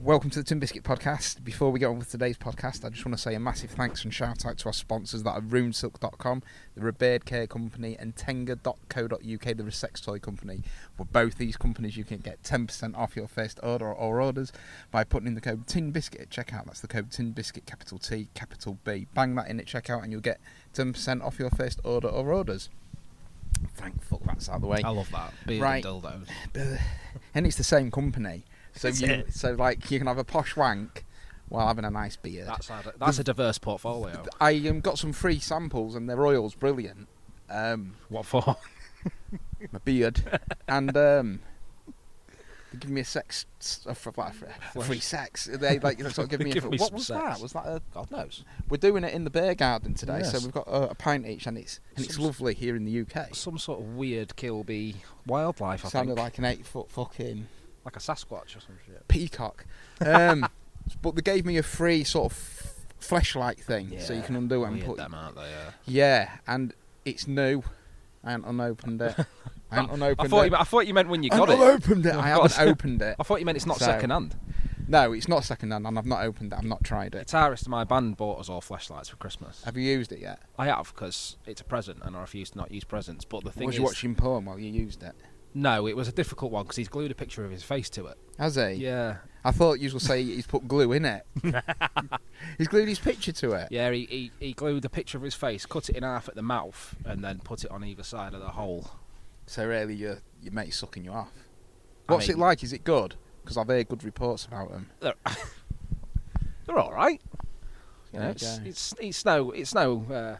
welcome to the Tin Biscuit podcast. Before we get on with today's podcast, I just want to say a massive thanks and shout out to our sponsors that are Roomsilk.com, the Rebird Care Company, and Tenga.co.uk, the sex toy company. With both these companies, you can get 10% off your first order or orders by putting in the code Tin Biscuit at checkout. That's the code Tin Biscuit, capital T, capital B. Bang that in at checkout, and you'll get 10% off your first order or orders. Thankful that's out of the way. I love that. Beard Right. and dildos. and it's the same company. So Is you, it? so like you can have a posh wank while having a nice beer. That's a, that's a diverse portfolio. I um, got some free samples and their oil's brilliant. Um, What for? my beard and um, they give me a sex a, f- like a free sex. They like they sort of give me. Give a, me what some was sex. that? Was that a God knows. we're doing it in the beer garden today, so Yes. we've got a, a pint each, and it's and it's Some- lovely here in the UK. Some sort of weird Kilby wildlife. I Sounded think. like an eight foot fucking like a Sasquatch or some shit. peacock. Um, but they gave me a free sort of f- fleshlight thing, so you can undo it and Weird put. them, aren't they? Yeah. Yeah, and it's new. I haven't unopened it. I haven't I unopened thought it. you, I thought you meant when you I got haven't it. opened it. I God. haven't opened it. I thought you meant it's not So- second hand. No, it's not second hand, and I've not opened it. I've not tried it. Guitarist of my band bought us all flashlights for Christmas. Have you used it yet? I have because it's a present, and I refuse to not use presents. But the thing Was is, you watching porn while you used it? no, it was a difficult one because he's glued a picture of his face to it. Has he? Yeah, I thought you would say he's put glue in it. he's glued his picture to it. yeah. He, he he glued a picture of his face, cut it in half at the mouth, and then put it on either side of the hole. So really, your your mate's sucking you off. I What's mean- it like? Is it good? Because I've heard good reports about them. They're, they're all right. You know, There you go. it's, it's it's no it's no uh,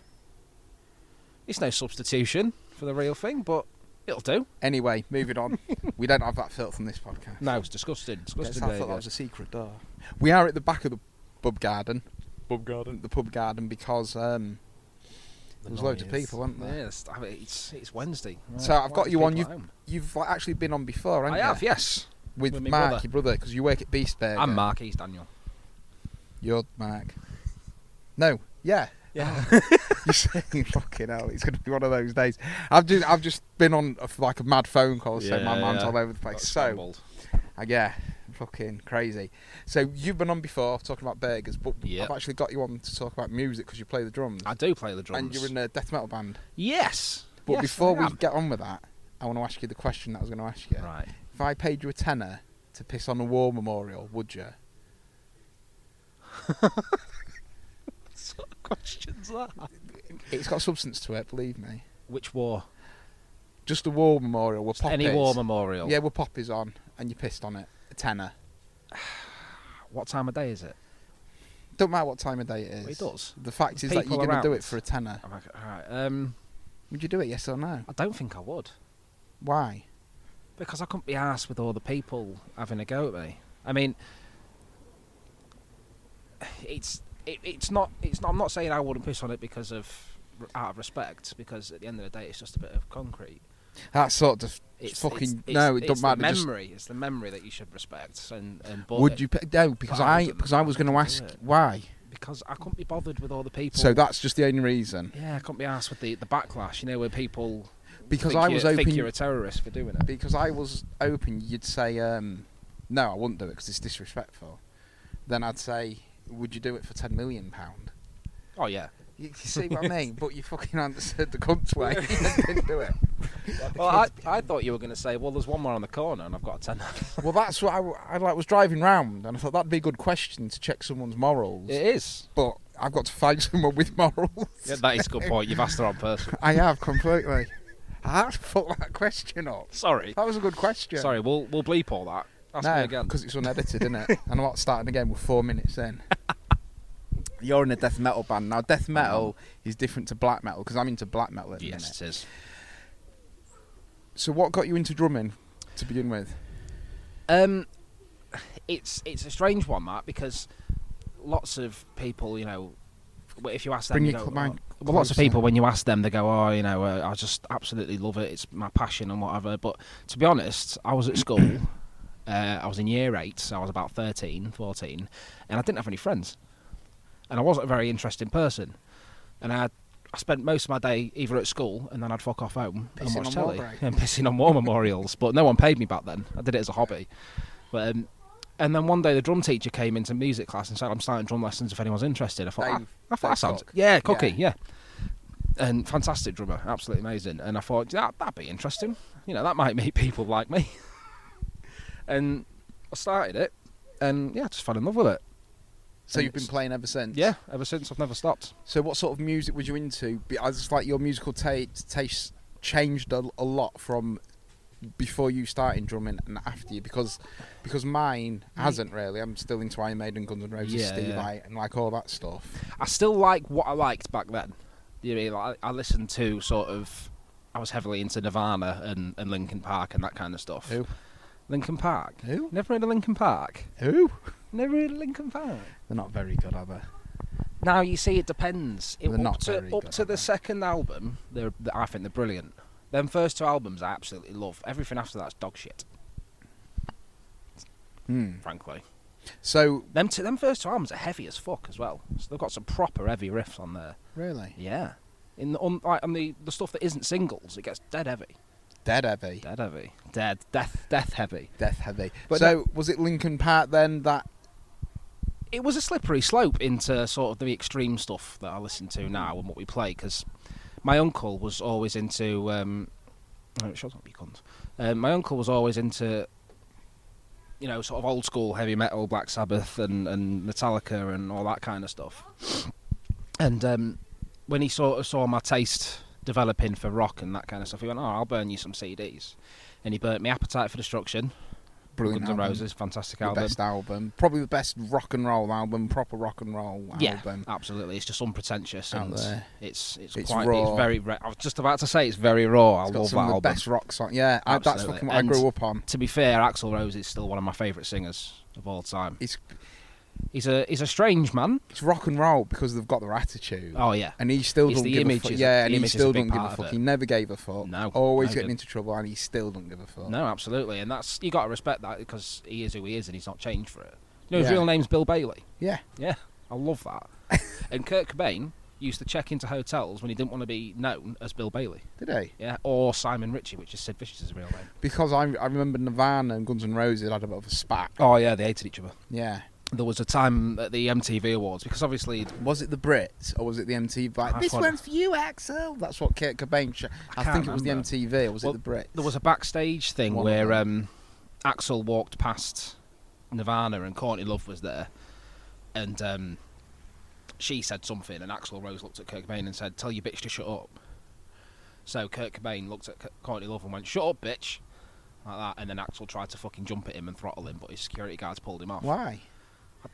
it's no substitution for the real thing, but it'll do. Anyway, moving on. we don't have that filth on this podcast. No, it's disgusting. Yes, Disgusting. I thought that was a secret door. We are at the back of the pub garden, Bob Garden. the pub garden, because um, there was loads of people, weren't there? Yes, I mean, it's it's Wednesday. So I've got Loads of you on, people you've- at home. You've like, actually been on before, haven't I you? have, yes. With, With me Mark, brother. your brother, because you work at Beast Bear. I'm Marquise Daniel. You're Mark. No, yeah. Yeah. You're saying fucking hell. It's going to be one of those days. I've just I've just been on a, like a mad phone call, so Yeah, my mind's yeah. all over the place. So Uh, yeah, fucking crazy. So you've been on before talking about burgers, but Yeah. I've actually got you on to talk about music because you play the drums, I do play the drums. and you're in a death metal band. Yes. But Yes, before I we am. get on with that, I want to ask you the question that I was going to ask you. Right. If I paid you a tenner to piss on a war memorial, would you? Sort of questions that. It's got substance to it, believe me. Which war? Just a war memorial. We're poppies. Any war memorial. Yeah, we're poppies on, and you pissed on it. A tenner. What time of day is it? Don't matter what time of day it is. Well, it does. The fact is that People you're going to do around. it for a tenner. I'm like, all right. Um, Would you do it? Yes or no? I don't think I would Why? because I couldn't be arsed with all the people having a go at me. I mean, it's it, it's not it's not. I'm not saying I wouldn't piss on it because of out of respect because at the end of the day it's just a bit of concrete. That sort of It's fucking it's- it's- no. It it's don't the matter. just- memory. It's the memory that you should respect and and. But would you? Pay, no, because I I wouldn't. because I was going to I ask wouldn't. why. Because I couldn't be bothered with all the people. So that's just the only reason. Yeah, I couldn't be arsed with the, the backlash. You know where people Because think I was you, think hoping- you're a terrorist for doing it. Because I was open, you'd say um, no, I wouldn't do it because it's disrespectful. Then I'd say, would you do it for ten million pound? Oh yeah. You, you see what I mean? But you fucking answered the cunt's way. didn't do it. Well, I, I thought you were going to say, well, there's one more on the corner, and I've got a ten. Well, that's what I, w- I, like was driving round, and I thought that'd be a good question to check someone's morals. it is. But I've got to find someone with morals. Yeah, that is a good point. You've asked the wrong person. I have completely. I had to put that question up. Sorry. That was a good question. Sorry. We'll we'll bleep all that. Ask me no, again. because it's unedited, isn't it? And I'm not starting again with four minutes in. You're in a death metal band now. Death metal is different to black metal because I'm into black metal at the minute. Yes, it is. So, what got you into drumming to begin with? Um, it's it's a strange one, Matt, because lots of people, you know, w- if you ask them, Bring you your go, cl- mic oh, well, lots of closer. people when you ask them, they go, "Oh, you know, uh, I just absolutely love it. It's my passion and whatever." But to be honest, I was at school. Uh, I was in year eight, so I was about 13, 14, and I didn't have any friends, and I wasn't a very interesting person, and I. I spent most of my day either at school and then I'd fuck off home Pissing and watch on war telly break. and pissing on war memorials. But no one paid me back then. I did it as a hobby. But um, And then one day the drum teacher came into music class and said, "I'm starting drum lessons if anyone's interested." I thought, "Ah, Dave- I thought Dave that sounds Cook. yeah, Cookie, yeah. And fantastic drummer, absolutely amazing. And I thought that that'd be interesting. You know, that might meet people like me. and I started it, and yeah, just fell in love with it. So And you've been it's- playing ever since. Yeah, ever since I've never stopped. So what sort of music was you into? Be- I just like your musical ta- taste changed a, a lot from before you started drumming and after you because because mine hasn't really. I'm still into Iron Maiden, Guns N' Roses, Yeah, Steve yeah. Vai, and like all that stuff. I still like what I liked back then. You know, like, I listened to sort of. I was heavily into Nirvana and, and Linkin Park and that kind of stuff. Who? Linkin Park. Who? Never heard of Linkin Park. Who? Never heard of Linkin Park. They're not very good, are they? Now you see, it depends. It, They're up not to very up good, to are the they? second album, they're, th- I think they're brilliant. Them first two albums, I absolutely love. Everything after that's dog shit, Hmm. frankly. So Them two, them first two albums are heavy as fuck as well. So they've got some proper heavy riffs on there. really, Yeah, in the on, like, on the the stuff that isn't singles, it gets dead heavy, dead heavy, dead heavy, dead death death heavy. death heavy. But so was it Lincoln Park then that? it was a slippery slope into sort of the extreme stuff that I listen to now and what we play because my uncle was always into um oh, shut up you cunt um, my uncle was always into you know sort of old school heavy metal Black Sabbath and, and Metallica and all that kind of stuff and um when he sort of saw my taste developing for rock and that kind of stuff he went oh I'll burn you some CDs and he burnt me Appetite for Destruction Brilliant Guns N' album. Roses fantastic The album best album, probably the best rock and roll album, proper rock and roll Yeah, album. absolutely. It's just unpretentious Out and there. it's it's, It's quite raw. it's very. Ra- I was just about to say it's very raw. It's I got love that some of the album. best rock songs. Yeah, I, that's Absolutely. fucking what And- I grew up on. To be fair, Axl Rose is still one of my favourite singers of all time. It's He's a he's a strange man. it's rock and roll because they've got their attitude. Oh yeah, And he still It's don't the give image a fuck. is- Yeah, the and he image is a still don't big give a part of fuck. it. He never gave a fuck. No, always no, he getting didn't. into trouble, and he still don't give a fuck. no, absolutely. And that's you got to respect that because he is who he is and he's not changed for it. You know, his Yeah. real name's Bill Bailey. Yeah, Yeah, I love that. and Kurt Cobain used to check into hotels when he didn't want to be known as Bill Bailey. did he? Yeah, or Simon Ritchie, which is Sid Vicious' real name. Because I I remember Nirvana and Guns N' Roses had a bit of a spat. Oh yeah, they hated each other. Yeah. there was a time at the MTV Awards because obviously Was it the Brits or was it the MTV? Like, I this thought- one's for you, Axel. That's what Kurt Cobain. Sh- I, can't think it was the remember. MTV or was Well, it the Brits? there was a backstage thing One of where them. um, Axel walked past Nirvana and Courtney Love was there, and um, she said something, and Axel Rose looked at Kurt Cobain and said, "Tell your bitch to shut up." So Kurt Cobain looked at C- Courtney Love and went, "Shut up, bitch," like that, and then Axel tried to fucking jump at him and throttle him, but his security guards pulled him off. Why?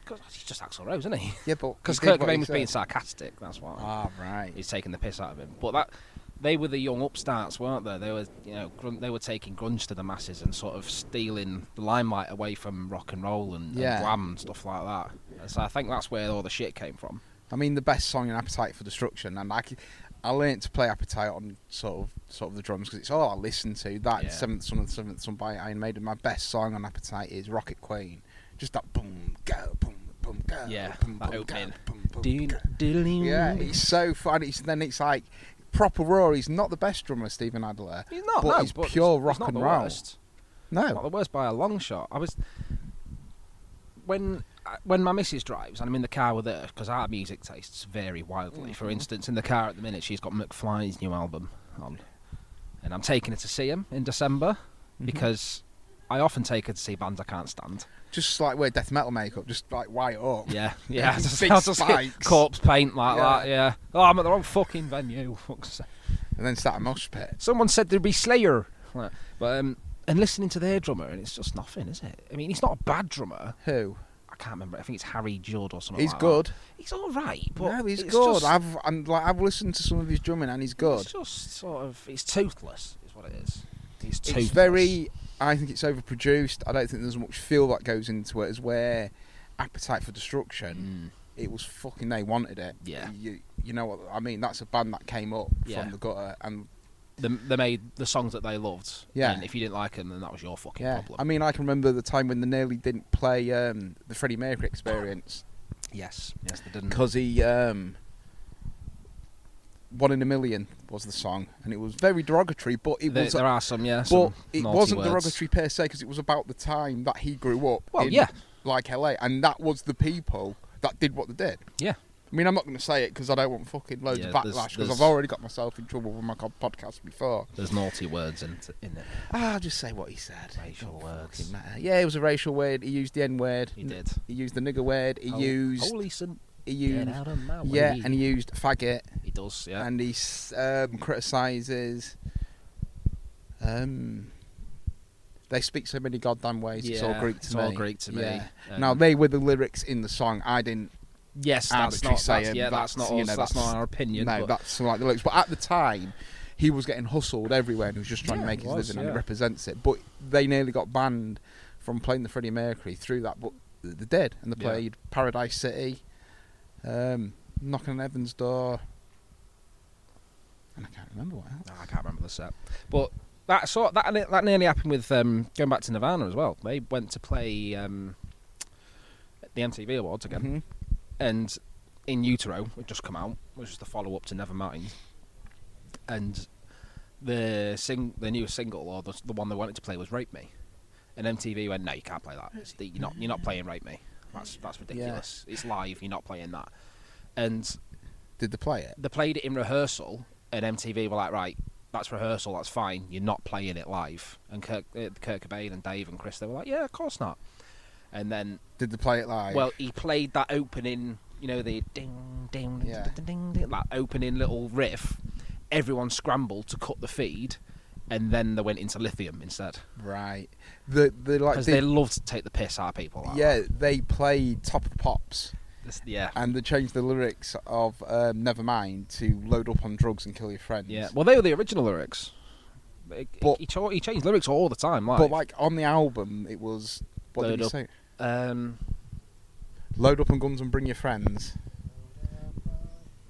Because he's just Axel Rose, isn't he? Yeah, but he Because did Kurt what he Cobain was being said. sarcastic. That's why. Ah, right. he's taking the piss out of him. But that they were the young upstarts, weren't they? They were, you know, grun- they were taking grunge to the masses and sort of stealing the limelight away from rock and roll and, Yeah. and glam and stuff like that. And so I think that's where all the shit came from. I mean, the best song in Appetite for Destruction, and I, c- I learnt to play Appetite on sort of sort of the drums because it's all I listen to. That and Yeah. Seventh Son and Seventh Son by Iron Maiden. My best song on Appetite is Rocket Queen. Just that boom go boom boom go. Yeah, boom, that boom, opening. Go, boom, boom, Dun- go. diddling. Yeah, it's so fun. It's then it's like proper raw. He's not the best drummer, Stephen Adler. he's not. but no, he's but pure he's rock not and the roll. worst. not No, the worst by a long shot. I was when uh, when my missus drives and I'm in the car with her because our music tastes vary wildly. Mm-hmm. For instance, in the car at the minute, she's got McFly's new album on, and I'm taking her to see him in December Mm-hmm. because I often take her to see bands I can't stand. just like wear death metal makeup, just like white up. Yeah, yeah, Big just, I'll just get spikes. corpse paint like Yeah. that. Yeah. Oh, I'm at the wrong fucking venue. Fuck's sake. and then start a mosh pit. Someone said there'd be Slayer, Like, but um, and listening to their drummer, and it's just nothing, is it? I mean, he's not a bad drummer. Who? I can't remember. I think it's Harry Judd or something. He's like that. good. He's all right, but no, he's it's good. Just, I've and like I've listened to some of his drumming, and he's good. It's just sort of it's toothless, is what it is. It's toothless. It's very. I think it's overproduced. I don't think there's much feel that goes into it as where Appetite for Destruction. Mm. It was fucking. They wanted it. Yeah. You you know what I mean? That's a band that came up Yeah. from the gutter, and They, they made the songs that they loved. Yeah. And if you didn't like them, then that was your fucking yeah. problem. I mean, I can remember the time when they nearly didn't play um, the Freddie Mercury Experience yes. Yes, they didn't. because he. Um, one in a million was the song, and it was very derogatory, but it There, was there are some, yeah. But some it naughty wasn't words. derogatory per se because it was about the time that he grew up. Well, in, yeah. like LA, and that was the people that did what they did. Yeah. I mean, I'm not going to say it because I don't want fucking loads Yeah, of there's- backlash because there's- I've already got myself in trouble with my co- podcast before. There's naughty words in, t- in it. Ah, I'll just say what he said. Racial Don't words. fucking matter. Yeah, it was a racial word. He used the N word. He did. He used the nigger word. He Hol- used. Holy son, He get used. out of my way. Yeah, and he used faggot, he does. Yeah. and he s- um, criticises. Um, they speak so many goddamn ways. It's all Yeah, Greek to it's me. all Greek to me. Yeah. Um, now they were the lyrics in the song. I didn't. yes, that's arbitrary not. saying, That's, yeah, that's, that's, not. you us, know, that's, that's- not our opinion. no, but that's like the lyrics. But at the time, he was getting hustled everywhere, and he was just trying Yeah, to make he his was, living, and yeah. it represents it. But they nearly got banned from playing the Freddie Mercury through that. But they did, and they Yeah. played Paradise City, um, Knocking on Heaven's Door, and I can't remember what else. I can't remember the set. But that sort that ne- that nearly happened with um, going back to Nirvana as well. They went to play um, at the MTV Awards again, Mhm. and in utero had just come out, which was the follow up to Nevermind, and the sing the new single or the, the one they wanted to play was Rape Me, and MTV went no you can't play that It's the- you're not you're not playing Rape Me that's that's ridiculous it's live you're not playing that, and Did they play it? they played it in rehearsal, and MTV were like, right, that's rehearsal, that's fine. You're not playing it live. And Kirk, uh, Kurt Cobain and Dave and Chris, they were like, yeah, of course not. And then, Did they play it live? well, he played that opening, you know, the ding, ding, ding, Yeah. ding, ding, ding, that opening little riff. Everyone scrambled to cut the feed, and then they went into Lithium instead right. The the like because the- they love to take the piss out of people. like yeah they played Top of the Pops. that. This- yeah. And they changed the lyrics of um, Nevermind to "Load up on drugs and kill your friends." Yeah. Well, they were the original lyrics. But- he, cho- he changed lyrics all the time. Like, But like on the album, it was what Load did he up. say? um, Load up on guns and bring your friends.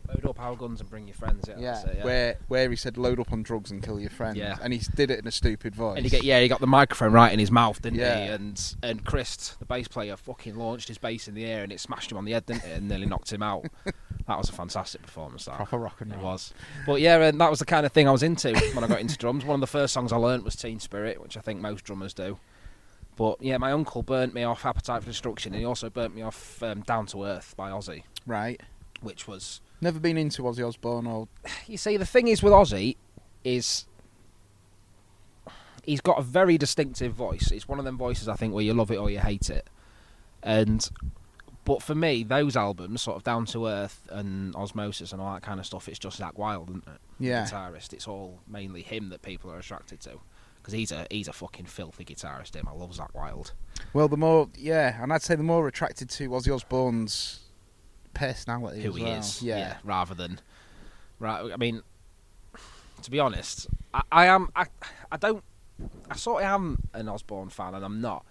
Load up our guns and bring your friends. Yeah, yeah, that's it, yeah. where where he said load up on drugs and kill your friends. Yeah. and he did it in a stupid voice. And he get, yeah, he got the microphone right in his mouth, didn't he? Yeah. And and Chris, the bass player, fucking launched his bass in the air and it smashed him on the head, didn't it? And nearly knocked him out. That was a fantastic performance. That proper rock and it roll. was. But yeah, and that was the kind of thing I was into when I got into drums. One of the first songs I learnt was Teen Spirit, which I think most drummers do. But yeah, my uncle burnt me off Appetite for Destruction, and he also burnt me off um, Down to Earth by Ozzy, Right, which was never been into Ozzy Osbourne or you see, the thing is with Ozzy is he's got a very distinctive voice. It's one of them voices I think where you love it or you hate it. And but for me, those albums, sort of Down to Earth and Osmosis and all that kind of stuff, it's just Zach Wild, isn't it? The yeah. Guitarist. It's all mainly him that people are attracted to. Because he's a he's a fucking filthy guitarist. Him, I love Zach Wild. Well, the more yeah, and I'd say the more attracted to Ozzy Osbourne's personality. who as he well. is. Yeah. rather than right. I mean, to be honest, I, I am. I, I don't. I sort of am an Osborne fan, and I'm not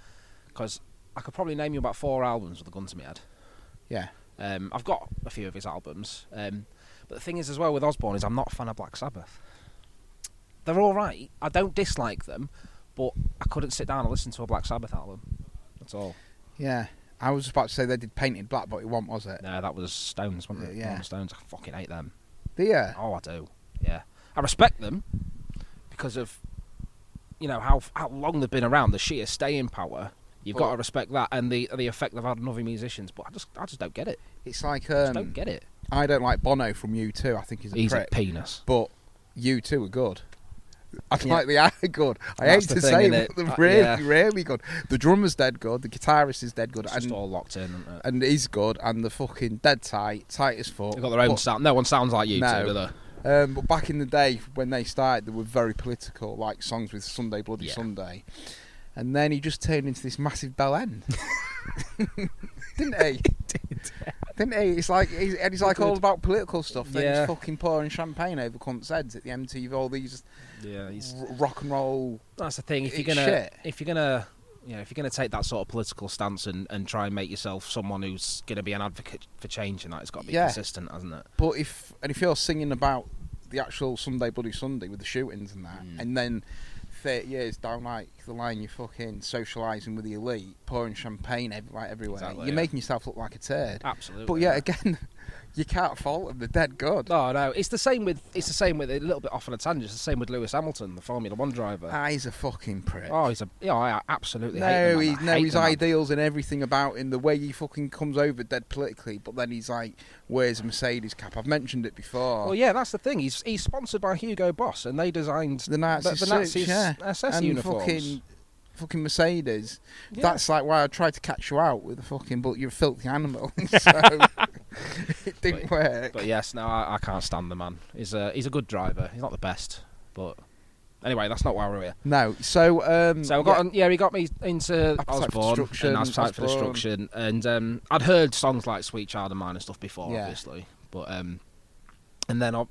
because I could probably name you about four albums with a gun to my head. yeah, Um, I've got a few of his albums, um, but the thing is, as well with Osborne, is I'm not a fan of Black Sabbath. They're all right. I don't dislike them, but I couldn't sit down and listen to a Black Sabbath album. That's all. yeah. I was about to say they did Painted Black, but it wasn't, was it? No, that was Stones, wasn't it? Yeah. Rolling Stones. I fucking hate them. Yeah, Oh, I do. Yeah, I respect them because of you know how how long they've been around, the sheer staying power. You've got Well- to respect that and the the effect they've had on other musicians. But I just I just don't get it. it's like I just don't um, get it. I don't like Bono from U2. I think he's a He's prick. a penis. but you two are good. I Yeah. like they are good. I That's hate the to thing, say innit? it, but they're Uh, really, yeah. really good. The drummer's dead good. The guitarist is dead good, It's just and all locked in. isn't it? and he's good. And the fucking dead tight, tight as fuck. They've got their own But, sound. No one sounds like you No. two, do they? um, but back in the day when they started, they were very political, like songs with Sunday Bloody Yeah. Sunday. And then he just turned into this massive bell end, didn't he? Didn't he? It's like he's, and he's He like all did. about political stuff. Then Yeah. he's fucking pouring champagne over cunts' heads at the MTV. All these Yeah, r- rock and roll. that's the thing. If you're It's gonna shit. if you're gonna you know, if you're going to take that sort of political stance and, and try and make yourself someone who's going to be an advocate for change and that, it's got to be Yeah. consistent, hasn't it? But if and if you're singing about the actual Sunday Bloody Sunday with the shootings and that, Mm. and then 30 years down like the line, you're fucking socialising with the elite, pouring champagne ev- like everywhere. Exactly, you're yeah. making yourself look like a turd. Absolutely. But yeah, again, you can't fault them. They're dead good. No, Oh, no. It's the same with. It's the same with a little bit off on a tangent. It's the same with Lewis Hamilton, the Formula One driver. He's a fucking prick. oh, he's a. Yeah, I absolutely. Ah, hate no, the man. he's I no, hate his the man. ideals and everything about him, the way he fucking comes over dead politically, but then he's like, wears a Mercedes cap. I've mentioned it before. Well, yeah, that's the thing. He's he's sponsored by Hugo Boss, and they designed The Nazi the, the suits, Nazis yeah. SS and uniforms. fucking, fucking Mercedes. Yeah. That's like why I tried to catch you out with the fucking, but you're a filthy animal. so it didn't work. But yes, no, I, I can't stand the man. He's a he's a good driver. He's not the best, but anyway, that's not why we're here. no, so um, So I yeah, got yeah, he got me into Appetite for Osborne Destruction, and Appetite for Osborne. Destruction, and um, I'd heard songs like Sweet Child of Mine and stuff before, Yeah. obviously, but um, and then I,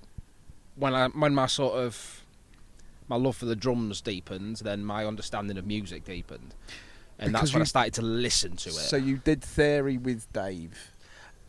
when I when my sort of my love for the drums deepened, then my understanding of music deepened, Because and that's when you- I started to listen to it. So you did theory with Dave.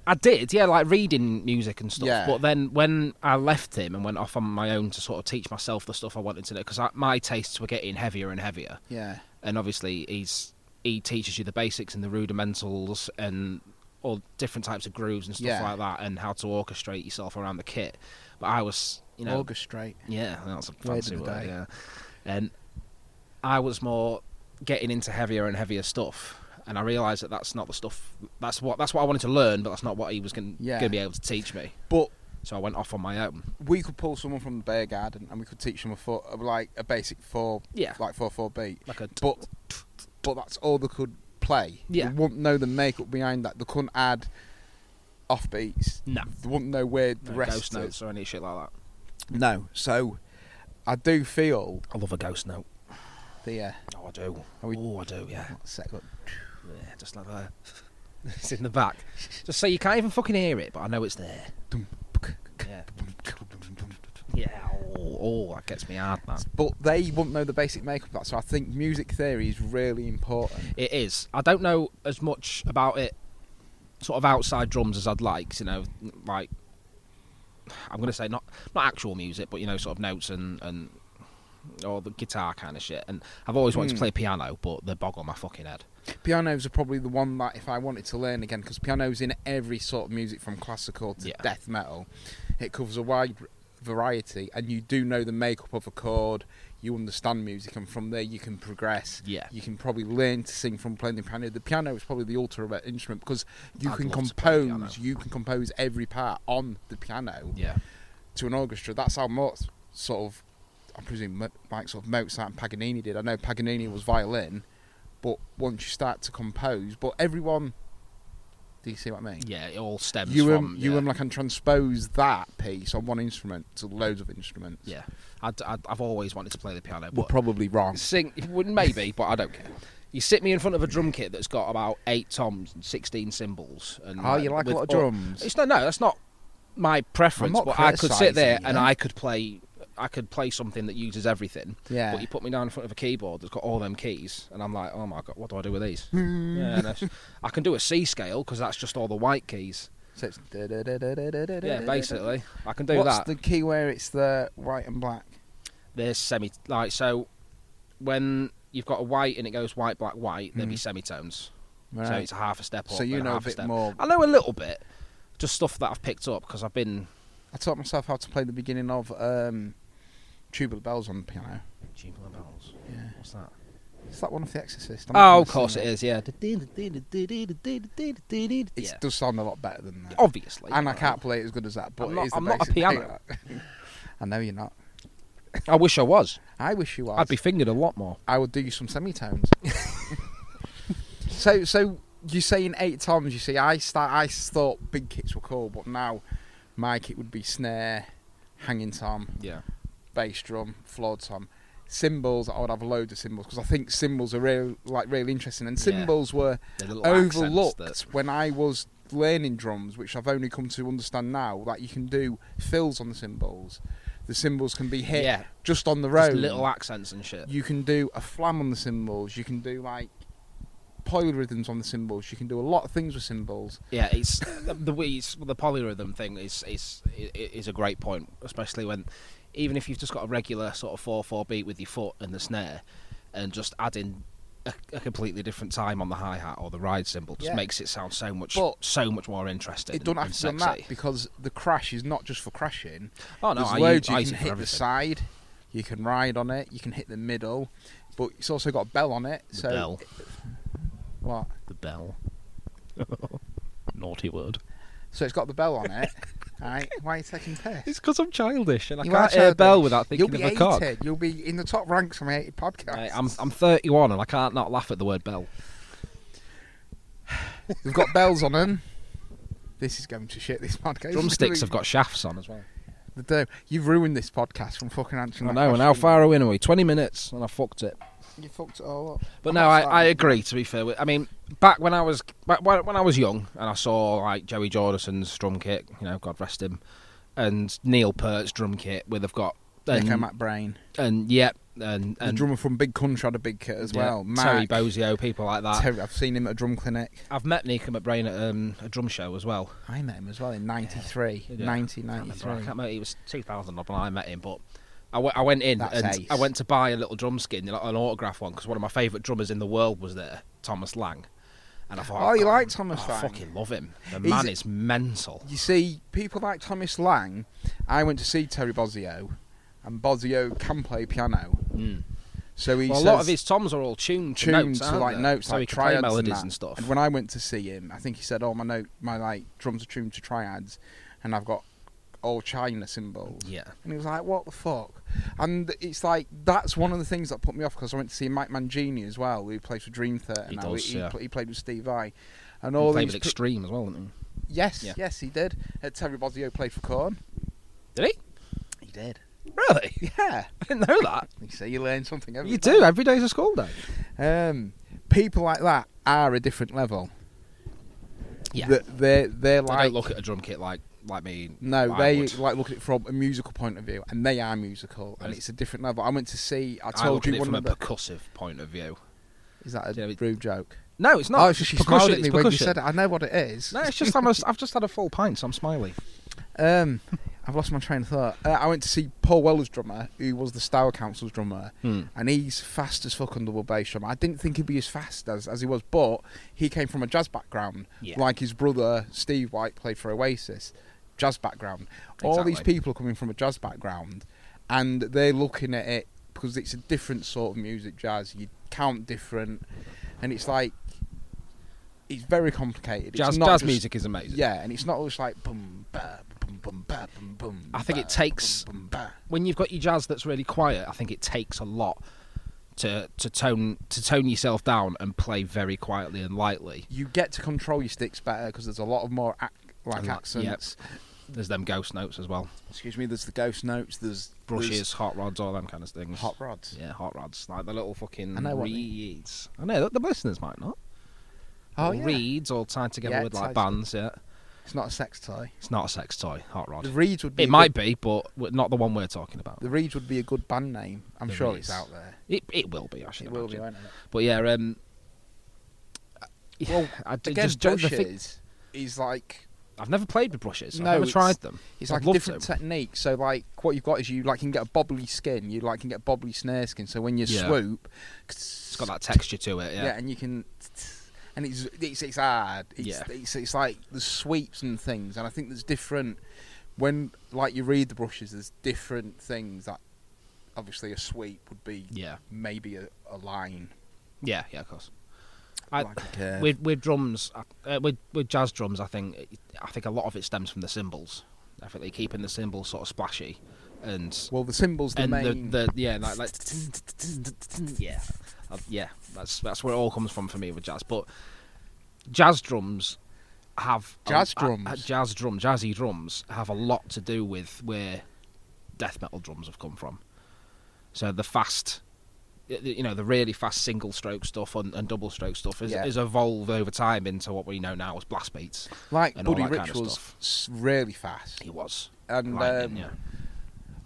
I did, yeah, like reading music and stuff. Yeah. But then when I left him and went off on my own to sort of teach myself the stuff I wanted to know, because my tastes were getting heavier and heavier. Yeah. And obviously, he's he teaches you the basics and the rudimentals and all different types of grooves and stuff Yeah. like that, and how to orchestrate yourself around the kit. But I was, you know, Orchestrate. yeah, that's a Word of fancy the word. day. Yeah, and I was more getting into heavier and heavier stuff, and I realised that that's not the stuff. That's what that's what I wanted to learn, but that's not what he was going Yeah. to be able to teach me. But So I went off on my own. we could pull someone from the bear garden and we could teach them a four, like a basic four, Yeah, like four four beat. like a But but that's all they could play. Yeah. They wouldn't know the makeup behind that. They couldn't add off beats. no, They wouldn't know where the no rest. ghost notes or any shit like that. Is. No. So I do feel I love a ghost note. the uh, Oh, I do. Are we- Oh, I do. Yeah, set up. yeah, just like that. it's in the back. Just so you can't even fucking hear it, but I know it's there. Yeah, yeah. Oh, oh that gets me hard, man. But they wouldn't know the basic makeup of that. So I think music theory is really important. It is. I don't know as much about it, sort of outside drums as I'd like. You know, like I'm going to say not not actual music, but you know, sort of notes and and or the guitar kind of shit. And I've always wanted Hmm. to play piano, but they bog on my fucking head. Pianos are probably the one that if I wanted to learn again, because pianos in every sort of music from classical to Yeah. death metal, it covers a wide variety, and you do know the makeup of a chord. You understand music, and from there you can progress. Yeah. You can probably learn to sing from playing the piano. The piano is probably the ultimate instrument because you I'd can love to play the compose. You can compose every part on the piano Yeah. to an orchestra. That's how Mozart sort of, I presume, Mo- like sort of Mozart and Paganini did. I know Paganini was violin, but once you start to compose, but everyone, do you see what I mean? Yeah. It all stems You from. um, you yeah. um, like can transpose that piece on one instrument to loads of instruments. yeah. I'd, I'd, I've always wanted to play the piano, we're but probably wrong. sing well, maybe, but I don't care. You sit me in front of a drum kit that's got about eight toms and sixteen cymbals. And uh, Oh, you like a with lot of all- drums. It's no, no, that's not my preference. I'm not but I could sit there criticising you. and I could play, I could play something that uses everything. Yeah. But you put me down in front of a keyboard that's got all them keys, and I'm like, oh my god, what do I do with these? yeah, and that's- I can do a C scale because that's just all the white keys. So it's Yeah, basically, I can do What's that. the key where it's the white and black? there's semi like so when you've got a white and it goes white black white there'd be Mhm. semitones so Right. it's a half a step up So you and know a half bit step. more. i know a little bit just stuff that i've picked up because i've been I taught myself how to play the beginning of um, Tubular Bells on the piano. Tubular bells Yeah. what's that Is that one of The Exorcist? I'm not oh gonna of sing course it. it is yeah It Yeah. does sound a lot better than that. obviously and I right. can't play it as good as that, but I'm it not- is the I'm not a basic piano. thing. I know you're not. i wish i was I wish you was. i'd be fingered a lot more I would do you some semitones. so, so you're saying eight toms? You see, I start. I thought big kits were cool, but now my kit would be snare, hanging tom, yeah bass drum, floor tom. Cymbals, I would have loads of cymbals because I think cymbals are real, like really interesting. And Yeah. cymbals were the little accents overlooked that, when I was learning drums, which I've only come to understand now. That you can do fills on the cymbals. The cymbals can be hit yeah just on the just road. little accents and shit you can do a flam on the cymbals. You can do like polyrhythms on the cymbals. You can do a lot of things with cymbals. Yeah, it's the the, way it's, the polyrhythm thing is is i- i- is a great point, especially when even if you've just got a regular sort of four four beat with your foot and the snare, and just adding a, a completely different time on the hi hat or the ride cymbal just Yeah. makes it sound so much But so much more interesting. It don't and have to be on sexy. that because the crash is not just for crashing. Oh no, There's I, loads use, you I use can it hit for the everything. side, you can ride on it, you can hit the middle, but it's also got a bell on it. The so bell. what? The bell. Naughty word. So it's got the bell on it. right? Why are you taking piss? It's because I'm childish and I You are can't hear a bell childish. without You'll thinking be of a cock. hated. You'll be in the top ranks on my hated podcast. Mate, I'm I'm 31 and I can't not laugh at the word bell. We've got bells on them. This is going to shit. This podcast. Drumsticks have got shafts on as well. The do. You've ruined this podcast from fucking answering. I that know, and how question. far are we in? Are we 20 minutes? And I fucked it. You fucked it all up. But I'm no, I, not I sorry. agree, to be fair. with- I mean, back when I was back when when I was young and I saw, like, Joey Jordison's drum kit, you know, God rest him, and Neil Peart's drum kit, where they've got... And, Nico McBrain, and yeah, and... the and drummer from Big Country, had a big kit as yeah, well. Terry Mac, Bozio, people like that. Terry- I've seen him at a drum clinic. I've met Nico McBrain at um, a drum show as well. I met him as well in '93, Yeah. I can't, remember, I 1993. can't remember. It was 2000 odd when I met him, but I went- I went in That's and ace. I went to buy a little drum skin, like an autograph one, because one of my favourite drummers in the world was there, Thomas Lang. And I thought, Oh, you God, like Thomas I Lang? fucking love him. The He's- man is mental. You see, people like Thomas Lang. I went to see Terry Bozzio, and Bozzio can play piano, Mm. so he Well, a says, lot of his toms are all tuned, to tuned notes, to aren't like they? notes, so like he can play triads melodies and, that. stuff. And when I went to see him, I think he said, "Oh, my note, my like drums are tuned to triads, and I've got all China cymbals." yeah, And he was like, "What the fuck?" And it's like that's one of the things that put me off because I went to see Mike Mangini as well, who plays for Dream Theater He now. does, he, yeah. pl- he played with Steve I, and he all played these. with pe- Extreme as well, didn't yes, Yeah. yes, he did. Uh, Terry Bozzio played for Corn. he? Did He did. he? Really? Yeah. I didn't know that. You see, you learn something every You day. do. Every day's a school day. Um, people like that are a different level. Yeah. Th- They're they're I like don't look at a drum kit like like me. No, I they would. like look at it from a musical point of view, and they are musical, and Yes. it's a different level. I went to see. I I, look told at you it one from a of the. percussive point of view. Is that a Yeah, it- rude joke? No, it's not. oh, it's just she smiled at me when you said it. I know what it is. No, it's just I'm a, I've just had a full pint, so I'm smiling. Um, I've lost my train of thought. Uh, I went to see Paul Weller's drummer, who was the Stour Council's drummer, Hmm. and he's fast as fuck on double bass drum. I didn't think he'd be as fast as, as he was, but he came from a jazz background, Yeah. like his brother Steve White played for Oasis, jazz background. All these Exactly. people are coming from a jazz background, and they're looking at it because it's a different sort of music. Jazz, you count different, and it's like it's very complicated. It's Jazz, not jazz just- music is amazing. yeah, and it's not always like boom, ba, boom, boom, ba, boom, boom. I think ba, it takes- boom, boom, ba. When you've got your jazz that's really quiet, I think it takes a lot to to tone to tone yourself down and play very quietly and lightly. You get to control your sticks better because there's a lot of more ac- like And that- yep. accents. There's them ghost notes as well, Excuse me. There's the ghost notes. There's brushes, hot rods, all them kind of there's things. hot rods. yeah, hot rods, like the little fucking I know what they- reeds. I know the listeners might not. Oh Little yeah. reeds all tied together Yeah, with like tied- bands. Yeah, It's not a sex toy. it's not a sex toy. Hot rod. The reeds would be. It a might Good, be, but w- not the one we're talking about. the reeds would be a good band name. I'm The sure Reeds. it's out there. It, it will be, I should It will be. imagine. Won't it? But yeah, um, Well, I d- again, just don't- the brushes thing- is like I've never played with brushes. No, I've never it's- tried them. It's I'd like a love different to. technique. So like what you've got is you like can get a bobbly skin. You like can get a bobbly snare skin. So when you Yeah. swoop, It's got that texture to it. yeah. Yeah. and you can, and it's it's it's hard. It's, Yeah. it's it's like the sweeps and things. And I think there's different when like you read the brushes. There's different things that obviously a sweep would be yeah, maybe a, a line. yeah, yeah. Of course. I, like a curve. with with drums, I- uh, with with jazz drums, I think I think a lot of it stems from the cymbals. I think they're keeping the cymbals sort of splashy, and well, the symbols the and main. the, the yeah like, like yeah Uh, yeah that's that's where it all comes from for me with jazz. But jazz drums have a- Jazz a- a- drums? jazz drum, jazzy drums have a lot to do with where death metal drums have come from. So the fast, y- you know, the really fast single stroke stuff and, and double stroke stuff is, Yeah. is evolved over time into what we know now as blast beats. like and all Buddy that Rich kind of was stuff. s- really fast, It was and lightning, um, yeah.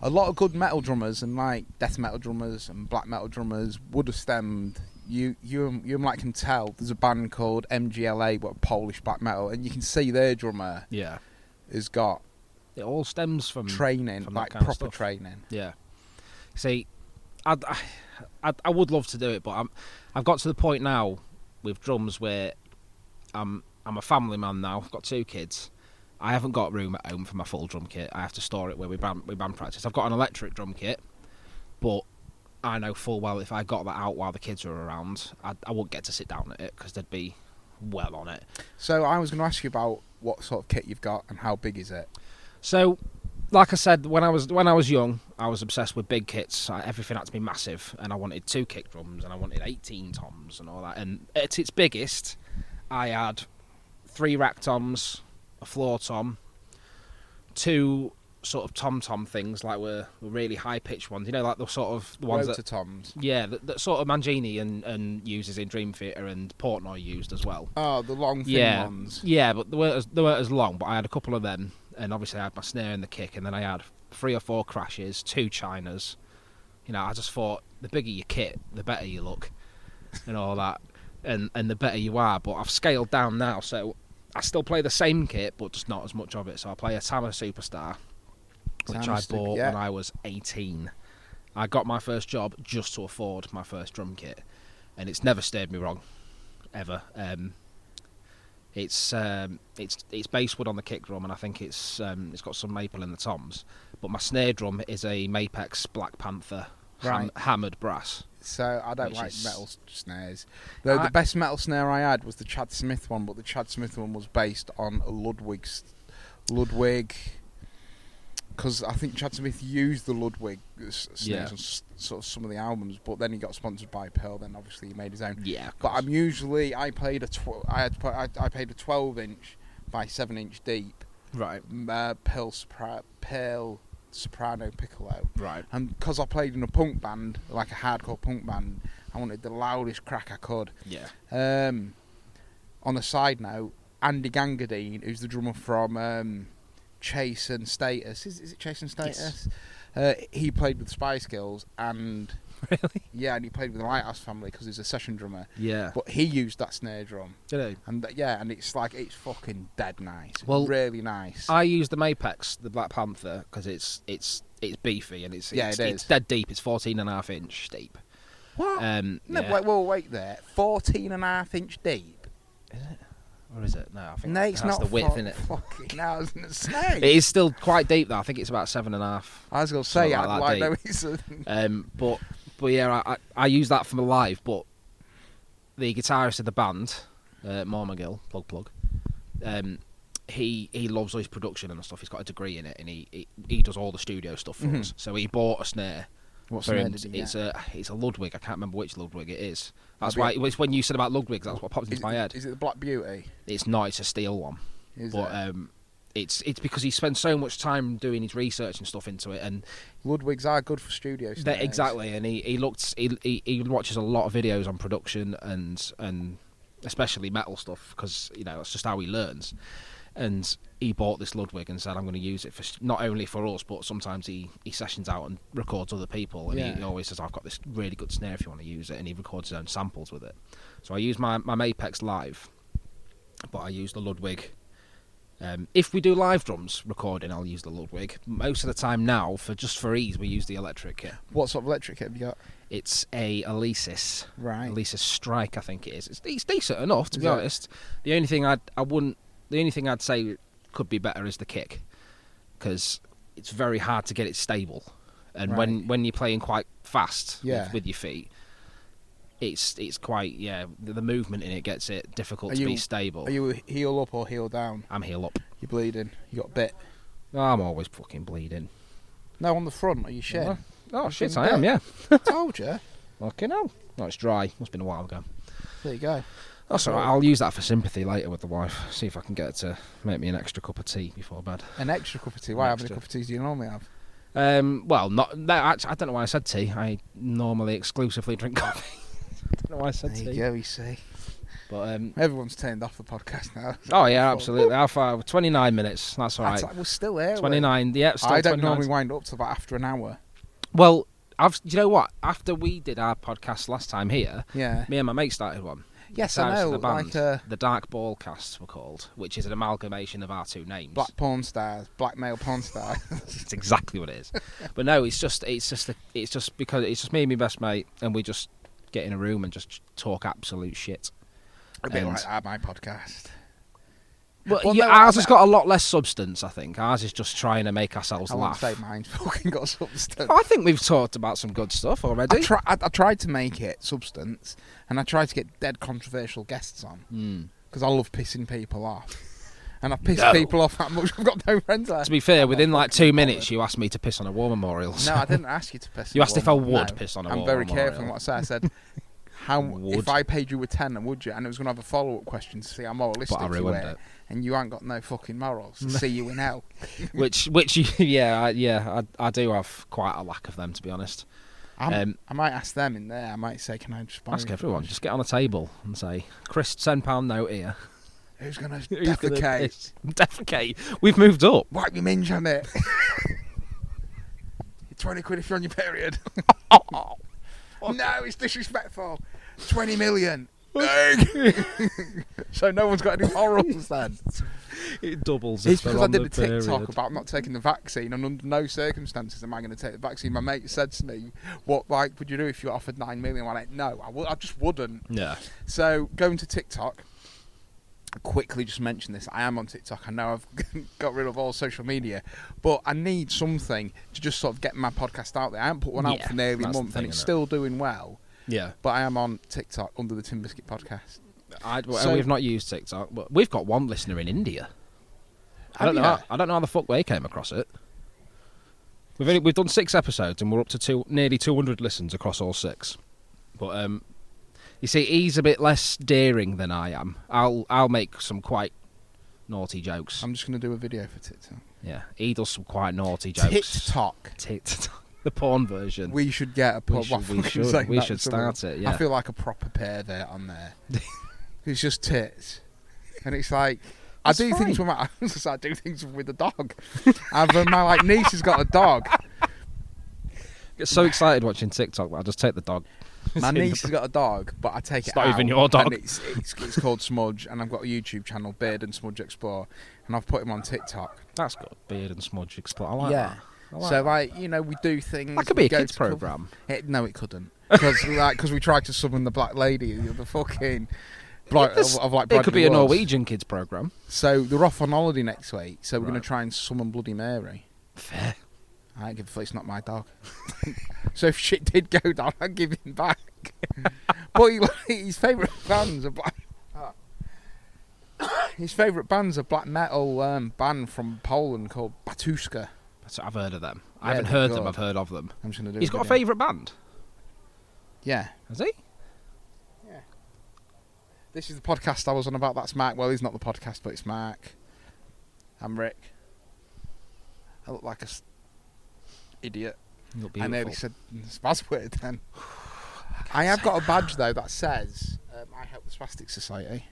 a lot of good metal drummers and like death metal drummers and black metal drummers would have stemmed you you and- you and like can tell there's a band called MGLA, but Polish black metal, and you can see their drummer Yeah, has got it all stems from training, Mm, from that like kind of proper stuff. training. Yeah. See, I'd, I, I'd, I would love to do it, but I'm, I've got to the point now with drums where I'm, I'm a family man now. I've got two kids. I haven't got room at home for my full drum kit. I have to store it where we band, we band practice. I've got an electric drum kit, but I know full well if I got that out while the kids are around, I, I wouldn't get to sit down at it because they'd be well on it. So I was going to ask you about what sort of kit you've got and how big is it. So, like I said, when I was when I was young, I was obsessed with big kits. I, everything had to be massive, and I wanted two kick drums, and I wanted eighteen toms, and all that. And at its biggest, I had three rack toms, a floor tom, two sort of tom tom things like were, were really high pitched ones. You know, like the sort of the ones Rotor that. toms. Yeah, that, that sort of Mangini and, and uses in Dream Theater and Portnoy used as well. Oh, the long thin Yeah. ones. Yeah, but they weren't, as, they weren't as long. But I had a couple of them, and obviously I had my snare and the kick, and then I had three or four crashes, two chinas. You know, I just thought the bigger your kit, the better you look, and all that, and and the better you are. But I've scaled down now, so I still play the same kit, but just not as much of it. So I play a Tama Superstar, which Tama I Super- bought yeah. when I was 18. I got my first job just to afford my first drum kit, and it's never steered me wrong, ever. Um, it's um, it's it's basswood on the kick drum, and I think it's um, it's got some maple in the toms. But my snare drum is a Mapex Black Panther ham- Right. hammered brass. So I don't Which like is- metal s- snares. Though I- the best metal snare I had was the Chad Smith one, but the Chad Smith one was based on a Ludwig's Ludwig. Because I think Chad Smith used the Ludwig s- snares Yeah. on s- sort of some of the albums, but then he got sponsored by Pearl. Then obviously he made his own. Yeah, of But course. I'm usually I played a tw- I had pl- I, I played a 12 inch by 7 inch deep right, m- uh, Pearl, sopra- Pearl soprano piccolo right. and because I played in a punk band, like a hardcore punk band, I wanted the loudest crack I could. Yeah, Um, on a side note, Andy Gangadine, who's the drummer from um, Chase and Status, is, is it Chase and Status? Uh, he played with Spice Girls and really. yeah, and he played with the Lighthouse Family because he's a session drummer. Yeah, But he used that snare drum, you know, and th- yeah, and it's like it's fucking dead nice. Well, really nice. I use the Mapex, the Black Panther, because it's it's it's beefy and it's Yeah, it's, it it's is. dead deep. It's 14 and a half inch deep. what? Um, no, yeah. wait, whoa, wait there. 14 and a half inch deep. or is it? No, I think No, it's that's not the width, fuck- isn't it? Fucking hell, I was gonna say. It is still quite deep though. I think it's about seven and a half. I was gonna say, not I, like I that know it's a, Um, but but yeah, I, I, I use that for my live. But the guitarist of the band, uh, Mormagill, plug plug, um, he he loves all his production and stuff. He's got a degree in it, and he he, he does all the studio stuff for Mhm. us. So he bought a snare. What for snare him. did he It's a it's a Ludwig. I can't remember which Ludwig it is. That's Maybe why it's when you said about Ludwigs, that's what popped into is, my head. Is it the Black Beauty? It's not. It's a steel one Is but it? um, it's it's because he spends so much time doing his research and stuff into it, and Ludwigs are good for studio that- snares. exactly. And he he looks he, he he watches a lot of videos on production and and especially metal stuff because you know that's just how he learns. And he bought this Ludwig and said, "I'm going to use it for s- not only for us, but sometimes he he sessions out and records other people, and he, Yeah. he always says, "I've got this really good snare if you want to use it," and he records his own samples with it. So I use my my Mapex live, but I use the Ludwig. Um, if we do live drums recording, I'll use the Ludwig. Most of the time now, for just for ease, we use the electric kit. What sort of electric kit have you got? It's a Alesis, Right. Alesis Strike, I think it is. It's, it's decent enough, to Is be it? honest. The only thing I'd I wouldn't the only thing I'd say could be better is the kick, because it's very hard to get it stable, and when Right. when you're playing quite fast Yeah. with, with your feet, it's it's quite yeah the, the movement in it gets it difficult Are to be you- stable. Are you heel up or heel down? I'm heel up. You're bleeding. You got bit. I'm always fucking bleeding. No, on the front. Are you shit? Well, Oh You've shit, been I am. bit. Yeah. Told you. Fucking hell. No, it's dry. Must been a while ago. There you go. That's all right. I'll use that for sympathy later with the wife. See if I can get her to make me an extra cup of tea before bed. An extra cup of tea. Why? How many Extra. cup of teas do you normally have? Um, well, not. No, act- I don't know why I said tea. I normally exclusively drink coffee. I don't know why I said there tea. you go. You see, But um, everyone's turned off the podcast now. oh yeah, absolutely. How far? Twenty-nine minutes. That's all That's right. like, we're still here. we're- Twenty-nine. Yeah, it's still I don't 29. normally wind up till about after an hour. Well, I've, do you know what? After we did our podcast last time here, Yeah. me and my mate started one. Yes, Ours I is know. The, band, Like uh, the Dark Ball Casts were called, which is an amalgamation of our two names. black porn stars, black male porn stars. It's exactly what it is. but no, it's just it's just a, it's just because it's just me and my best mate, and we just get in a room and just talk absolute shit. a bit And- like that, my podcast. Well, Well, yeah, no, ours I- has got a lot less substance, I think. Ours is just trying to make ourselves I won't laugh. Oh, say mine's fucking got substance. I think we've talked about some good stuff already. I, try, I, I tried to make it substance, and I tried to get dead controversial guests on Mm. because I love pissing people off, and I piss No. people off that much. I've got no friends left. To be fair, within like two minutes, you asked me to piss on a war memorial. No, I didn't ask you to piss. You on asked if one. I would No. piss on a I'm war very careful in memorial. what I say. I said, "How Would. if I paid you with ten, then would you?" And it was going to have a follow up question to see how moralistic But I you ruined were, it. and you ain't got no fucking morals. see you in hell. which, which, yeah, I, yeah, I, I do have quite a lack of them, to be honest. I'm, Um, I might ask them in there. I might say, "Can I just borrow Ask your everyone. brush? Just get on a table and say, "Chris, ten pound note here." Who's going to Who's gonna defecate? piss? Defecate. We've moved up. Wipe your minge on it. Twenty quid if you're on your period. no, it's disrespectful. Twenty million. Egg. so no one's got any morals then. It doubles. It's if they're because I on did the a TikTok period. about not taking the vaccine, and under no circumstances am I going to take the vaccine. My mate said to me, "What like would you do if you were offered nine million? I went, "No, I would. I just wouldn't." Yeah. So going to TikTok, I quickly just mention this. I am on TikTok. I know I've got rid of all social media, but I need something to just sort of get my podcast out there. I haven't put one out Yeah, for nearly a that's the month, thing, and it's innit? still doing well. Yeah. But I am on TikTok under the Tim Biscuit podcast. I, well, So- we've not used TikTok, but we've got one listener in India. I Have don't know. you? How, I don't know how the fuck they came across it. We've only, we've done six episodes and we're up to two, nearly two hundred listens across all six. But um, you see, he's a bit less daring than I am. I'll I'll make some quite naughty jokes. I'm just going to do a video for TikTok. yeah, he does some quite naughty jokes. TikTok. TikTok, the porn version. We should get a We pod. should- what we fucking should- saying we that should to someone. start it, yeah. I feel like a proper pervert on there. it's just tits, and it's like That's I do things fine. with my hands. I do things with a dog. I've uh, my like niece has got a dog. get so excited watching TikTok that I just take the dog. My It's in the- niece has got a dog, but I take It's it. not out, even your dog. and it's, it's it's called Smudge, and I've got a YouTube channel, Beard and Smudge Explore, and I've put him on Tiktok. That's good. Beard and smudge explore. I like Yeah. that. I like so that. like you know we do things. that could we be a go kids to clubs. program. It, no, it couldn't. Because like, 'cause we tried to summon the black lady, the other fucking. Bri- this- of, of like It could be Bradley a Woods. Norwegian kids program. So they're off on holiday next week, so we're going Right. to try and summon Bloody Mary. Fair. I don't give a fuck, it's not my dog. so if shit did go down, I'd give him back. but he, his favourite bands are black. His favourite band's a black metal um, band from Poland called Batuska. That's I've heard of them. Yeah, I haven't they're heard them. good. I've heard of them. I'm just going to do He's got a video. favourite band, Yeah. has he? This is the podcast I was on about. That's Mark. Well, he's not the podcast, but it's Mark. I'm Rick. I look like a s- idiot. I nearly said this buzzword then. I have got a badge though that says um, I help the Spastic Society.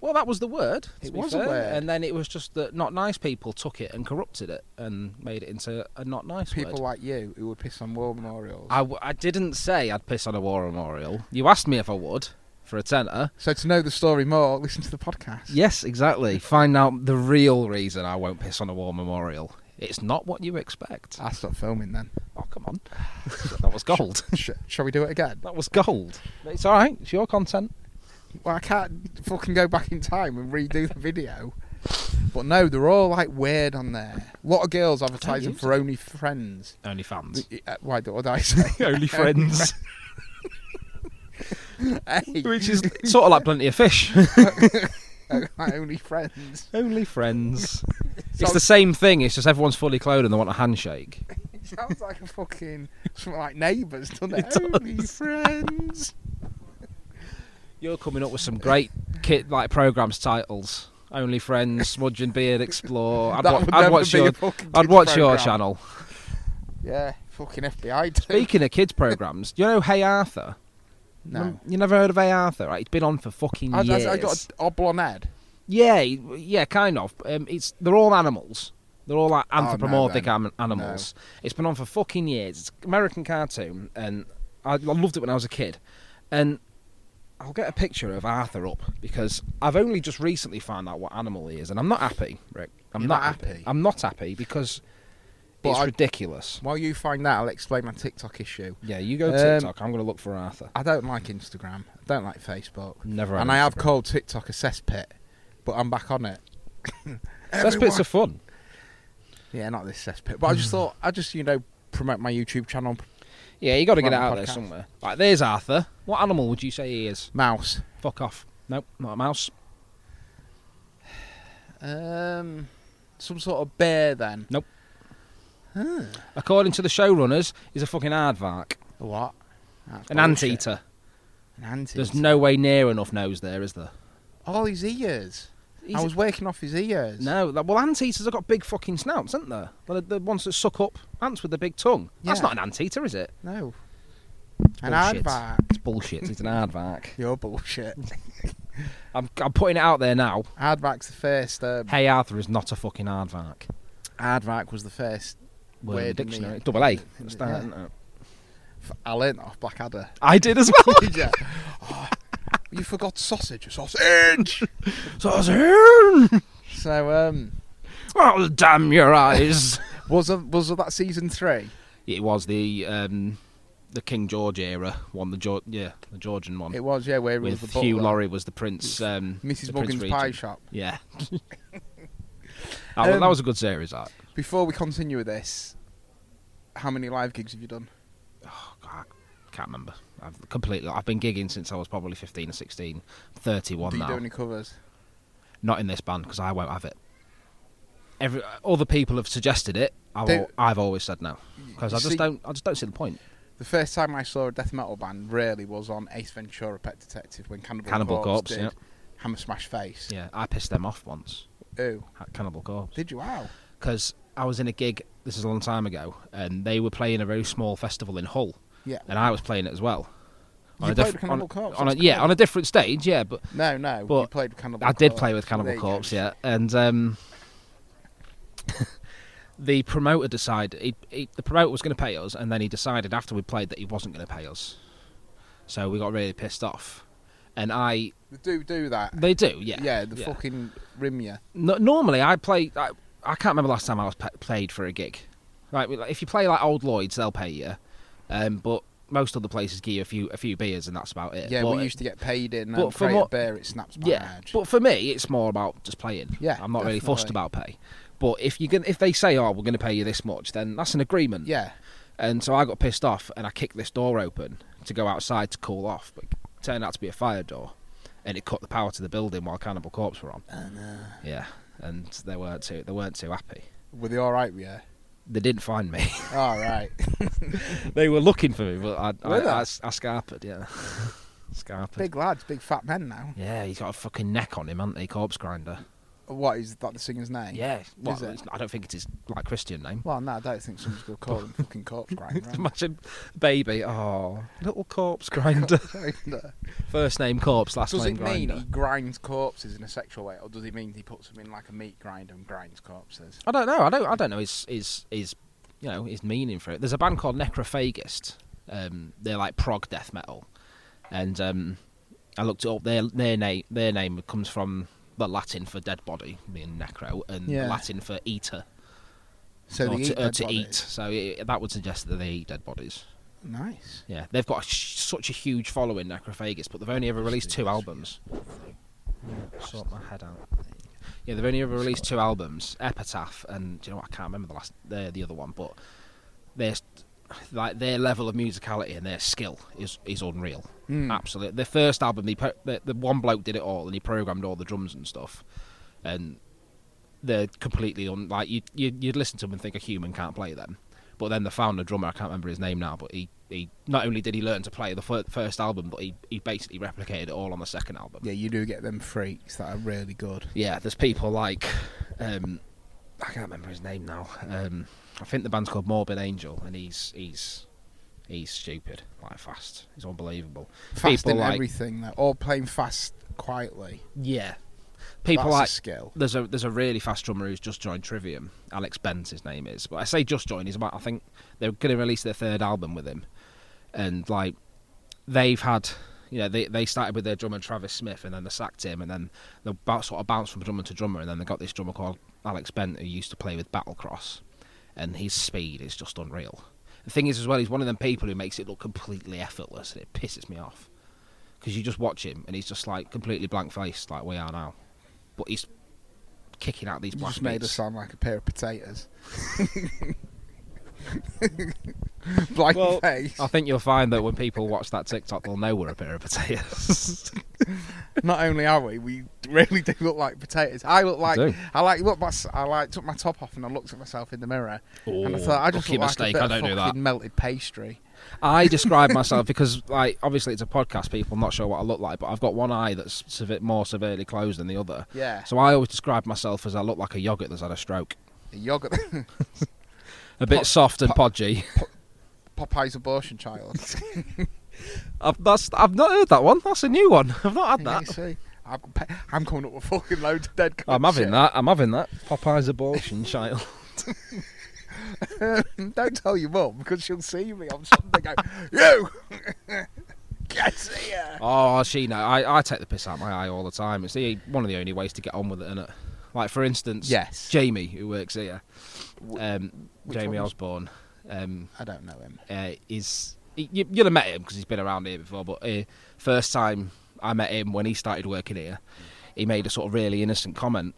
Well, that was the word. to It be was a fair, word. and then it was just that not nice people took it and corrupted it and made it into a not nice People word. like you who would piss on war memorials. I, w- I didn't say I'd piss on a war memorial. You asked me if I would for a tenner. so to know the story more, listen to the podcast. Yes, exactly. Find out the real reason I won't piss on a war memorial. It's not what you expect. I'll stop filming then. Oh, come on. that was gold. Sh- shall we do it again? That was gold. It's all right. It's your content. Well, I can't fucking go back in time and redo the video. But no, they're all like weird on there. A lot of girls advertising use for only friends. Only fans. Uh, Why do what did I say? Only friends. hey, Which is sort of like plenty of fish. my only friends. Only friends. It's Sounds- the same thing. It's just everyone's fully clothed and they want a handshake. It sounds like a fucking something like neighbours, doesn't it? Only friends. You're coming up with some great kit like programs titles. Only friends, smudge and beard, explore. I'd, That wa- would I'd never watch be a your. fucking I'd kids' watch your programme. channel. Yeah, fucking FBI. Too. Speaking of kids programs, do you know Hey Arthur? No. You never heard of Hey Arthur? Right? It's been on for fucking I, years. I, I got a oblong head. Yeah, yeah, kind of. Um, it's they're all animals. They're all like Oh, no, anthropomorphic then. am- animals. It's been on for fucking years. It's an American cartoon, and I, I loved it when I was a kid. And I'll get a picture of Arthur up because I've only just recently found out what animal he is, and I'm not happy, Rick. I'm You're not, not happy. happy? I'm not happy because But it's I- ridiculous. While you find that, I'll explain my TikTok issue. Yeah, you go Um, TikTok. I'm going to look for Arthur. I don't like Instagram. I don't like Facebook. Never. and I have called TikTok a cesspit, but I'm back on it. Everyone- Cesspits are Hmm. fun. yeah, not this cesspit. But I just thought I just you know promote my YouTube channel. Yeah, you got to get it Random out there podcast. somewhere. Right, there's Arthur. What animal would you say he is? Mouse. Fuck off. Nope, not a mouse. Um, some sort of bear then. Nope. According to the showrunners, he's a fucking aardvark, A what? That's bullshit. an Oh, anteater. An anteater. There's no way near enough nose there, is there? all his ears. I He's- was working off his ears. No, that- well, anteaters have got big fucking snouts, haven't they? They're the ones that suck up ants with the big tongue. That's Yeah. not an anteater, is it? no. An bullshit. aardvark. It's bullshit. It's an aardvark. You're bullshit. I'm, I'm putting it out there now. Aardvark's the first. Um, Hey Arthur is not a fucking aardvark. Aardvark was the first. Word, in Word the in the- dictionary. Double A. in the- Start, yeah. isn't it? f- I learnt that off Blackadder. I did as well. Did you? Oh, you forgot sausage. Sausage. Sausage! So um, "Hmm." Well, damn your eyes. was a, was that season three? it was the um, the King George era one, the Geor yeah, the Georgian one. It was yeah, where it was Um, with the butler. Hugh Laurie was the Prince. Um, Mrs the Morgan's Prince pie Regent. shop. Yeah. Ah, well, that Um, was a good series. That. Before we continue with this, how many live gigs have you done? Oh, God, I can't remember. I've completely. I've been gigging since I was probably fifteen or sixteen. I'm Thirty-one do you now. do any covers? Not in this band because I won't have it. Every other people have suggested it. I've, Do- al- I've always said no because You I just see- don't. I just don't see the point. The first time I saw a death metal band really was on Ace Ventura: Pet Detective when Cannibal, Cannibal Corpse, did yeah. Hammer Smash Face. Yeah, I pissed them off once. Ooh, at Cannibal Corpse. did you? Wow. because I was in a gig. This is a long time ago, and they were playing a very small festival in Hull, Yeah. and I was playing it as well. You a played diff- with Cannibal Uh, on- Corpse, on a- that's yeah, cool. on a different stage, yeah. But No, no. you But played with Cannibal. I did Corpse. play with Cannibal There you go. Corpse, yeah, and um, the promoter decided he, he, the promoter was going to pay us, and then he decided after we played that he wasn't going to pay us, so we got really pissed off. And I, They do do that. they do, yeah, yeah, the fucking rim you. No, normally, I play. I, I can't remember last time I was pa played for a gig. Like, we- like, if you play like Old Lloyd's, they'll pay you. Um, but most other places give you a few a few beers, and that's about it. Yeah, but, we used to get paid in. but But from for what- what? Bear, it snaps my Yeah, badge. but for me, it's more about just playing. Yeah, I'm not really fussed definitely. about pay. But if you can, if they say, "Oh, we're going to pay you this much," then that's an agreement. yeah, And so I got pissed off, and I kicked this door open to go outside to cool off, but it turned out to be a fire door, and it cut the power to the building while Cannibal Corpse were on. and, uh, Yeah, and they weren't too they weren't too happy. were they all right with you? They didn't find me. All right. they were looking for me, but I, I, Were they? I, I scarpered, yeah. scarpered. big lads, big fat men now. Yeah, he's got a fucking neck on him, hasn't he? Corpse grinder. What is that? The singer's name? Yeah. Well, it? it's- I don't think it's his like Christian name. Well, no, I don't think someone's gonna call him fucking corpse grinder. Imagine baby, oh little corpse grinder. First name corpse, last Does name it mean grinder. he grinds corpses in a sexual way, or does it mean he puts them in like a meat grinder and grinds corpses? I don't know. I don't. I don't know his his his you know his meaning for it. There's a band called Necrophagist. Um, they're like prog death metal, and um, I looked it up. Their their name their name comes from the Latin for dead body, being necro, and Yeah. Latin for eater So or they eat to, or dead to bodies. eat. So it, that would suggest that they eat dead bodies. Nice. Yeah, they've got a sh- such a huge following, Necrophagus, but they've only ever released two albums. Sort my head out. Yeah, they've only ever released two albums, Epitaph, and do you know what? I can't remember the last, the, the other one, but their st- like their level of musicality and their skill is is unreal. Mm. Absolutely, their first album, they pro- the, the one bloke did it all, and he programmed all the drums and stuff, and they're completely un like you, you you'd listen to them and think a human can't play them. But then the founder drummer, I can't remember his name now, but he, he not only did he learn to play the fir- first album, but he, he basically replicated it all on the second album. Yeah, you do get them freaks that are really good. Yeah, there's people like um, I can't remember his name now. Um, I think the band's called Morbid Angel, and he's he's he's stupid, like fast. He's unbelievable. Fast people in like everything, though, or playing fast quietly. yeah. people That's like a skill. there's a there's a really fast drummer who's just joined Trivium. Alex Benz, his name is. But I say just joined. He's about I think they're going to release their third album with him, and like they've had you know they they started with their drummer Travis Smith, and then they sacked him, and then they bou- sort of bounced from drummer to drummer, and then they got this drummer called Alex Bent who used to play with Battlecross, and his speed is just unreal. The thing is, as well, he's one of them people who makes it look completely effortless, and it pisses me off because you just watch him and he's just like completely blank faced, like we are now. But he's kicking out these You black just made us bits. sound like a pair of potatoes. Blank Well, face. I think you'll find that when people watch that TikTok, they'll know we're a pair of potatoes. Not only are we, we really do look like potatoes. I look like do. I like look. My, s- I like took my top off and I looked at myself in the mirror and I thought I just Rookie look Oh, mistake, like I a bit of don't do that. fucking melted pastry. I describe myself because, like, obviously it's a podcast. People not sure what I look like, but I've got one eye that's sever- more severely closed than the other. Yeah, So I always describe myself as I look like a yogurt that's had a stroke, a yogurt. a bit Pop- soft and pop- podgy. Popeye's abortion child. I've, that's, I've not heard that one. That's a new one. I've not had You that. see, I'm, pa- I'm coming up with fucking loads of dead. I'm having that. I'm having that. Popeye's abortion child. that. Don't tell your mum because she'll see me on Sunday. Go, you get here. Oh, she know. I, I take the piss out my eye all the time. It's the one of the only ways to get on with it, isn't it? Like for instance, Yes. Jamie who works here, um, which Jamie one was- Osborne, um, I don't know him. uh, is he- you, you'll have met him because he's been around here before. But uh, first time I met him when he started working here, he made a sort of really innocent comment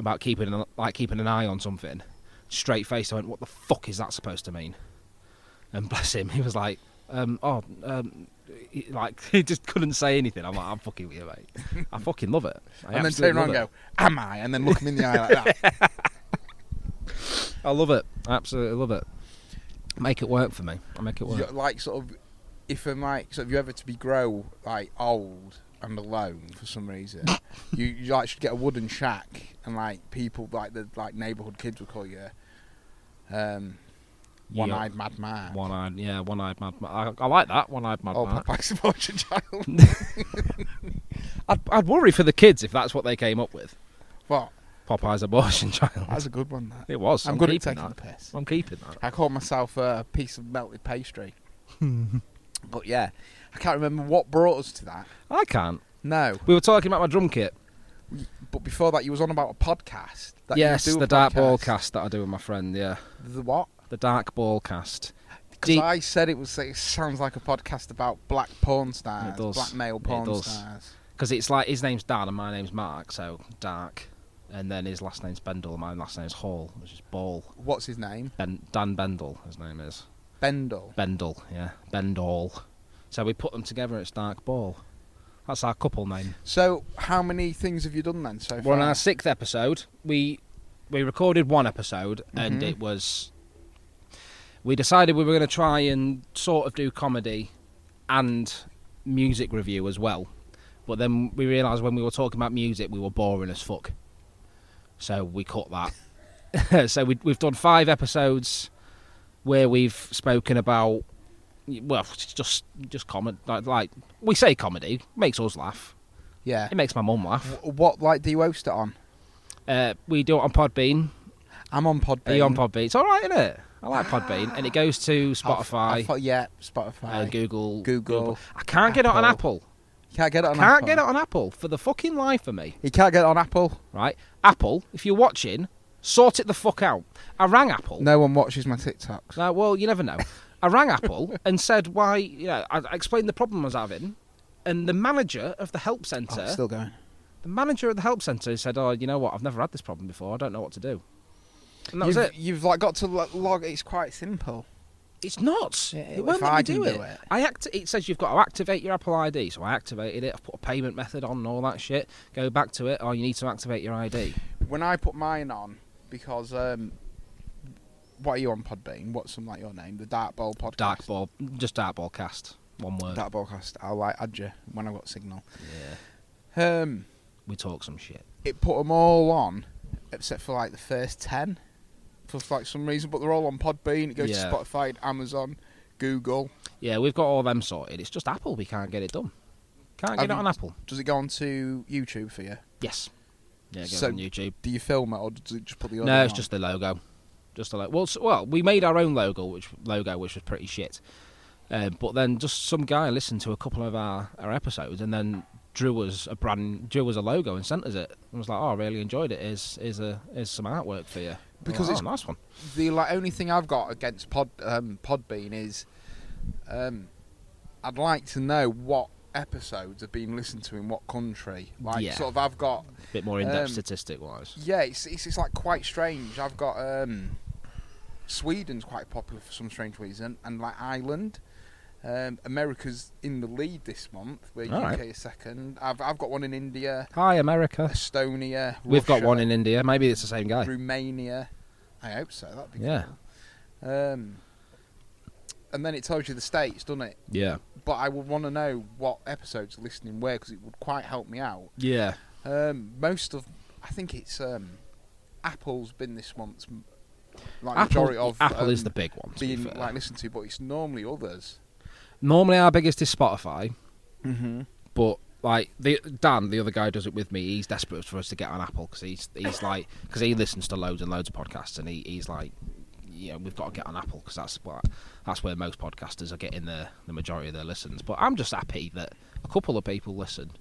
about keeping an, like keeping an eye on something. Straight faced, I went, "What the fuck is that supposed to mean?" And bless him, he was like, um, "Oh, um, he- like he just couldn't say anything." I'm like, "I'm fucking with you, mate. I fucking love it." I and then absolutely turn around and love go, am I? And then look him in the eye like that. it. "I love it. I absolutely love it. Make it work for me. I make it work." You- like sort of, if I'm like, sort of, you ever to be grow like old and alone for some reason, you, you like should get a wooden shack and like people like the like neighbourhood kids would call you. Um, Yeah. one-eyed mad man. One eyed, yeah, one eyed mad. Ma- I, I like that one eyed mad. Oh, man. Popeye's abortion child. I'd, I'd worry for the kids if that's what they came up with. what? Popeye's abortion child. That's a good one. That It was. I'm, I'm, good at keeping taking that. the piss. I'm keeping that. I call myself a piece of melted pastry. but yeah, I can't remember what brought us to that. I can't. No, We were talking about my drum kit. but before that, you was on about a podcast. That you yes, do a the dark podcast. ball cast that I do with my friend. Yeah, The what? the dark ball cast. Because Deep- I said it was. It sounds like a podcast about black porn stars, does. black male It porn does. stars. Because it's like his name's Dan and my name's Mark, so dark, and then his last name's Bendel and my last name's Hall, which is Ball. What's his name? Ben, Dan Bendel, his name is Bendel. Bendel. Yeah, Bendall. So we put them together. It's Dark Ball. That's our couple name. So, how many things have you done then so We're far? on our sixth episode. We we recorded one episode, and Mhm. it was we decided we were going to try and sort of do comedy and music review as well. But then we realised when we were talking about music, we were boring as fuck. So we cut that. so we, we've done five episodes where we've spoken about well, it's just just comedy. Like, like we say, comedy makes us laugh. yeah. It makes my mum laugh. W- What like do you host it on? Uh, we do it on Podbean. I'm on Podbean. Ah. Are you on Podbean? It's all right, isn't it? I like Podbean, and it goes to I've- I've Spotify, thought- yeah, Spotify. uh, Google, Google, I can't get it on Apple. Apple. You Can't get it on. Can't Apple. get it on Apple for the fucking life of me. You can't get it on Apple. Right, Apple, if you're watching, sort it the fuck out. I rang Apple. No one watches my TikToks. No, well, you never know. I rang Apple and said why. You know, I I explained the problem I was having, and the manager of the help Oh, centre, it's still going. the manager of the help centre said, "Oh, you know what? I've never had this problem before. I don't know what to do." And that you've, was it. You've like got to lo- log. It's quite simple. It's not. Yeah, it if won't let I me can do do it. it. I act. It says you've got to activate your Apple ID, so I activated it. I put a payment method on and all that shit. Go back to it. Oh, you need to activate your ID. When I put mine on, because um, what are you on Podbean? What's something like your name? The Dark Ball Podcast. Dark ball, just dark ball cast. One word. Dark Ballcast. I'll like add you when I got signal. Yeah, Um, we talk some shit. it put them all on, except for like the first ten, for like some reason. But they're all on Podbean. It goes Yeah. to Spotify, Amazon, Google. Yeah, we've got all them sorted. It's just Apple. We can't get it done. Can't get Haven't- it on Apple. Does it go onto YouTube for you? Yes. Yeah, it goes So- on YouTube. Do you film it or do you just put the? No, audio it's on? just the logo. Just the logo. Well, s well, we made our own logo, which logo which was pretty shit. Uh, but then just some guy listened to a couple of our, our episodes and then drew us a brand, drew us a logo and sent us it. And was like, "Oh, I really enjoyed it. Is is a is some artwork for you?" Because oh, it's- nice one. the like only thing I've got against Pod um, Podbean is, um, I'd like to know what episodes have been listened to in what country. Like Yeah. sort of, I've got bit more in depth Um, statistic wise. yeah, it's, it's it's like quite strange. I've got um, Sweden's quite popular for some strange reason, and like Ireland. Um, America's in the lead this month. Where All UK right. is second. I've I've got one in India, Hi, America. Estonia. We've got Russia, one in India. Maybe it's the same guy. Romania. I hope so. That'd be Yeah. cool. Um, and then it tells you the states, doesn't it? Yeah. But I would want to know what episodes are listening where because it would quite help me out. Yeah. Um, most of, I think it's um, Apple's been this month's m- like majority Apple, of Apple is um, the big one. to be being fair. like listened to, but it's normally others. Normally, our biggest is Spotify. Mm-hmm. but like the Dan, the other guy, who does it with me. He's desperate for us to get on Apple because he's he's like because he listens to loads and loads of podcasts, and he, he's like, yeah, we've got to get on Apple because that's what that's where most podcasters are getting the the majority of their listens. But I'm just happy that a couple of people listen.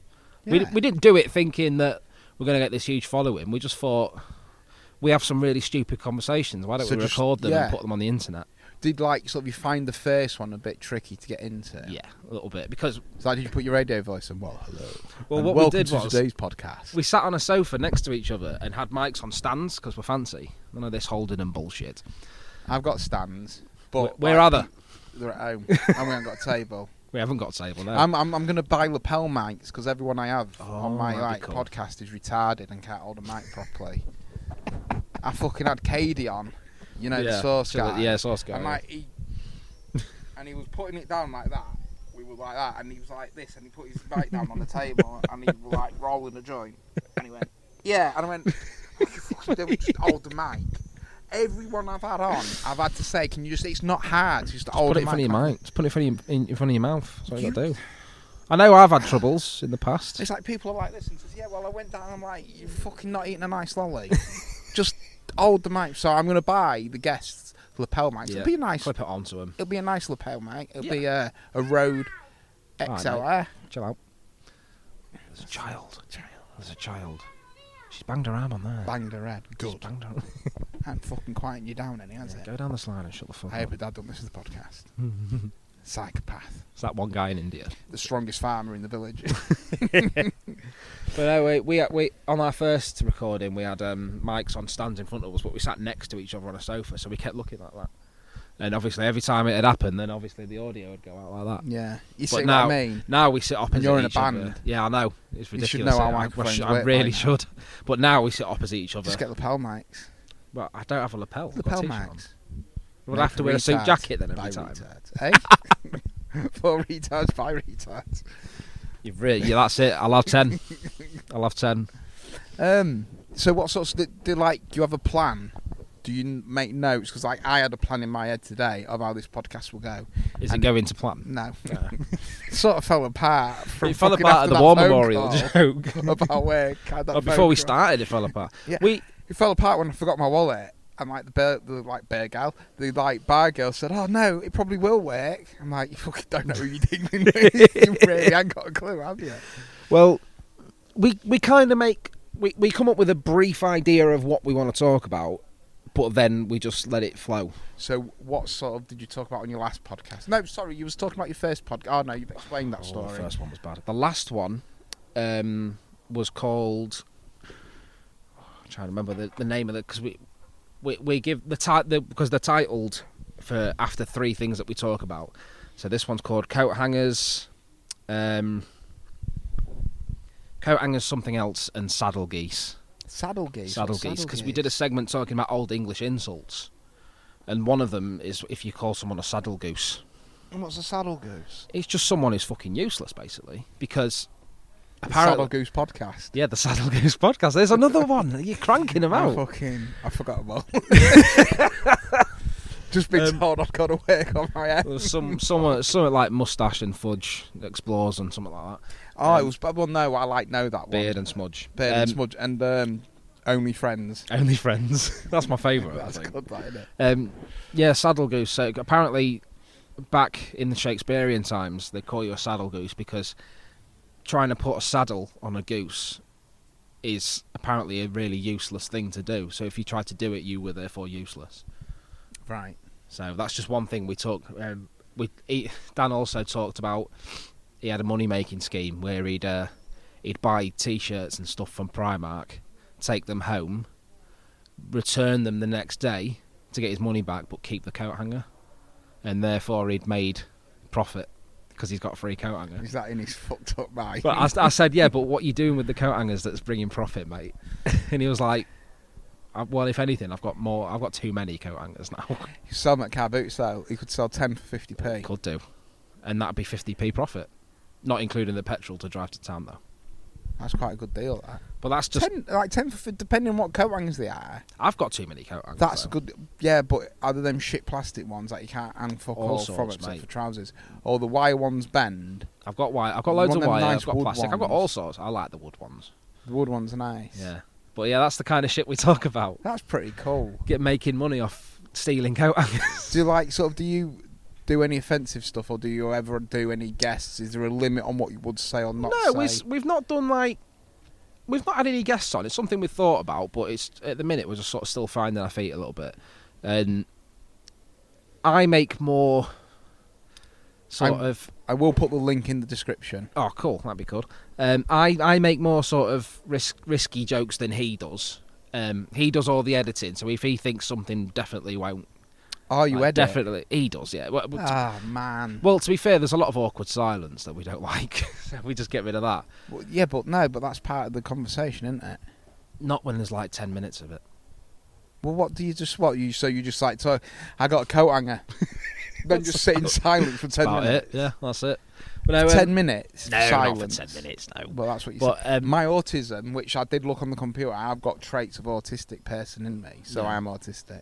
We Yeah. we didn't do it thinking that we're going to get this huge following. We just thought we have some really stupid conversations. Why don't So we just- record them yeah. and put them on the internet? Did like sort of you find the first one a bit tricky to get into? Yeah, a little bit because So like, did you put your radio voice on? Well, hello. Well, and what we welcome did to was- today's podcast. We sat on a sofa next to each other and had mics on stands because we're fancy. None of this holding and bullshit. I've got stands, But but where are they? They're at home, and we haven't got a table. We haven't got a table now. I'm I'm, I'm going to buy lapel mics because everyone I have on Uh, Oh, my that'd be like cool. podcast is retarded and can't hold a mic properly. I fucking had Cady on, you know the sauce so that- guy. Yeah, sauce guy. and yeah. like he, and he was putting it down like that. We were like that, and he was like this, and he put his mic down on the table, and he was like rolling the joint, and he went, "Yeah," and I went, "You fucking devil, just hold the mic." Everyone I've had on, I've had to say, "Can you just?" It's not hard. Just, hold Put it the in front of mic your properly." mic. Just put it in front of your, in, in front of your mouth. That's what you You- got to do. I know I've had troubles in the past. It's like people are like this and says, "Yeah, well, I went down." I'm like, "You're fucking not eating a nice lolly. Just hold the mic." So I'm gonna buy the guests lapel mics. Yeah. It'll be a nice. Clip it onto him. It'll be a nice lapel mic. It'll be a a Rode All right, XLR. Chill out. There's a child. There's a child. She's banged her arm on there. Banged her head. She's Good. Banged her arm. I'm fucking quieting you down, any, has Yeah, it? Go down the slide and shut the fuck I up. hope her dad don't listen to the podcast. Psychopath. It's that one guy in India. The strongest farmer in the village. But no, we, we we on our first recording we had um, mics on stands in front of us, but we sat next to each other on a sofa, so we kept looking like that. And obviously, every time it had happened, then obviously the audio would go out like that. yeah. You But see now- what I mean? Now we sit opposite. you're in a each other. band. Yeah, I know. It's You ridiculous. should know how I- I, microphones sh- I work, really mate. should. But now we sit opposite each other. Just get lapel mics. Well, I don't have a lapel. I've got Lapel a t-shirt on. mics. We'll Made have for to wear a suit retards jacket then by every time. retards, eh? For retards by retards. You've really, yeah, that's it. I'll have ten. I'll have ten. Um. So what sorts of, do, do like? Do you have a plan? Do you n- make notes? Because like I had a plan in my head today of how this podcast will go. Is it And- going to plan? No, sort of fell apart. From It fell fucking apart after at the that War phone Memorial call joke. about where I had that Oh, phone before we call. started, it fell apart. Yeah. We It fell apart when I forgot my wallet. And like the bear, the like bear gal, the like bar girl said, "Oh no, it probably will work." I'm like, "You fucking don't know who you're dealing with. you really ain't got a clue, have you?" Well, we we kind of make we, we come up with a brief idea of what we want to talk about, but then we just let it flow. So, what sort of did you talk about on your last podcast? No, sorry, you was talking about your first podcast. Oh no, you've explained that story. the first one was bad. The last one um, was called. oh, I'm trying to remember the, the name of it because we, we we give the title because they're titled for after three things that we talk about. So this one's called coat hangers, um, coat hangers, something else, and saddle geese. Saddle geese. saddle What's geese because we did a geese? segment talking about old English insults, and one of them is if you call someone a saddle goose, And what's a saddle goose? it's just someone who's fucking useless basically because The apparently saddle goose podcast. yeah the saddle goose podcast there's another one you're cranking them I out fucking, I forgot about. Just been told I've got to work on my head. there's some someone something like mustache and fudge explores and something like that Oh, it Um, was. Well, no, I like know that one. Beard and Smudge. Beard and Um, Smudge and um, Only Friends. Only friends. That's my favourite. I That's think. good, that, isn't it? Um, yeah, saddle goose. So apparently, back in the Shakespearean times, they call you a saddle goose because trying to put a saddle on a goose is apparently a really useless thing to do. So if you tried to do it, you were therefore useless. Right. So that's just one thing we took. Um, we he, Dan also talked about he had a money making scheme where he'd uh, he'd buy t-shirts and stuff from Primark, take them home, return them the next day to get his money back, but keep the coat hanger, and therefore he'd made profit because he's got a free coat hanger. Is that in his fucked up mind? But I, I said, yeah, but what you doing with the coat hangers that's bringing profit, mate? And he was like, "I- well, if anything, I've got more. I've got too many coat hangers now. You sell them at Car Boot Sale. You could sell ten for fifty p. Could do. And that'd be 50p profit. Not including the petrol to drive to town, though. That's quite a good deal. That. But that's just. ten, like ten for depending on what coat hangers they are. I've got too many coat hangers. That's though. good. Yeah, but other them shit plastic ones that you can't hang fuck All all, from sorts, except mate. for trousers, or the wire ones bend. I've got wire. I've got You loads want of them wire. nice I've got wood plastic. I've got ones. all sorts. I like the wood ones. The wood ones are nice. Yeah. But yeah, that's the kind of shit we talk about. that's pretty cool. Get making money off stealing coat hangers. Do you like sort of do you do any offensive stuff, or do you ever do any guests? Is there a limit on what you would say or not? no, we've, say? we've not done like. We've not had any guests on. It's something we've thought about, but it's at the minute we're just sort of still finding our feet a little bit. And I make more sort I'm- of I will put the link in the description. Oh, cool. That'd be good. Um, I I make more sort of risk risky jokes than he does. Um, he does all the editing, so if he thinks something definitely won't, Are Oh, you like, edit? definitely he does. Yeah. Well, but- Ah man. well, to be fair, there's a lot of awkward silence that we don't like, so we just get rid of that. Well, yeah, but no, but that's part of the conversation, isn't it? Not when there's like ten minutes of it. Well, what do you just what you so you just like so I got a coat hanger, then just sit in silence for ten About minutes. it. Yeah, that's it. But no, um, ten minutes. no, silence. not for ten minutes. No. Well, that's what you But, said. um, My autism, which I did look on the computer, I've got traits of autistic person in me, so Yeah. I am autistic.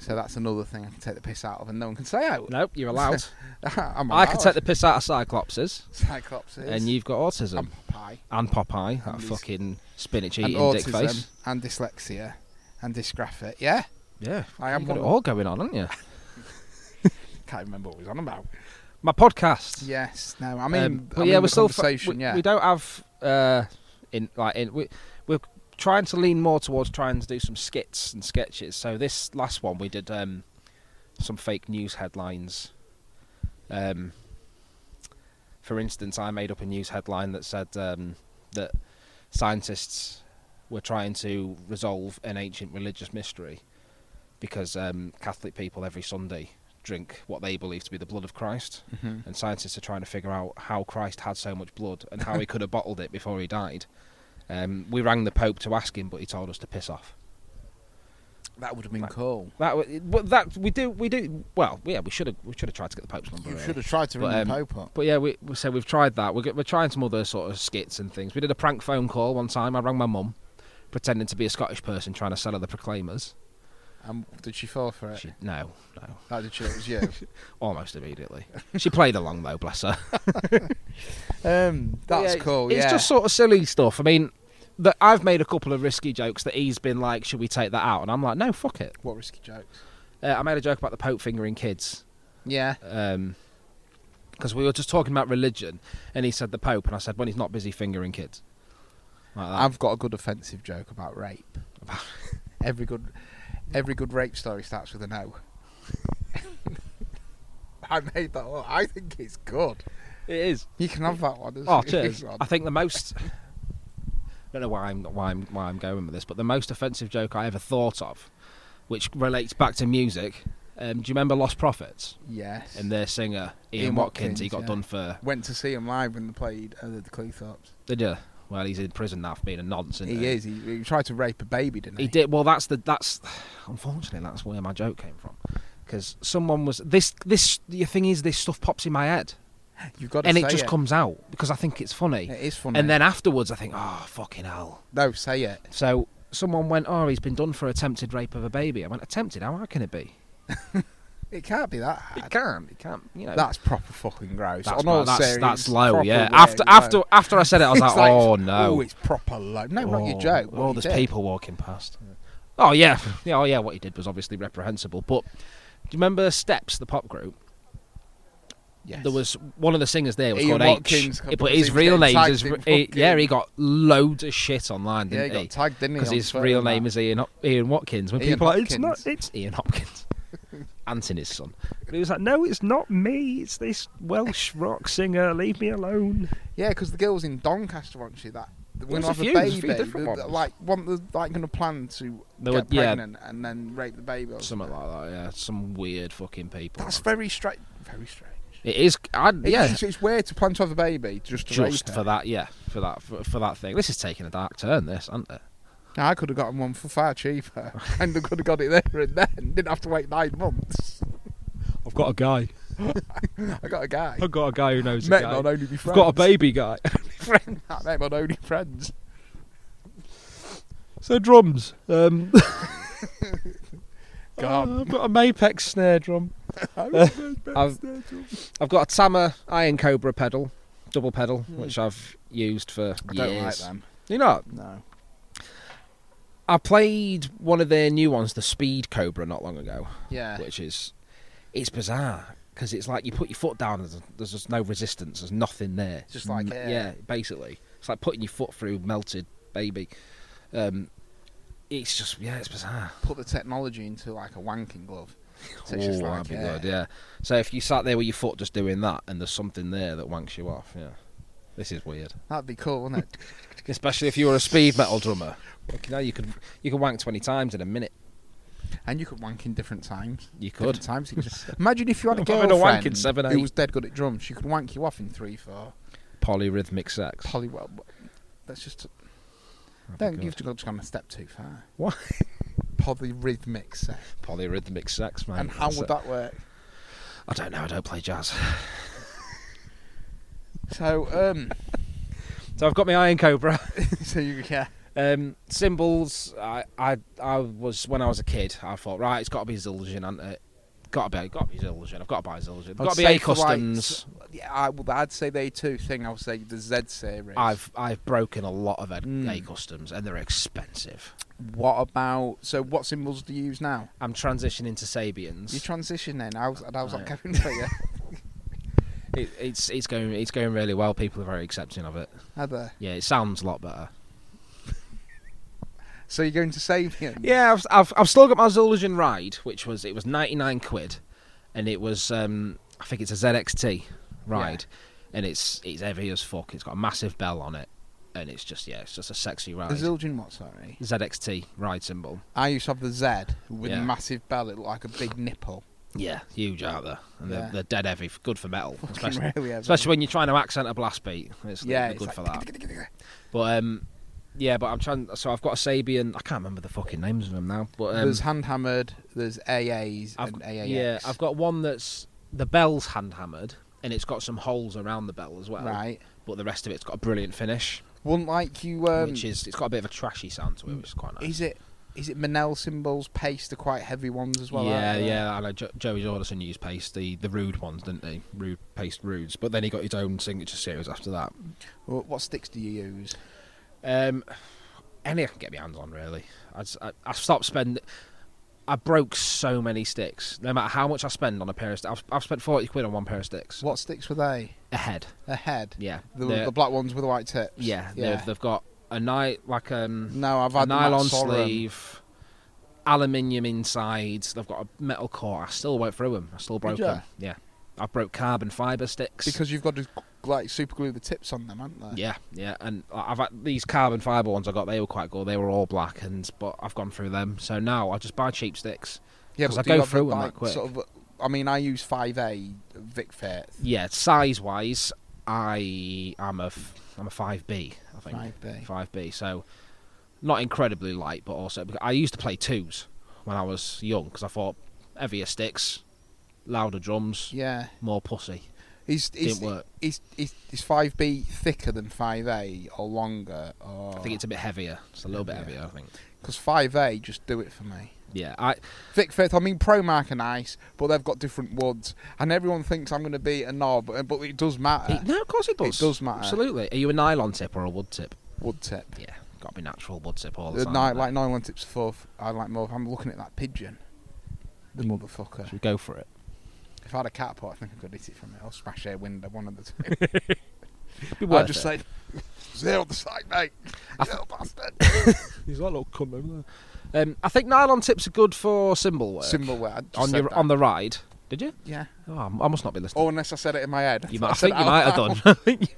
So that's another thing I can take the piss out of, and no one can say out. Nope, you're allowed. I'm I could allowed. take the piss out of Cyclopses, Cyclopses and you've got autism and pie and Popeye, that And these- fucking spinach and eating dick autism face. and dyslexia and dysgraphia. Yeah, Yeah, I am you got one it of- all going on, haven't you? can't remember what we was on about. My podcast. Yes, no, I mean, Um, I but mean yeah, the we're still conversation. we, yeah, we don't have uh, in like in, we we're trying to lean more towards trying to do some skits and sketches. So this last one we did um, some fake news headlines. Um, for instance, I made up a news headline that said um, that scientists were trying to resolve an ancient religious mystery because um, Catholic people every Sunday drink what they believe to be the blood of Christ Mhm. Mm. and scientists are trying to figure out how Christ had so much blood and how he could have bottled it before he died. Um, we rang the Pope to ask him, but he told us to piss off. That would have been Right. cool. That, w- but that we do, we do. Well, yeah, we should have, we should have tried to get the Pope's number. You really. should have tried to But, ring the um, Pope up. But yeah, we, we so we've tried that. We're, go- we're trying some other sort of skits and things. We did a prank phone call one time. I rang my mum, pretending to be a Scottish person trying to sell her the Proclaimers. And did she fall for it? She, no, no, No, did she? It was you. almost immediately. she played along though, bless her. um, that's Yeah, cool. It's yeah. just sort of silly stuff. I mean, that I've made a couple of risky jokes that he's been like, "Should we take that out?" And I'm like, "No, fuck it." what risky jokes? Uh, I made a joke about the Pope fingering kids Yeah. because we were just talking about religion, and he said the Pope, and I said when he's not busy fingering kids. Like that. I've got a good offensive joke about rape. every good, every good rape story starts with an O. I made that up. I think it's good. It is. You can have that one. as- Oh, as cheers. one. I think the most. I don't know why I'm why I'm why I'm going with this, but the most offensive joke I ever thought of, which relates back to music. Um, do you remember Lost Prophets? Yes. and their singer Ian, Ian Watkins, Watkins, he got yeah. done for went to see him live when they played uh, the Cleethorpes. did you? uh, Well, he's in prison now for being a nonce. isn't He is. He, he tried to rape a baby, didn't he? He did. Well, that's the that's unfortunately that's where my joke came from because someone was this this the thing is this stuff pops in my head You've got to and say it just it. comes out because I think it's funny. It is funny. And then afterwards, I think, oh fucking hell. no, say it. So someone went, oh, he's been done for attempted rape of a baby. I went, attempted? How hard can it be? It can't be that It hard. can't. It can't. You know. That's proper fucking gross. that's, On all my- that's, serious, that's low. proper Yeah. really After low. after after I said it, I was It's like, like, oh no. Oh, it's proper low. No, not your Oh, joke. Oh, Well, there's people walking past. Oh yeah, yeah, oh yeah. What he did was obviously reprehensible. But do you remember Steps, the pop group? Yes. There was one of the singers there was Ian called Watkins, H, but his he was real getting name tagged is in he, yeah. fucking- He got loads of shit online, Yeah, he didn't got tagged, didn't he? Because on his Twitter real and that. name is Ian Hop- Ian Watkins. When Ian people are like, it's not Hopkins. it's Ian Hopkins, Anthony's son. But he was like, no, it's not me. It's this Welsh rock singer. Leave me alone. Yeah, because the girls in Doncaster, weren't she? That the was women a have few, a there's a baby. few different they're- they're ones. Like, one, they're, like going to plan to They get were- yeah. pregnant and then rape the baby. Or Something like that. Yeah, some weird fucking people. That's very strange. Very strange. it is. I'd, It yeah, is- it's weird to plan to have a baby just to rape just her. for that, yeah, for that, for, for that thing. This is taking a dark turn, this, isn't it? Now, I could have gotten one for far cheaper, and I could have got it there and then. Didn't have to wait nine months. I've got a guy. I got a guy. I've got a guy who knows Met him on Only Be Friends. baby guy. friend. I met him on Only Friends. so drums. Um, God. I've got a Mapex snare drum. I've, I've got a Tama Iron Cobra pedal, double pedal, which I've used for Hmm. I years. don't like them. You know, No. I played one of their new ones, the Speed Cobra, not long ago. Yeah. which is it's bizarre because it's like you put your foot down and there's, there's just no resistance there's nothing there Just like M- air. yeah basically it's like putting your foot through melted baby um it's just yeah it's bizarre Put the technology into like a wanking glove. So it's oh just like, that'd be yeah. good yeah so if you sat there with your foot just doing that and there's something there that wanks you off yeah this is weird That'd be cool, wouldn't it? especially if you were a speed metal drummer you know you could you could wank 20 times in a minute and you could wank in different times. you Different could times. You could- Imagine if you had a I'm having a wank in girlfriend seven, eight. who was dead good at drums. She could wank you off in three, four. polyrhythmic sex Polywell. That's just. That'd be Don't good. give to gone a step too far. Why? Polyrhythmic sex. polyrhythmic sex man and how That's would it. that work? I don't know. I don't play jazz. So, um, So I've got my Iron Cobra. so you yeah. Um, cymbals. I, I I was when I was a kid. I thought right, it's got to be Zildjian, hasn't it? Got to be. Got to be Zildjian. I've got to buy Zildjian. I'd Got to be say A for, like, Customs. Yeah, I, well, I'd say they too thing. I would say the Z series. I've I've broken a lot of A, Mm. a Customs, and they're expensive. What about? So, what symbols do you use now? I'm transitioning to Sabians. You transition then. How's how's that Right. going for you? it, it's it's going it's going really well. People are very accepting of it. Heather. Yeah, it sounds a lot better. So you're going to save him? Yeah, I've, I've, I've still got my Zul'Jian ride, which was it was ninety nine quid, and it was um, I think it's a ZXT ride, and it's it's heavy as fuck. It's got a massive bell on it, and it's just yeah, it's just a sexy The ride. Zildjian what? Sorry. ZXT ride symbol. I used to have the Z with Yeah. a massive bell. It looked like a big nipple. Yeah, huge out there, and Yeah. they're, they're dead heavy, f- good for metal, especially, really heavy. especially when you're trying to accent a blast beat. It's yeah, they're it's good like for that. But um, yeah, but I'm trying. So I've got a Sabian. I can't remember the fucking names of them now, but um, there's hand hammered. There's AAs I've, and AAX. Yeah, I've got one that's the bell's hand hammered, and it's got some holes around the bell as well. right. But the rest of it's got a brilliant finish, Wouldn't like you. Um, which is it's got a bit of a trashy sound to it, which is quite nice. is it? Is it Manel symbols? Paste are quite heavy ones as well. yeah, aren't they? yeah. I know jo- Joey Jordison used paste the the rude ones, didn't he? Rude paste rudes, but then he got his own signature series after that. Wh- What sticks do you use? Um, any I can get my hands on, really. I just, I, I stopped spending. I broke so many sticks. No matter how much I spend on a pair of sticks, I've, I've spent forty quid on one pair of sticks. What sticks were they? A head, A head. yeah. The, They're- the black ones with the white tips. Yeah, Yeah. They've, they've got a night like um, No, I've a had the Matt nylon Sorum. sleeve, aluminium insides. They've got a metal core. I still went through them. I still broke ya? them. Yeah, I broke carbon fiber sticks. because you've got to like super glue the tips on them, haven't they? yeah, yeah, and I- I've had these carbon fiber ones I got. They were quite good. They were all black, and but I've gone through them. So now I just buy cheap sticks. yeah. 'Cause But I do go you have, through 'em that like, quick. Sort of, I mean, I use five A Vic Fit. Yeah, size wise, I am a f- I'm a five B. I think 5B. Five B. So not incredibly light, but also because I used to play twos when I was young because I thought heavier sticks, louder drums, Yeah, more pussy. Is is Didn't work. is is is five B thicker than five A or longer? Or I think it's a bit heavier. It's a little bit Yeah. heavier, I think. because five A just do it for me. Yeah, I Thick fifth. I mean, Promark are nice, but they've got different woods, and everyone thinks I'm going to be a knob, but, but it does matter. it- no, of course it does. Uh, does matter. Absolutely. Are you a nylon tip or a wood tip? Wood tip. Yeah, got to be natural wood tip all the, The time. night, isn't it? like nylon tips fourth. I like more. I'm looking at that pigeon. The Should motherfucker. we go for it? If I had a cat pot, I think I could eat it from it. I'll smash a window one of the two. It'd be I worth just it. said, zero the side, mate. I You little bastard. He's that little cunt over there. Um, I think nylon tips are good for symbol work. Symbol where I just on said your that. on the ride. Did you? yeah. Oh, I'm- I must not be listening. Or unless I said it in my head. you thought might, I said think it out you might have loud. done. I think you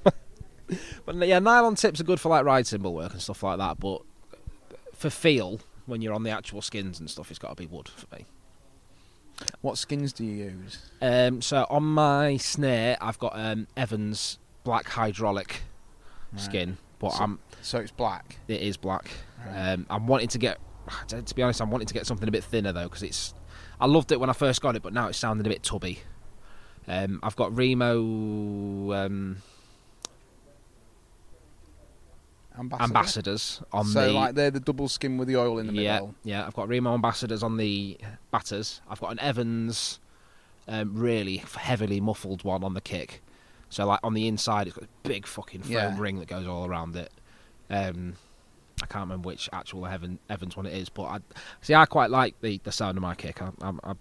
might- but yeah, nylon tips are good for like ride symbol work and stuff like that. But for feel, when you're on the actual skins and stuff, it's got to be wood for me. What skins do you use? Um, so on my snare, I've got um, Evans black hydraulic Right. skin, but So- I'm So it's black. it is black. Right. Um, I'm wanting to get, to to be honest, I'm wanting to get something a bit thinner though because it's. I loved it when I first got it, but now it's sounding a bit tubby. Um, I've got Remo um, Ambassador. ambassadors on so the like they're the double skin with the oil in the yeah, middle. Yeah, I've got Remo ambassadors on the batters. I've got an Evans, um, really heavily muffled one on the kick. So like on the inside, it's got a big fucking foam Yeah. ring that goes all around it. Um, I can't remember which actual Evan, Evans one it is, but I see. I quite like the, the sound of my kick. I, I'm I,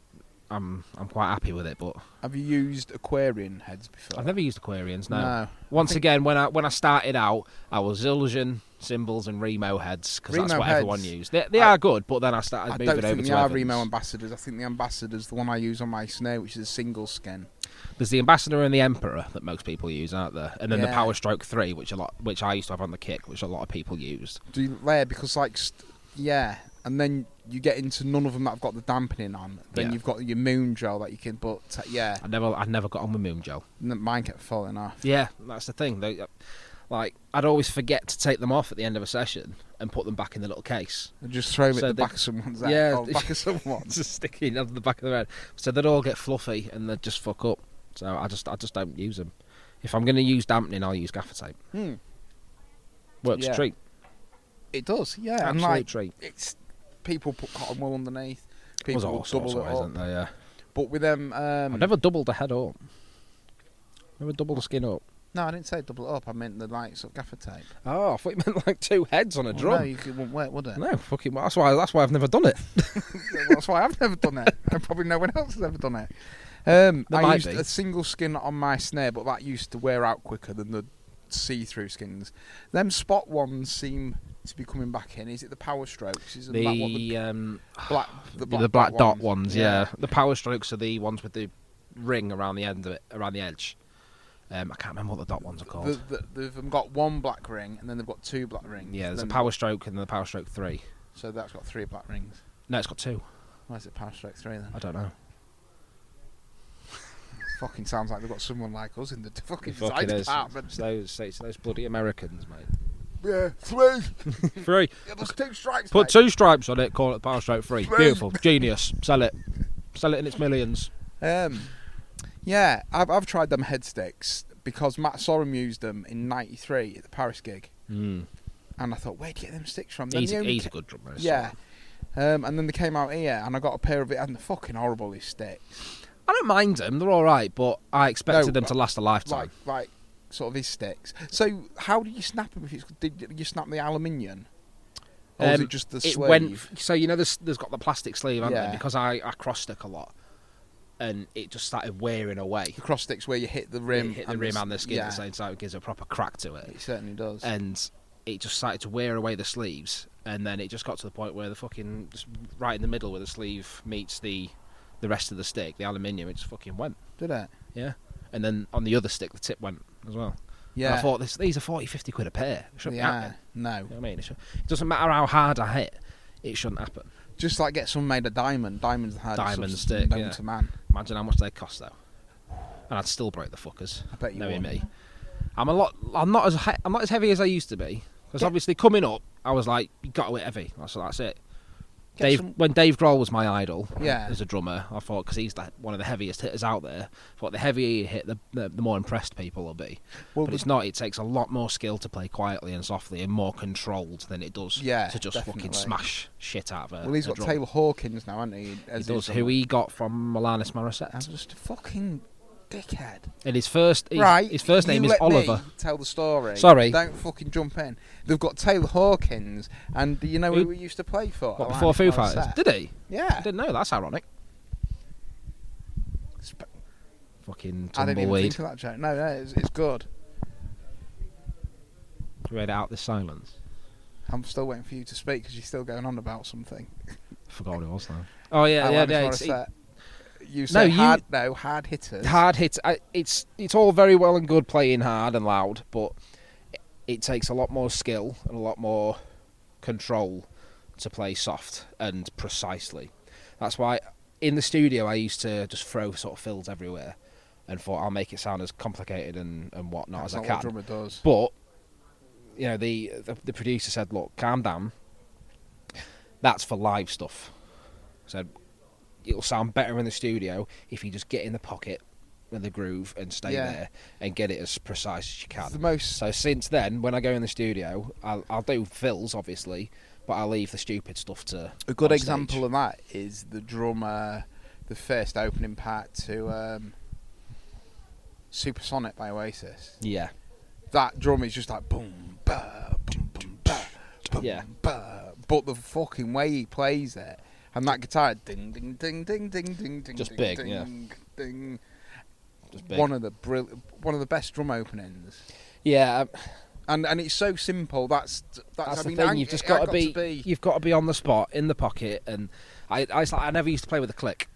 I'm I'm quite happy with it, but Have you used Aquarian heads before? I've never used Aquarians. No. no. Once again, when I when I started out, I was Illusion symbols and Remo heads because that's Remo what everyone heads. used. They, they I- are good, but then I started I moving don't over think to they are Evans. Remo ambassadors. I think the ambassador's the one I use on my snare, which is a single skin. There's the ambassador and the emperor that most people use, aren't there? And then the Yeah. power stroke three, which a lot, which I used to have on the kick, which a lot of people used. Do you layer because like st- yeah, and then you get into none of them that have got the dampening on. Then Yeah. you've got your moon gel that you can, but t- yeah, I never, I never got on with moon gel. and then mine kept falling off. Yeah, that's the thing. They, uh, like I'd always forget to take them off at the end of a session and put them back in the little case. I just throw 'em So at the they- back of someone's head. Yeah. Yeah, back of someone's. Just sticking out the back of their head, so they'd all get fluffy and they'd just fuck up. So I just, I just don't use them. If I'm going to use dampening, I'll use gaffer tape. Hmm, Works Yeah. a treat. it does, yeah. And Absolute like treat. it's people put cotton wool underneath. There's People all sorts double of it ways, up, isn't there? Yeah. but with them, um, I've never doubled the head up. Never doubled the skin up. no, I didn't say double it up. I meant the likes of gaffer tape. Oh, I thought you meant like two heads on a Well, drum. no, you could, wouldn't work, would it? no, fucking. That's why. That's why I've never done it. That's why I've never done it. And probably no one else has ever done it. Um, There I might used be. a single skin on my snare, but that used to wear out quicker than the see-through skins. Them spot ones seem to be coming back in. Is it the power strokes? Is it that what the The um, black, the black, dot ones. yeah. Yeah. the power strokes are the ones with the ring around the end of it, around the edge. Um, I can't remember what the dot ones are called. The, the, they've got one black ring, and then they've got two black rings. yeah, there's a Then- power stroke and then the power stroke three. So that's got three black rings. No, it's got two. Why is it power stroke three then? I don't know. fucking sounds like they've got someone like us in the fucking It design fucking is. department. It's those, it's those bloody Americans, mate. Yeah, three. Three. Yeah, there's two strikes. Put mate. two stripes on it, call it Power Stroke 3. Three. Beautiful. Genius. Sell it. Sell it in its millions. Um, yeah, I've, I've tried them head sticks because Matt Sorum used them in '93 at the Paris gig, Mm. and I thought, where do you get them sticks from? Then He's, they only he's a ca- good drummer. so- yeah. Um, and then they came out here, and I got a pair of it, and they're fucking horrible. These sticks, I don't mind them. They're all right, but I expected No, them to last a lifetime. like like sort of his sticks. So how do you snap them? If it's did you snap the aluminium, or was Um, it just the it sleeve? went. So you know, there's there's got the plastic sleeve, haven't Yeah. there? Because I I cross stick a lot, and it just started wearing away. the cross sticks where you hit the It rim, hit the rim s- and the skin Yeah, at the Uh, same time. It gives a proper crack to it, it certainly does. and it just started to wear away the sleeves. And then it just got to the point where the fucking just right in the middle where the sleeve meets the the rest of the stick, the aluminium, it just fucking went. Did it? Yeah. And then on the other stick, the tip went as well. And Yeah. I thought this, these are 40, 50 quid a pair. It shouldn't yeah. happen. No. You know what I mean? It, should, it doesn't matter how hard I hit, it shouldn't happen. Just like get some made of diamond. Diamond's the hardest Diamond substance stick, known yeah. to man. Imagine how much they cost, though. And I'd still break the fuckers. I bet you knowing would. me. I'm a lot. I'm not as he- I'm not as heavy as I used to be because Yeah. obviously coming up, I was like, you got to hit heavy. So that's it. Get Dave, some- when Dave Grohl was my idol um, Yeah. as a drummer, I thought because he's like one of the heaviest hitters out there. I thought the heavier you hit, the, the, the more impressed people will be. Well, but the- it's not. It takes a lot more skill to play quietly and softly and more controlled than it does Yeah, to just fucking definitely. smash shit out of a. well, he's a got drum. Taylor Hawkins now, hasn't he? He as his does. Who drummer? he got from Milanis Morissette, I'm just a fucking dickhead. and his first his, right. his first you name is let me Oliver. tell the story. Sorry. Don't fucking jump in. They've got Taylor Hawkins, and do you know who, Who- we used to play for? Oh, What Alanis before Foo Morissette. Fighters? Did he? I Yeah. didn't know. That's ironic. Sp- Fucking I didn't even tumbleweed. think of that joke. No, no, it's, it's good. Read out the silence. I'm still waiting for you to speak because you're still going on about something. Forgot what it was now. Oh yeah, yeah, Alanis yeah. it's- Morissette. you No, said you- hard, no hard hitters. hard hit. I- It's it's all very well and good playing hard and loud, but it- it takes a lot more skill and a lot more control to play soft and precisely. That's why in the studio I used to just throw sort of fills everywhere and thought I'll make it sound as complicated and, and whatnot That's as not I can. what a drummer does. But you know, the, the the producer said, "Look, calm down. That's for live stuff." Said it'll sound better in the studio if you just get in the pocket with the groove and stay Yeah. there and get it as precise as you It's the can. most. So since then, when I go in the studio, I'll, I'll do fills obviously, but I'll leave the stupid stuff to A good on example stage. of that is the drummer, the first opening part to um, Supersonic by Oasis. Yeah, that drum is just like boom, bah, boom, boom, bah, boom, Yeah. bah. But the fucking way he plays it and that guitar, ding, ding, ding, ding, ding, ding, ding, Just ding, big, ding, yeah. ding. just big. One of the brill- one of the best drum openings. yeah. um, And and it's so simple. That's that's, That's I mean, the thing. I- You've just I got, got to be. You've got to be on the spot, in the pocket, and I. I, it's like, I never used to play with a click,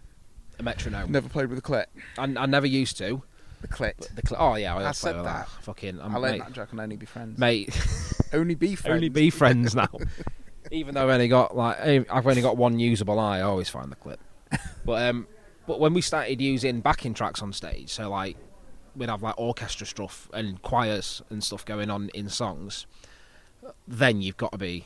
a metronome. Never played with a clit. I, I never used to. The clit. But the cl- oh yeah, I, always play said with that. Fucking, I I'm, learned um, mate, that joke on Only Be Friends. mate Only Be Friends. only be friends now. Even though I only got like I- I've only got one usable eye, I always find the clip. But um, but when we started using backing tracks on stage, so like we'd have like orchestra stuff and choirs and stuff going on in songs, then you've got to be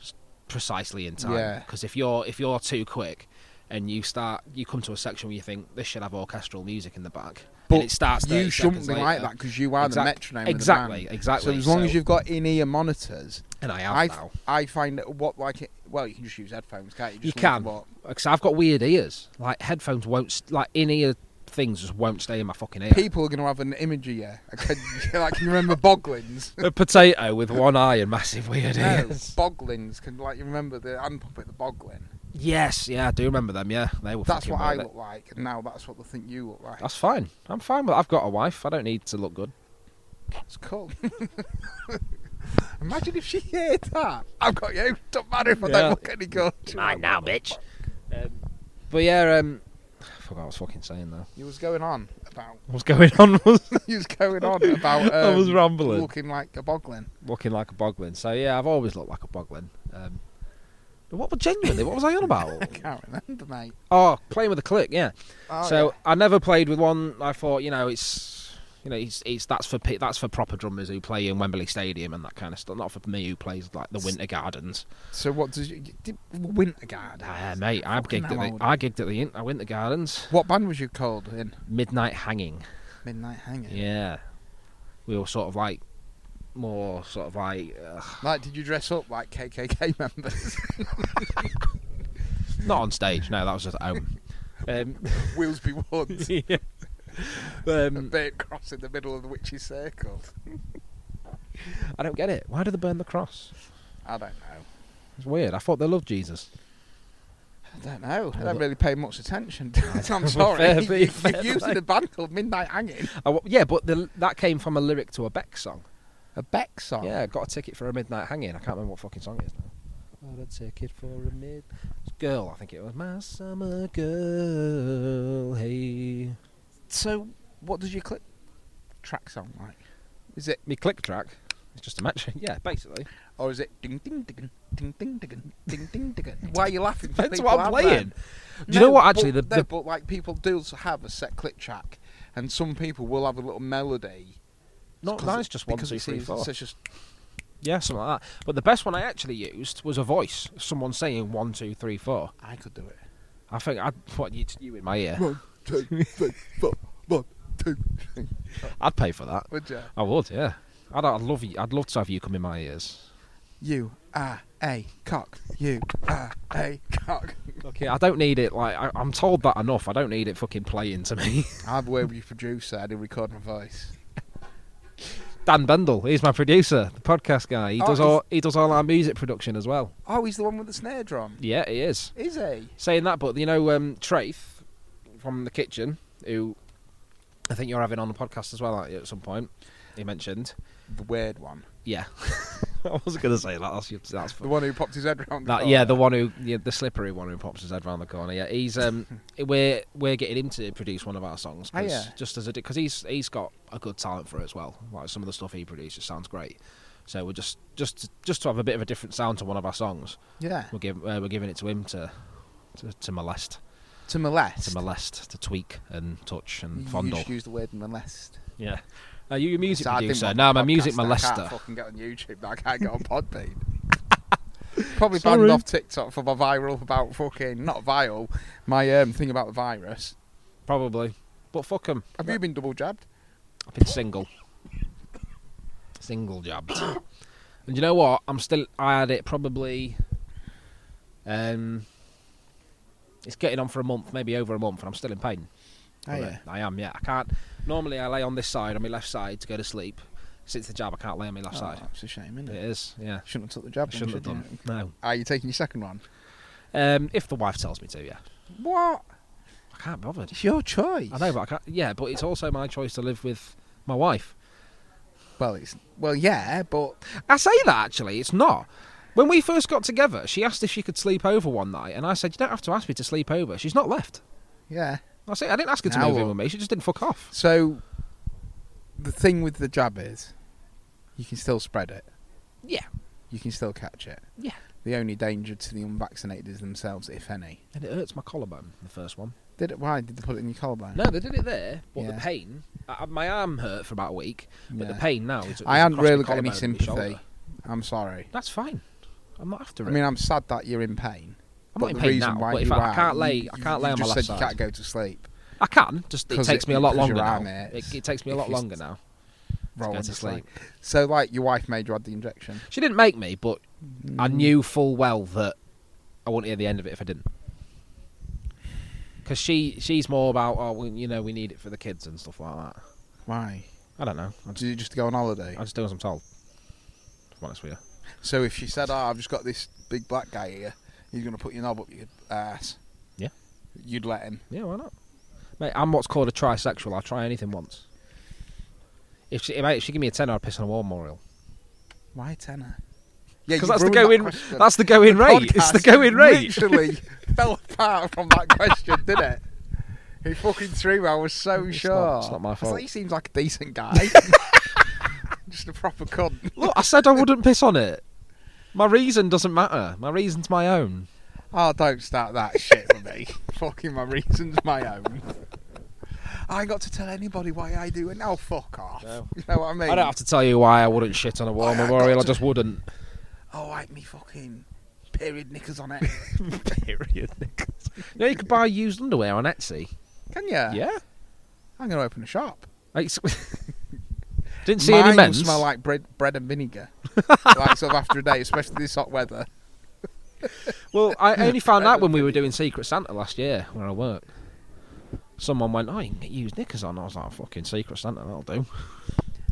s- precisely in time. Yeah. Because if you're if you're too quick and you start you come to a section where you think this should have orchestral music in the back, But and it starts. you 30 shouldn't seconds be like later. that because you are the Exact- metronome. Exactly, Of the band. exactly. So as long as you've got in-ear monitors, and I have I now. I find that what like it, well you can just use headphones can't you? You Just link can, them up. because I've got weird ears. Like headphones won't, st- like in ear things just won't stay in my fucking ear. People are going to have an image of you. I can, like you remember Boglins. a potato with one eye and massive weird No, ears. Boglins can like you remember the hand puppet, the Boglin. Yes, yeah, I do remember them. Yeah, they were. That's fucking what I weird. look like, and now that's what they think you look like. That's fine. I'm fine with. I've got a wife. I don't need to look good. That's cool. Imagine if she heard that. I've got you. Don't matter if I Yeah. don't look any good. Mine now, bitch. Um, but yeah, um, I forgot what I was fucking saying though. You was going on about. What's going on? Was You was going on about. Um, I was rambling. Looking like a Boglin. looking like a boglin. So yeah, I've always looked like a boglin. Um, but what genuinely? What was I on about? Can't remember, mate. oh, playing with a click. Yeah. Oh, so I never played with one. I thought, you know, it's you know, it's, it's that's for pe- that's for proper drummers who play in Wembley Stadium and that kind of stuff. Not for me who plays like the Winter Gardens. So what does you did Winter Guard? Ah, mate, I Fucking gigged at hell, the old. I gigged at the in- uh, Winter Gardens. What band was you called in? Midnight Hanging. Midnight Yeah. Hanging. we were sort of like more sort of like uh, Like, did you dress up like KKK members? not on stage. No, that was just at home. Um, Willsby Woods, yeah. a um, bit cross in the middle of the witch's circle. I don't get it. Why do they burn the cross? I don't know. It's weird. I thought they loved Jesus. I don't know. I Well, don't really pay much attention. to it, I'm Well, sorry. fair you, play, you- fair you're using play. a band called Midnight Hanging, I wa- yeah, but the, that came from a lyric to a Beck song. a Beck song. Yeah, I got a ticket for a midnight hanging. I can't remember what fucking song it is now. Got a ticket for a mid girl, I think it was. My summer girl, hey. So, what does your clip track sound like? Is it Me click track. It's just a match. Yeah, basically. or is it ding ding ding ding ding ding ding ding ding? Why are you laughing? That's People what I'm out there. playing. Do you know what? Actually, the, but, no, the but like people do also have a set click track, and some people will have a little melody. not because no, it- it's just one, because two, it's three, easy, four. So it's just Yeah, something like that. But the best one I actually used was a voice. Someone saying one, two, three, four. I could do it. I think I'd put you, you in my ear. One, two, three, four. One, two. I'd pay for that. Would you? I would, yeah. I'd, I'd love you. I'd love to have you come in my ears. You are a cock. You are a cock. Okay, I don't need it. Like I, I'm told that enough. I don't need it fucking playing to me. I've worked with your producer. I do record my voice. Dan Bendel, he's my producer, the podcast guy. He Oh, does he's- all he does all our music production as well. Oh, he's the one with the snare drum. Yeah, he is. Is he? Saying that, but you know, um, Traith from the kitchen, who I think you're having on the podcast as well aren't you, at some point. He mentioned. The weird one. Yeah, I was gonna say that. That's that's The one who popped his head around. That, yeah, the one who yeah, the slippery one who pops his head round the corner. Yeah, he's um we're we're getting him to produce one of our songs. 'cause- Oh, yeah. Just as a because he's he's got a good talent for it as well. Like some of the stuff he produces sounds great. So we're just just just to have a bit of a different sound to one of our songs. Yeah. We're giving uh, we're giving it to him to to, to molest To molest. to molest to tweak and touch and You fondle. should use the word molest. Yeah. Are you a music So I didn't producer? want No, I'm a podcast music that I can't molester. fucking get on YouTube. That I can't get on Podbean. Probably Sorry. banned off TikTok for my viral about fucking not viral. My um, thing about the virus. Probably, but fuck him. Have you been double jabbed? I've been single. single jabbed. And you know what? I'm still. I had it probably. Um. It's getting on for a month, maybe over a month, and I'm still in pain. Oh, Well, yeah. I am. Yeah, I can't. Normally, I lay on this side, on my left side, to go to sleep. Since the jab, I can't lay on my left Oh, side. that's a shame, isn't It it? is. Yeah. Shouldn't have took the I jab. then, shouldn't have should you? done. No. Are you taking your second one? Um, if the wife tells me to, yeah. What? I can't be bothered. It's your choice. I know, but I can't. Yeah, but it's also my choice to live with my wife. Well, it's well, yeah, but I say that actually, it's not. When we first got together, she asked if she could sleep over one night, and I said, "You don't have to ask me to sleep over." She's not left. yeah. I said, I didn't ask her to Now move in what? with me. She just didn't fuck off. So the thing with the jab is, you can still spread it. Yeah, You can still catch it. Yeah. The only danger to the unvaccinated is themselves, if any. and it hurts my collarbone. The first one. Did it? Why did they put it in your collarbone? No, they did it there, but the Yeah. pain. I, my arm hurt for about a week, but the Yeah. pain now. Is, is I hadn't across my really got any collarbone and my sympathy. shoulder. I'm sorry. That's fine. I'm not after it. I mean, I'm sad that you're in pain. I'm but not in the pain reason now, why but if you I- I are, can't lay- you- I can't you lay on my just left said side. You can't go to sleep. I can. Just it 'Cause takes it- me a lot because longer your now. arm It, hurts. it takes me a If lot you- longer now. Roll go on to the sleep. side. So, like, your wife made you had the injection. She didn't make me, but I Mm. knew full well that I wouldn't hear the end of it if I didn't. Because she she's more about oh we, you know we need it for the kids and stuff like that. Why? I don't know. I Did just, you just go on holiday? I just do as I'm told. To be honest with you. So if she said, "Oh, I've just got this big black guy here. He's going to put your knob up your ass." Yeah. You'd let him. Yeah, why not? Mate, I'm what's called a trisexual. I'll try anything once. If she, mate, if she give me a ten, I'd piss on a wall memorial. Why tenner? Yeah, you Because that's the ruined that going. question. that's the going rate. It's the Podcast going rate. Literally fell apart from that question, did it? He fucking threw. me, I was so It's sure. not- it's not my I was fault. like, he seems like a decent guy. just a proper cunt. Look, I said I wouldn't piss on it. My reason doesn't matter. My reason's my own. Oh, don't start that shit with me. Fucking my reasons my own. I ain't got to tell anybody why I do it. Now fuck off. No. You know what I mean? I don't have to tell you why I wouldn't shit on a Oh, war yeah, I've memorial. I got to- just wouldn't. Oh, like me fucking period knickers on it. Period. yeah, you could buy used underwear on Etsy. Can you? yeah. I'm going to open a shop. Like, s- didn't see any Mine will men's. smell like bread, bread and vinegar. like sort of after a day, especially this hot weather. well, I only found out when we were doing Secret Santa last year where I work. Someone went, "Oh, you can get used knickers on." I was like, "Fucking Secret Santa, that'll do."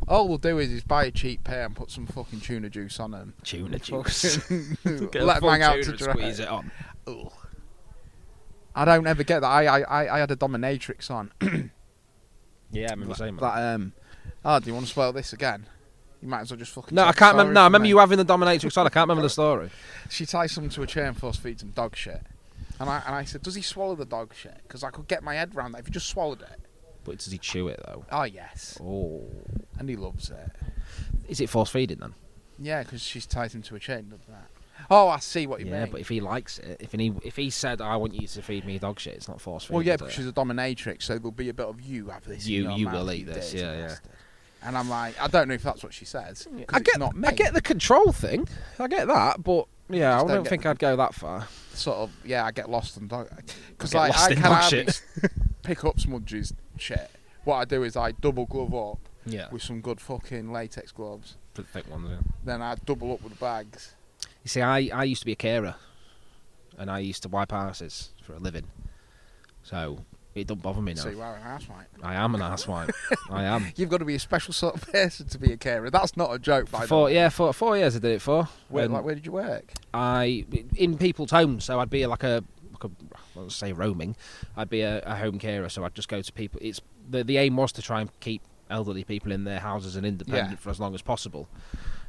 All we'll do is, is buy a cheap pair and put some fucking tuna juice on them. Tuna juice. Let them hang out to dry. Squeeze it on. Ugh. I don't ever get that. I I, I, I had a dominatrix on. Yeah, I remember saying that. That um, oh, do you want to spoil this again? You might as well just fucking. No, tell I the can't remember. story No, I for remember me. you having the dominatrix on. I can't remember the story. She ties someone to a chair and force feeds him dog shit. And I, and I said, does he swallow the dog shit? Because I could get my head round that if he just swallowed it. But does he chew it though? Oh, yes. Oh, And he loves it. is it force feeding then? Yeah, because she's tied him to a chair and does that. Oh, I see what you Yeah, mean. but if he likes it, if he if he said, "I want you to feed me dog shit," it's not force feeding. well, yeah, is because it? she's a dominatrix, so there'll be a bit of you have this. in You- your you mouth, will eat this, dirty yeah, yeah. bastard." And I'm like, I don't know if that's what she says. 'cause I it's get, not me. I get the control thing. I get that, but yeah, I Just don't, don't get think the- I'd go that far. sort of yeah, I get lost in dog because I like get lost I in can dog hardly shit. s- pick up Smudge's shit. What I do is I double glove up Yeah, with some good fucking latex gloves. the thick ones. Yeah. Then I double up with bags. You see, I, I used to be a carer, and I used to wipe asses for a living, so it don't bother me now. So you are an asswipe. I am an asswipe. I am. You've got to be a special sort of person to be a carer. That's not a joke, by the Four, way. yeah, four, four years I did it for. Where, and like, where did you work? I in people's homes, so I'd be like a, like a let's say roaming. I'd be a, a home carer, so I'd just go to people. It's the the aim was to try and keep elderly people in their houses and independent Yeah. for as long as possible.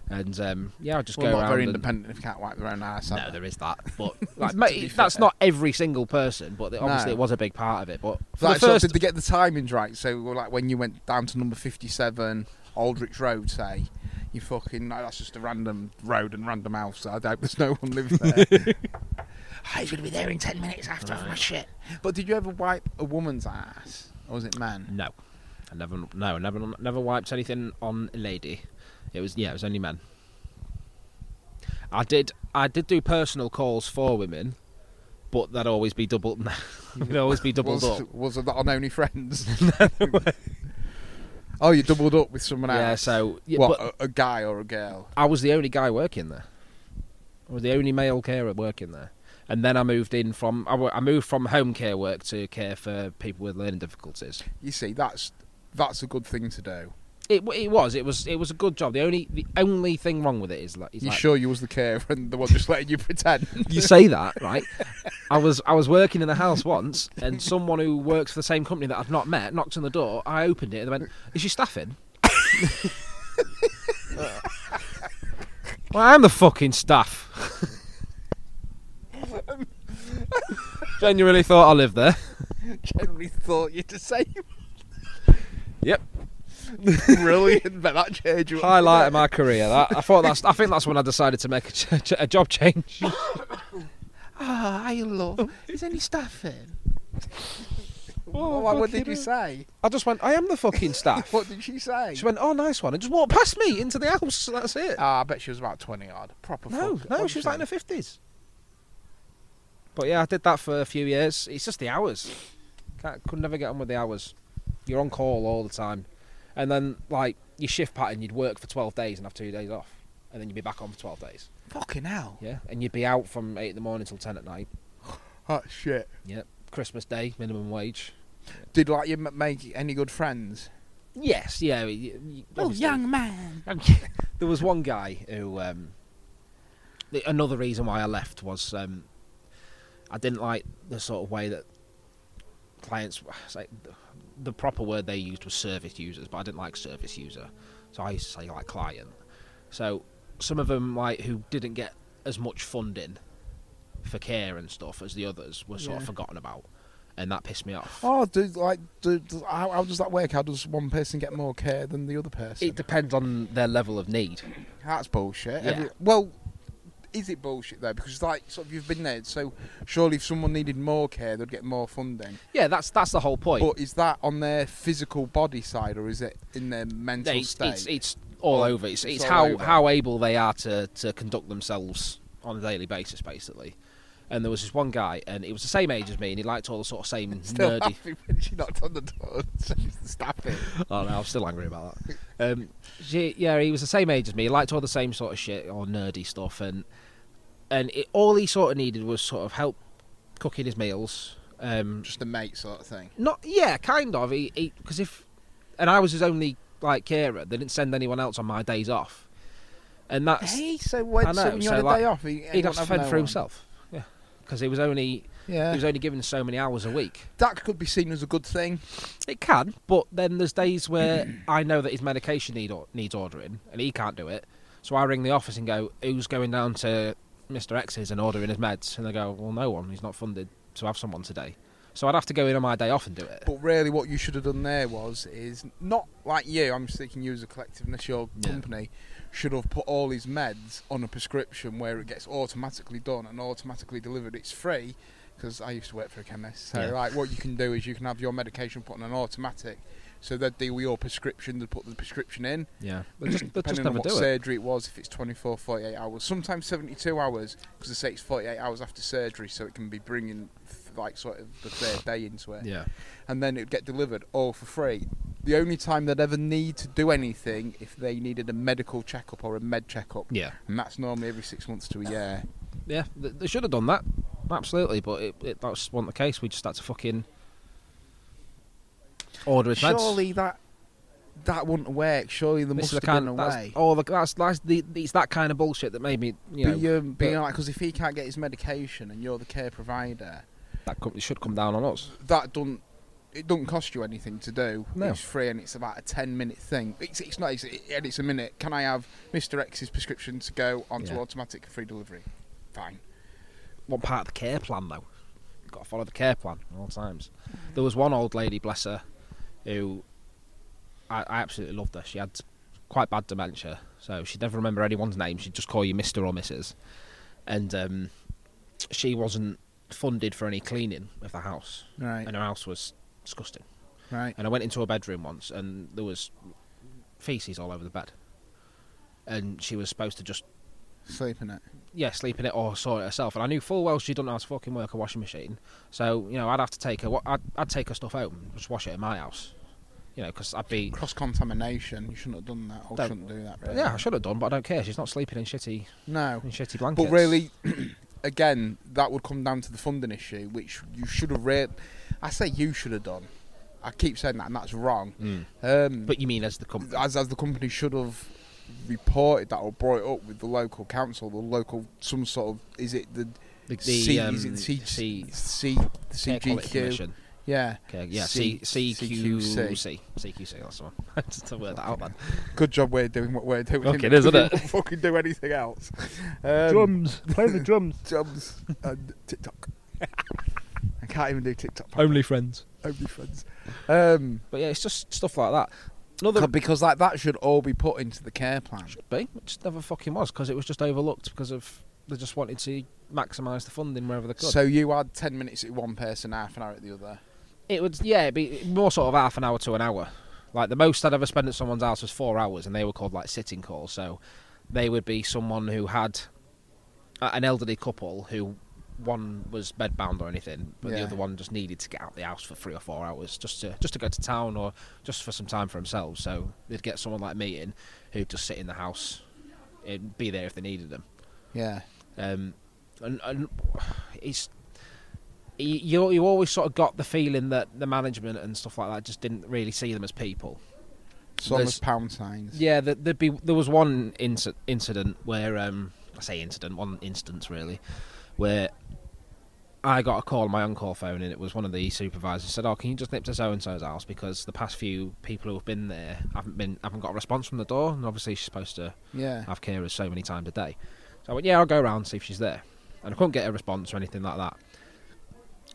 And um, yeah, I'd just Well, go not around. very and- independent if you can't wipe their own ass. No, are they? there is that, but like, To mate, be that's fair. not every single person. But obviously, No. it was a big part of it. But for Like, the so first, did they get the timings right? So, like, when you went down to number 57 Aldrich Road, say, you fucking, no, that's just a random road and random house. So I doubt there's no one lives there. Ah, He's going to be there in 10 minutes after I've my shit. But did you ever wipe a woman's ass? Or was it man? no, I never, no, I never, never wiped anything on a lady. It was yeah, it was only men. I did, I did do personal calls for women, but that'd always be double, they'd always be doubled was, up. Was it on Only Friends? oh, you doubled up with someone else? Yeah, so yeah, what, but a, a guy or a girl? I was the only guy working there. I was the only male carer working there. And then I moved in from I, wo- I moved from home care work to care for people with learning difficulties. You see, that's that's a good thing to do. It, w- it was it was it was a good job. The only the only thing wrong with it is like, is you like- sure you was the carer and the one just letting you pretend? you say that right. I was I was working in the house once, and someone who works for the same company that I've not met knocked on the door. I opened it and they went, "Is your staff in?" well, I'm the fucking staff. Genuinely thought I lived there. generally thought you to say Yep. brilliant, but that changed you. up. Highlight of my career. That I thought that's. I think that's when I decided to make a, ch- ch- a job change. Ah, I love. Is any staff in? Oh, what, what did fucking you say? I just went. I am the fucking staff. What did she say? She went, "Oh, nice one," and just walked past me into the house. That's it. Ah, I bet she was about twenty odd. Proper. no, fuck. no, What she was did like in her fifties. But yeah, I did that for a few years. It's just the hours. Can't, could never get on with the hours. You're on call all the time, and then like your shift pattern, you'd work for twelve days and have two days off, and then you'd be back on for twelve days. say? Fucking hell. Yeah, and you'd be out from eight in the morning till ten at night. Oh shit. Yep. Christmas Day, minimum wage. Did like you m- make any good friends? Yes, yeah. y- y- obviously. Oh, man. there was one guy who um, the, another reason why I left was um, I didn't like the sort of way that clients it's like the- the proper word they used was service users, but I didn't like service user, so I used to say like client. So some of them like who didn't get as much funding for care and stuff as the others were sort Yeah. of forgotten about, and that pissed me off. Oh, dude, like, do, do- how, how does that work? How does one person get more care than the other person? It depends on their level of need. That's bullshit. Yeah. Every- well, is it bullshit though? Because like, sort of, you've been there, so surely if someone needed more care, they'd get more funding. Yeah, that's that's the whole point. But is that on their physical body side, or is it in their mental Yeah, it's, state? It's, it's all Or over. It's, it's it's, all how, over. how able they are to, to conduct themselves on a daily basis, basically. And there was this one guy, and he was the same age as me, and he liked all the sort of same Still nerdy. happy when she knocked on the door and said, "Stop it." Oh no, I'm still angry about that. Um, she- yeah, he was the same age as me. He liked all the same sort of shit or nerdy stuff, and and it, all he sort of needed was sort of help cooking his meals, um, Just a mate sort of thing. Not yeah, kind of. He because if and I was his only like carer. They didn't send anyone else on my days off, and that's Hey, so when, I so know, when you so had a like, day off, he, he'd anyone have to have fend no for one? himself. Yeah, because he was only he Yeah, was only given so many hours a week. that could be seen as a good thing. It can, but then there's days where I know that his medication need or- needs ordering, and he can't do it. So I ring the office and go, "Who's going down to Mister X's and ordering his meds?" And they go, "Well, no one. He's not funded to have someone today." So I'd have to go in on my day off and do it. But really, what you should have done there was is not like you. I'm thinking you as a collectiveness, your Yeah. company should have put all his meds on a prescription where it gets automatically done and automatically delivered. It's free because I used to work for a chemist. So Yeah. like, what you can do is you can have your medication put on an automatic. So they'd deal with your prescription, they'd put the prescription in. Yeah, they just, they just depending never on what do it. surgery it was, if it's 24, 48 hours, sometimes 72 hours, because they say it's 48 hours after surgery, so it can be bringing f- like sort of the third day into it. Yeah, And then it'd get delivered all for free. The only time they'd ever need to do anything if they needed a medical checkup or a med checkup, yeah, and that's normally every six months to a year. yeah. They, they should have done that, absolutely. But it, it, that was not the case. We just had to fucking order his meds. Surely that that wouldn't work. Surely there must This is have the kind been a that's, way. Oh, the, that's, that's the, it's that kind of bullshit that made me. You know, Be, um, being but- like, because if he can't get his medication and you're the care provider, that company should come down on us. that don't it don't cost you anything to do. No. It's free and it's about a ten minute thing. It's it's not it's, and it's a minute. Can I have Mister X's prescription to go onto Yeah. automatic free delivery? Fine. One part of the care plan though. You've got to follow the care plan at all times. There was one old lady, bless her, who I, I absolutely loved her. She had quite bad dementia, so she'd never remember anyone's name. She'd just call you Mister or Mrs. And um, she wasn't funded for any cleaning of the house, Right. and her house was disgusting. Right. And I went into her bedroom once, and there was feces all over the bed. And she was supposed to just Sleeping it. yeah, sleep in it or sort it herself. And I knew full well she didn't know how to fucking work a washing machine. So you know, I'd have to take her. wa- I'd, I'd take her stuff home, and just wash it in my house. You know, because I'd be. Cross contamination. You shouldn't have done that. Or Don't- shouldn't do that. Really. Yeah, I should have done, but I don't care. She's not sleeping in shitty No. in shitty blankets. But really, again, that would come down to the funding issue, which you should have. Re- I say you should have done. I keep saying that, and that's wrong. Mm. Um, But you mean as the company? as as the company should have reported that or brought it up with the local council, the local some sort of is it the, The, the, C, um, is it the C, C- C, the Care Quality CGQ? Commission. Yeah, Okay, yeah, C- C, CQC. CQC. CQC, that's the one. Just to word that out, man. good job we're doing what we're doing. Fucking is, isn't We it? don't Fucking do anything else. Um, drums. Play the drums. drums, and TikTok. I can't even do TikTok. Oh. friends. only friends. Um, But yeah, it's just stuff like that. Another Co- because like that should all be put into the care plan. Should be. It just never fucking was because it was just overlooked because of they just wanted to maximise the funding wherever they could. So you had ten minutes at one person, half an hour at the other. it would, yeah, it'd be more sort of half an hour to an hour. Like the most I'd ever spent at someone's house was four hours, and they were called like sitting calls. So they would be someone who had a- an elderly couple who one was bedbound or anything, but Yeah. the other one just needed to get out the house for three or four hours just to just to go to town or just for some time for themselves. So they'd get someone like me in who'd just sit in the house and be there if they needed them. Yeah, Um, and, and it's you- you you always sort of got the feeling that the management and stuff like that just didn't really see them as people. some as There's- pound signs. Yeah, there- there'd be there was one inc- incident where um, I say incident, one instance really, where I got a call on my on-call phone and it was one of the supervisors said, "Oh, can you just nip to so and so's house because the past few people who have been there haven't been haven't got a response from the door and obviously she's supposed to yeah. have carers so many times a day. So I went, yeah, I'll go around and see if she's there. And I couldn't get a response or anything like that.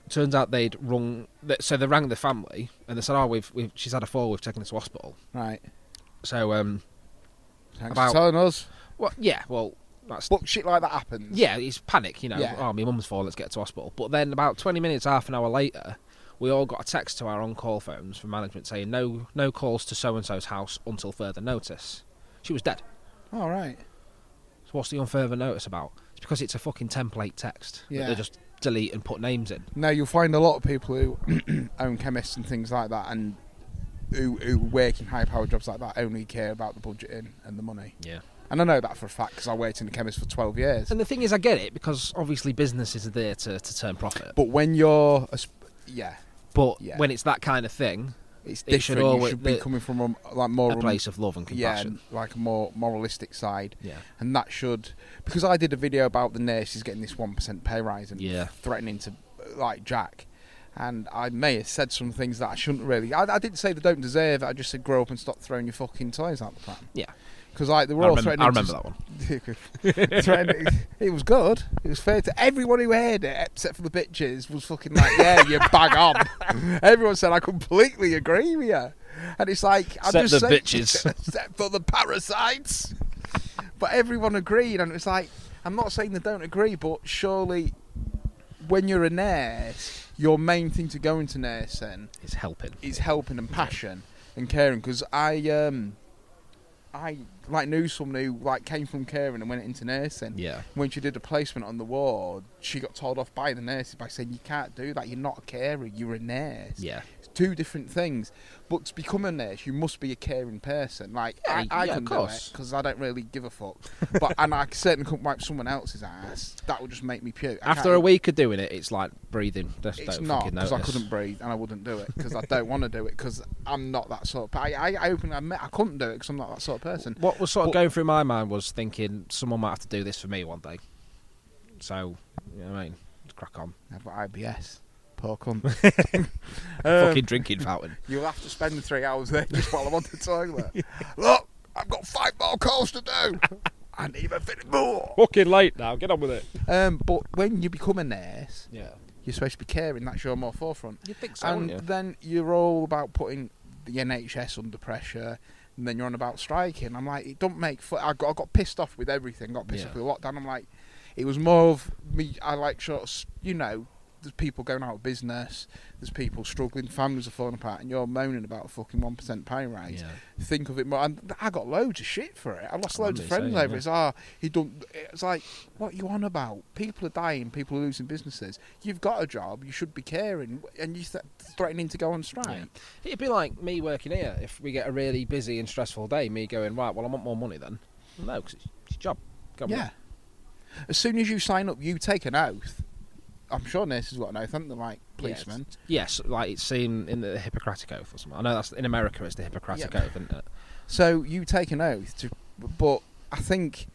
Turns out they'd rung, th- so they rang the family and they said, oh, we've, we've she's had a fall, we've taken her to hospital. Right. So, um, Thanks About- for telling us. well, yeah, well, that's, But shit like that happens. yeah, it's panic, you know, Yeah. oh, my mum's fallen, let's get her to hospital. But then about 20 minutes, half an hour later, we all got a text to our on-call phones from management saying no, no calls to so-and-so's house until further notice. She was dead. All right. So what's the on further notice about? It's because it's a fucking template text Yeah. that they just delete and put names in. Now you'll find a lot of people who own chemists and things like that, and who, who work in high power jobs like that only care about the budgeting and the money. Yeah. And I know that for a fact because I worked in the chemist for twelve years. And the thing is, I get it because obviously businesses are there to, to turn profit. But, But when you're, a sp- yeah, yeah. when it's that kind of thing, it's It should different. you always- should be the- coming from um, like more a um, place of love and yeah, compassion. like a more moralistic side, Yeah. and that should because I did a video about the nurses getting this one percent pay rise and Yeah. threatening to uh, like Jack, and I may have said some things that I shouldn't really. I, I didn't say they don't deserve it. I just said grow up and stop throwing your fucking toys out the pram. Yeah. because like they were I all remember, threatening. I remember that one. that. threatening. It was good. It was fair to everyone who heard it, except for the bitches, was fucking like, yeah, you bang on. Everyone said I completely agree with you, and it's like I'm Except just the saying- bitches. except for the parasites. But everyone agreed, and it was like, I'm not saying they don't agree, but surely when you're a nurse, your main thing to go into nursing It's helping. is helping and passion. and caring because I um I like knew someone who like came from caring and went into nursing. Yeah. When she did a placement on the ward, she got told off by the nurses by saying you can't do that. You're not a carer. You're a nurse. Yeah. It's two different things. But to become a nurse, you must be a caring person. Like Yeah, I, I yeah, of can do course. it because I don't really give a fuck. But and I certainly couldn't wipe someone else's ass. That would just make me puke. I After can't- a week of doing it, it's like breathing. Just it's don't not fucking because I notice. couldn't breathe and I wouldn't do it because I don't want to do it because I'm not that sort. Of, but I, I, I openly admit I couldn't do it because I'm not that sort of person. What was sort of But- going through my mind was thinking someone might have to do this for me one day. So, you know what I mean? Just crack on. I've got IBS. Poor cunt. Um, Fucking drinking fountain. You'll have to spend three hours there just while I'm on the toilet. Look, I've got five more calls to do. and even more. Fucking late now. Get on with it. Um, but when you become a nurse, Yeah. you're supposed to be caring. That's your more forefront. You think and then you're all about putting the NHS under pressure, and then you're on about striking. I'm like, it don't make. Fu- I, got, I got pissed off with everything. Got pissed Yeah. off with lockdown. I'm like, it was more of me. I like sort of, s- you know, there's people going out of business. There's people struggling. Families are falling apart, and you're moaning about a fucking one percent pay rise. Yeah. Think of it more. And I got loads of shit for it. I lost I loads of remember friends you saying, over it. It's ah, he don't. It's like, what you on about? People are dying. People are losing businesses. You've got a job. You should be caring, and you th- threatening to go on strike. Yeah. It'd be like me working here. If we get a really busy and stressful day, me going, right, well, I want more money then. No, because it's it's your job. Go on with Yeah. As soon as you sign up, you take an oath. I'm sure nurses got an oath, haven't they? Like policemen. it. Yes, like it's seen in the Hippocratic Oath or something. I know that's in America, it's the Hippocratic Oath, isn't it? So you take an oath to, but I think,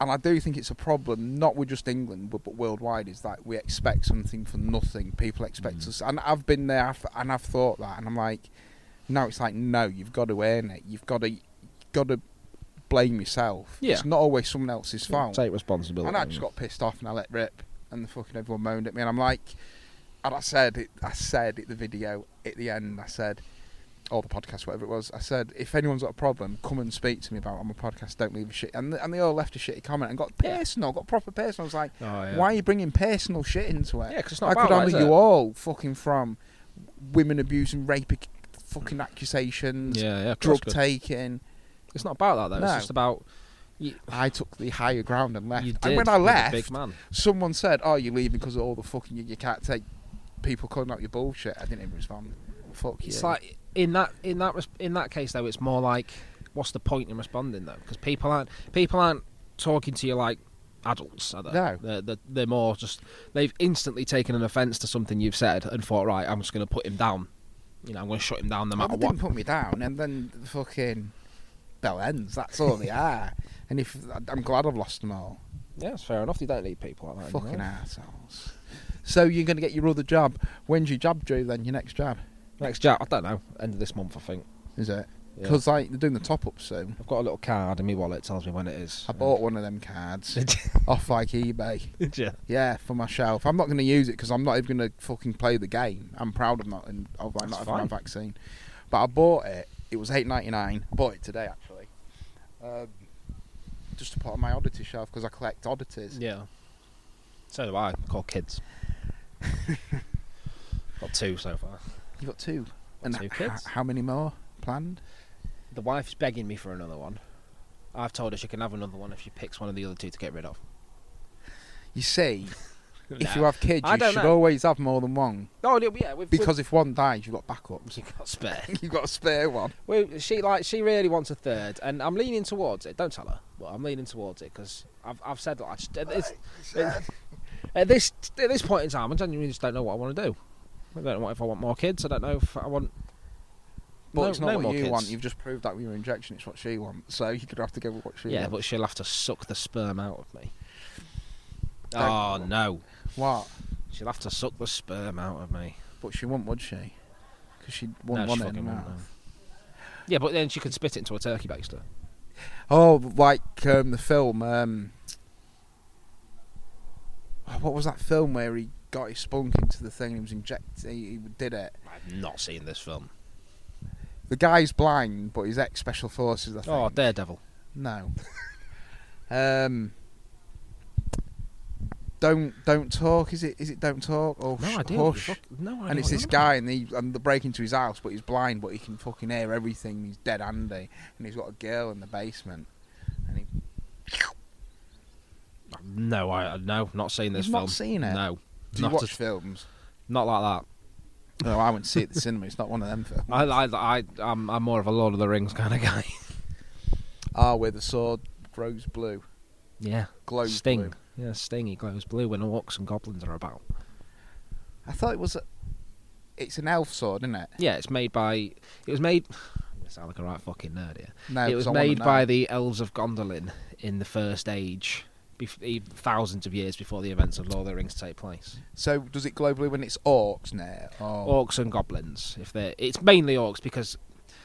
and I do think it's a problem, not with just England, but, but worldwide, is that we expect something for nothing. People expect Mm. us, and I've been there, I've, and I've thought that, and I'm like, no, it's like no, you've got to earn it. You've got to, got to blame yourself. Yeah. It's not always someone else's fault. Take responsibility. And I just got pissed off and I let rip, and the fucking everyone moaned at me, and I'm like, and I said, it, I said at the video at the end, I said, or the podcast, whatever it was, I said, if anyone's got a problem, come and speak to me about it on my podcast. Don't leave a shit, and and they all left a shitty comment and got Yeah. personal, got proper personal. I was like, Oh, yeah. why are you bringing personal shit into it? Yeah, 'cause it's I not could about that, honour is you it? all fucking from women abuse and rape, ac- fucking accusations, Yeah, yeah. of drug course good. taking. It's not about that though. It's No. just about I took the higher ground and left. you did. and when I you're the left, big man. someone said, "Oh, you're leaving because of all the fucking you, you can't take people calling out your bullshit." I didn't even respond. Fuck you. It's like in that in that res- in that case though, it's more like what's the point in responding though? Because people aren't people aren't talking to you like adults. Are they? No. They're, they're, they're more just they've instantly taken an offence to something you've said and thought right, I'm just going to put him down. You know, I'm going to shut him down no Well, matter they what. didn't put me down, and then the fucking bell ends. That's all they are. And if I'm glad I've lost them all, Yeah, it's fair enough. You don't need people like that. anymore. fucking assholes. So you're going to get your other job. When's your job due? Then your next job Next Jack, I don't know. End of this month, I think. is it? Yeah. Because like they're doing the top up soon. I've got a little card in my wallet. It tells me when it is. I bought one of them cards off like eBay. Did you? Yeah, for my shelf. I'm not going to use it because I'm not even going to fucking play the game. I'm proud of not and of like, That's not having my fine. vaccine. But I bought it. It was eight ninety nine. I bought it today actually, um, just to put on my oddity shelf because I collect oddities. Yeah. So do I. Call kids. Got two so far. You got two. And two h- kids. h- how many more planned? The wife's begging me for another one. I've told her she can have another one if she picks one of the other two to get rid of. You see, if Nah. you have kids, I you don't should know. always have more than one Oh yeah, yeah we've, because if one dies, you've got backups. we've, you got spare. you've got a spare one. well, she like she really wants a third, and I'm leaning towards it. Don't tell her, but I'm leaning towards it because I've I've said that. I just, at, this, at this at this point in time, I genuinely just don't know what I want to do. I don't know what if I want more kids. I don't know if I want. But no, it's not no what more you kids. want. You've just proved that with your injection. It's what she wants. So you're gonna have to go with what she Yeah, wants. but she'll have to suck the sperm out of me. Don't- oh no, What? she'll have to suck the sperm out of me. But she wouldn't, would she? Because she No, wouldn't she want it in her fucking won't, mouth. no. Yeah, but then she could spit it into a turkey baster. Oh, like um, the film. Um, oh, what was that film where he got his spunk into the thing and he was injected? He, he did it. I've not seen this film. The guy's blind, but he's ex special forces. I think. Oh, Daredevil. no. um, don't don't talk. Is it is it don't talk or No, sh- I do. hush? Fuck- No, I and it's don't this remember. guy, and he and they break into his house, but he's blind, but he can fucking hear everything. He's dead Andy, and he's got a girl in the basement, and he, No, I uh, no, not seen this You've film. not seen it? No, do you not watch a- films? not like that. No, I wouldn't see it at the cinema. It's not one of them films. I, I, I, I'm, I'm more of a Lord of the Rings kind of guy. Ah, where the sword grows blue, yeah, glows Sting. blue. Yeah, Sting. He glows blue when orcs and goblins are about. I thought it was. A, it's an elf sword, isn't it? Yeah, it's made by. It was made. I'm gonna sound like a right fucking nerd here. No, it was 'cause I wanna made know. by the elves of Gondolin in the First Age, bef- e- thousands of years before the events of Lord of the Rings take place. So does it glow blue when it's orcs Oh, now? Or, Orcs and goblins. If they, are it's mainly orcs because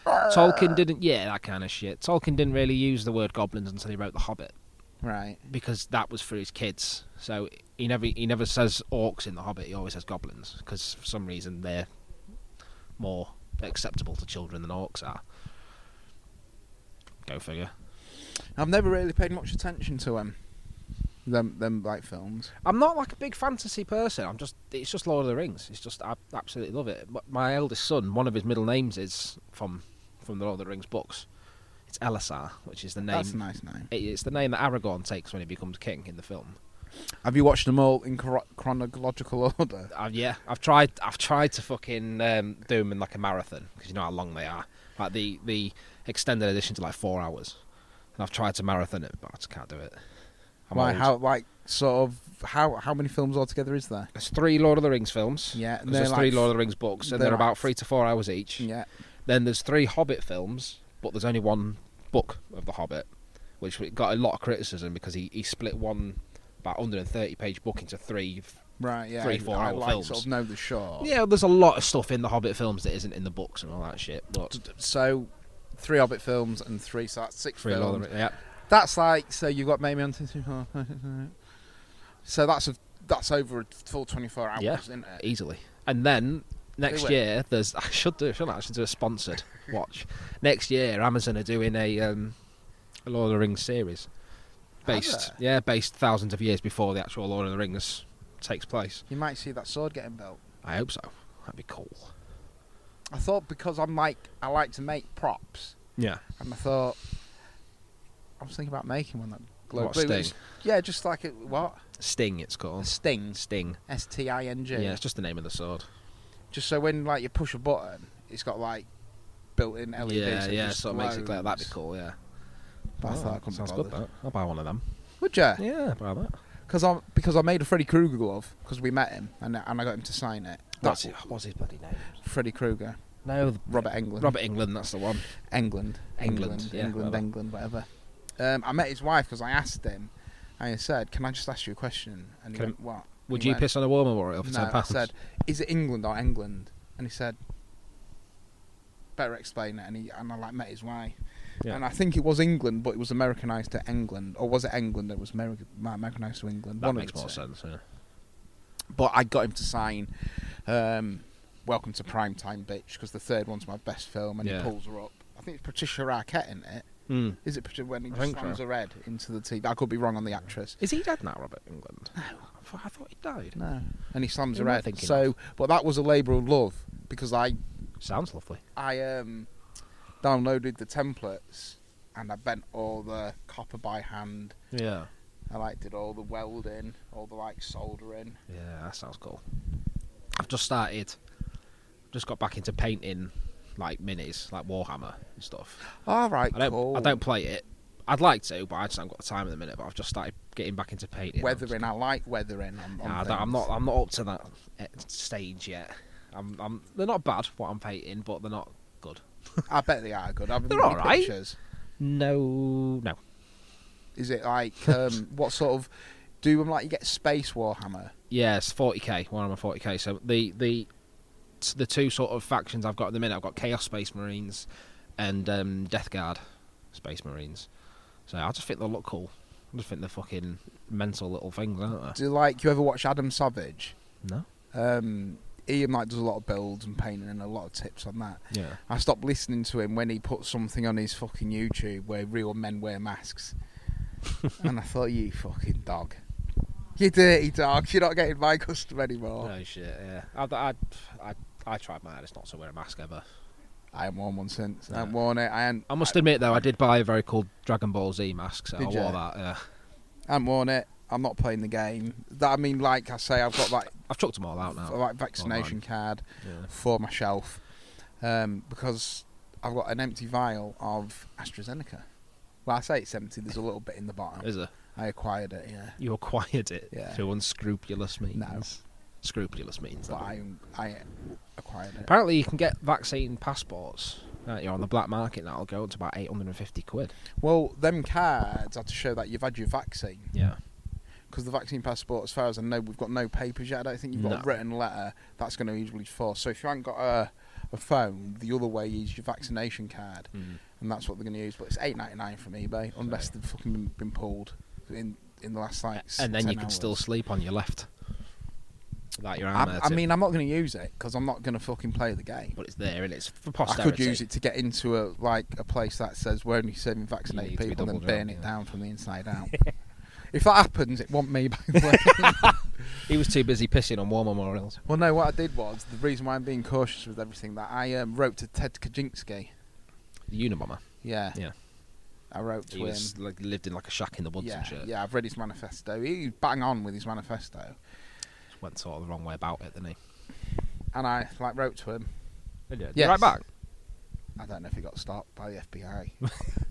Tolkien didn't. Yeah, that kind of shit. Tolkien didn't really use the word goblins until he wrote The Hobbit. right. because that was for his kids. So he never he never says orcs in The Hobbit. He always says goblins because for some reason they're more acceptable to children than orcs are. Go figure. I've never really paid much attention to them. Them them like films. I'm not like a big fantasy person. I'm just it's just Lord of the Rings. It's just I absolutely love it. But my eldest son, one of his middle names is from from the Lord of the Rings books. It's Elisar, which is the name. That's a nice name. it- It's the name that Aragorn takes when he becomes king in the film. Have you watched them all in chro- chronological order? I've, yeah, I've tried. I've tried to fucking um, do them in like a marathon because you know how long they are. Like the the extended editions are like four hours, and I've tried to marathon it, but I just can't do it. I'm Why? old. How like sort of how how many films altogether is there? There's three Lord of the Rings films. Yeah, There's, and they're there's three like- Lord of the Rings books, and they're they're like- about three to four hours each. Yeah, Then there's three Hobbit films, but there's only one book of the Hobbit, which got a lot of criticism because he, he split one about 130 page book into three right. Yeah, Three, four I hour like films. sort of know the short. Yeah, there's a lot of stuff in the Hobbit films that isn't in the books and all that shit. But So, three Hobbit films and three so that's six three films. Lord of the yeah. That's like so you've got maybe on. so that's a that's over a full twenty four hours, Yeah. isn't it? easily. And then next Anyway. year, there's I should do shouldn't I? I should do a sponsored watch. Next year, Amazon are doing a, um, a Lord of the Rings series Are based, yeah, based thousands of years before the actual Lord of the Rings takes place. You might see that sword getting built. I hope so. That'd be cool. I thought because I'm like I like to make props, Yeah, and I thought I was thinking about making one that glow What, blue. Sting? It's- Yeah, just like a what Sting. It's a called sting, Sting. S T I N G. Yeah, it's just the name of the sword. Just so when like you push a button, it's got like built-in LEDs. yeah, E so it yeah. just So it makes it clear. That'd be glows. cool. Yeah. But I Oh, thought I couldn't sounds be good. bothered. That. I'll buy one of them. Would you? Yeah, buy that. Because I because I made a Freddy Krueger glove because we met him and and I got him to sign it. That's That's it. What's his bloody name? Freddy Krueger, No, the- Robert England, Robert England. That's the one. England, England, England, yeah, England, whatever. England, whatever. Um, I met his wife because I asked him. I said, "Can I just ask you a question?" And he Can- went, "What?" Would He you went, piss on a war memorial for no, ten I pounds? said, "Is it England or England?" And he said, "Better explain it." And he and I like met his wife, Yeah. and I think it was England, but it was Americanized to England, or was it England that was American, Americanized to England? That One of makes the more two. sense. Yeah. But I got him to sign. Um, Welcome to Primetime, bitch, because the third one's my best film, and he Yeah. pulls her up. I think it's Patricia Arquette in it. Hmm. Is it Patricia when he I just think so. slams her head into the TV? I could be wrong on the actress. Is he dead now, Robert England? No, I thought, I thought he died. No, and he slams Who her am I head. thinking So, but that was a labour of love because I Sounds lovely. I um, downloaded the templates and I bent all the copper by hand. Yeah, I like did all the welding, all the like soldering. yeah, that sounds cool. I've just started, just got back into painting, like minis, like Warhammer and stuff. All right, I don't, cool. I don't play it. I'd like to, but I just haven't got the time at the minute. But I've just started getting back into painting. I'm weathering. I like weathering. On, just- on Nah, I don't- I'm things. not. I'm not up to that eh, stage yet. I'm, I'm. They're not bad what I'm painting, but they're not good. I bet they are good. I've been They're looking at all right. Pictures. No, no. Is it like um, what sort of do them like you get space Warhammer? Yes, forty k. One of my forty k. So the the the two sort of factions I've got at the minute, I've got Chaos Space Marines and um, Death Guard Space Marines. So I just think they look cool. I just think they're fucking mental little things, aren't Do you like you ever watch Adam Savage? they? No. Um, Ian like does a lot of builds and painting and a lot of tips on that. Yeah. I stopped listening to him when he put something on his fucking YouTube where real men wear masks. and I thought, you fucking dog. You dirty dog. You're not getting my custom anymore. No shit. Yeah. I, I, I, I tried my hardest not to wear a mask ever. I haven't worn one since. I haven't No. worn it. I haven't, I must admit though, I did buy a very cool Dragon Ball Z mask. So I Did wore you? that. Yeah. I haven't worn it. I'm not playing the game. That I mean, like I say, I've got that, I've chucked them all out now. that vaccination card Yeah. for my shelf um, because I've got an empty vial of AstraZeneca. Well, I say it's empty. There's a little bit in the bottom. Is there? I acquired it. Yeah. You acquired it Yeah. through unscrupulous means. No. Scrupulous means. But that. I, I acquired it. Apparently, you can get vaccine passports. Right, you're on the black market. That'll go up to about 850 quid. Well, them cards are to show that you've had your vaccine. Yeah. Because the vaccine passport, as far as I know, we've got no papers yet. I don't think you've got No. a written letter that's going to easily force. So if you haven't got a, a phone, the other way is your vaccination card, Mm-hmm. and that's what they're going to use. But it's eight ninety nine from eBay, unless they've fucking been, been pulled in in the last like. s- And then you 10 can hours. still sleep on your left. Without your arm I, there, I too. mean, I'm not going to use it because I'm not going to fucking play the game. but it's there and it's for I posterity. could use it to get into a like a place that says we're only serving vaccinated need to be people and double burn drunk, it yeah. down from the inside out. if that happens, it won't me. By the way. He was too busy pissing on war memorials. well, no, what I did was the reason why I'm being cautious with everything that I um, wrote to Ted Kaczynski. The Unabomber. Yeah, Yeah. I wrote to He him. was, like, lived in like a shack in the woods yeah, and shit. yeah, I've read his manifesto. He was bang on with his manifesto, Just went sort of the wrong way about it, didn't he? and I like wrote to him. Yes. Yes. Right back. I don't know if he got stopped by the FBI.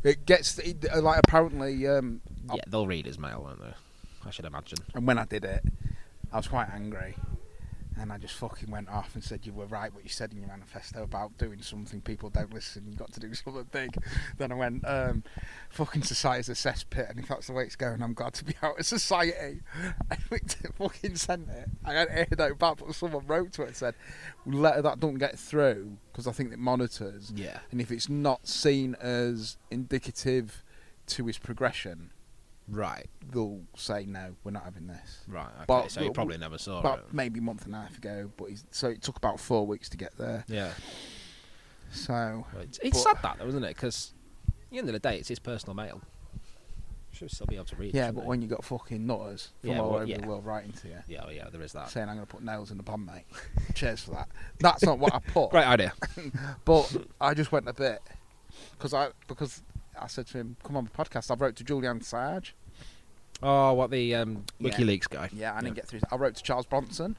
it gets it, uh, like apparently um, Oh. Yeah, they'll read his mail, won't they? I should imagine. And when I did it, I was quite angry. And I just fucking went off and said, You were right what you said in your manifesto about doing something people don't listen, you got to do something big. Then I went, um, Fucking society's a cesspit, and if that's the way it's going, I'm glad to be out of society. I clicked it, fucking sent it. I don't hear no back, but someone wrote to it and said, Letter that don't get through, because I think it monitors. Yeah. And if it's not seen as indicative to his progression, Right. they'll say, No, we're not having this Right. Okay. But- so he probably never saw about it. maybe a month and a half ago. But he's, so it took about four weeks to get there. Yeah. So Well, It's, it's But- sad that though, isn't it? Because at the end of the day, it's his personal mail. Should still be able to read. it, yeah, shouldn't but they? when you got fucking nutters from Yeah, all well, over yeah. the world writing to you, yeah, well, yeah, there is that. saying I'm going to put nails in the bomb, mate. Cheers for that. That's not what I put. Great idea. But I just went a bit because I because I said to him, "Come on, the podcast." I wrote to Julian Sarge. Oh, what the um, Yeah. WikiLeaks guy? Yeah, I didn't get through. I wrote to Charles Bronson.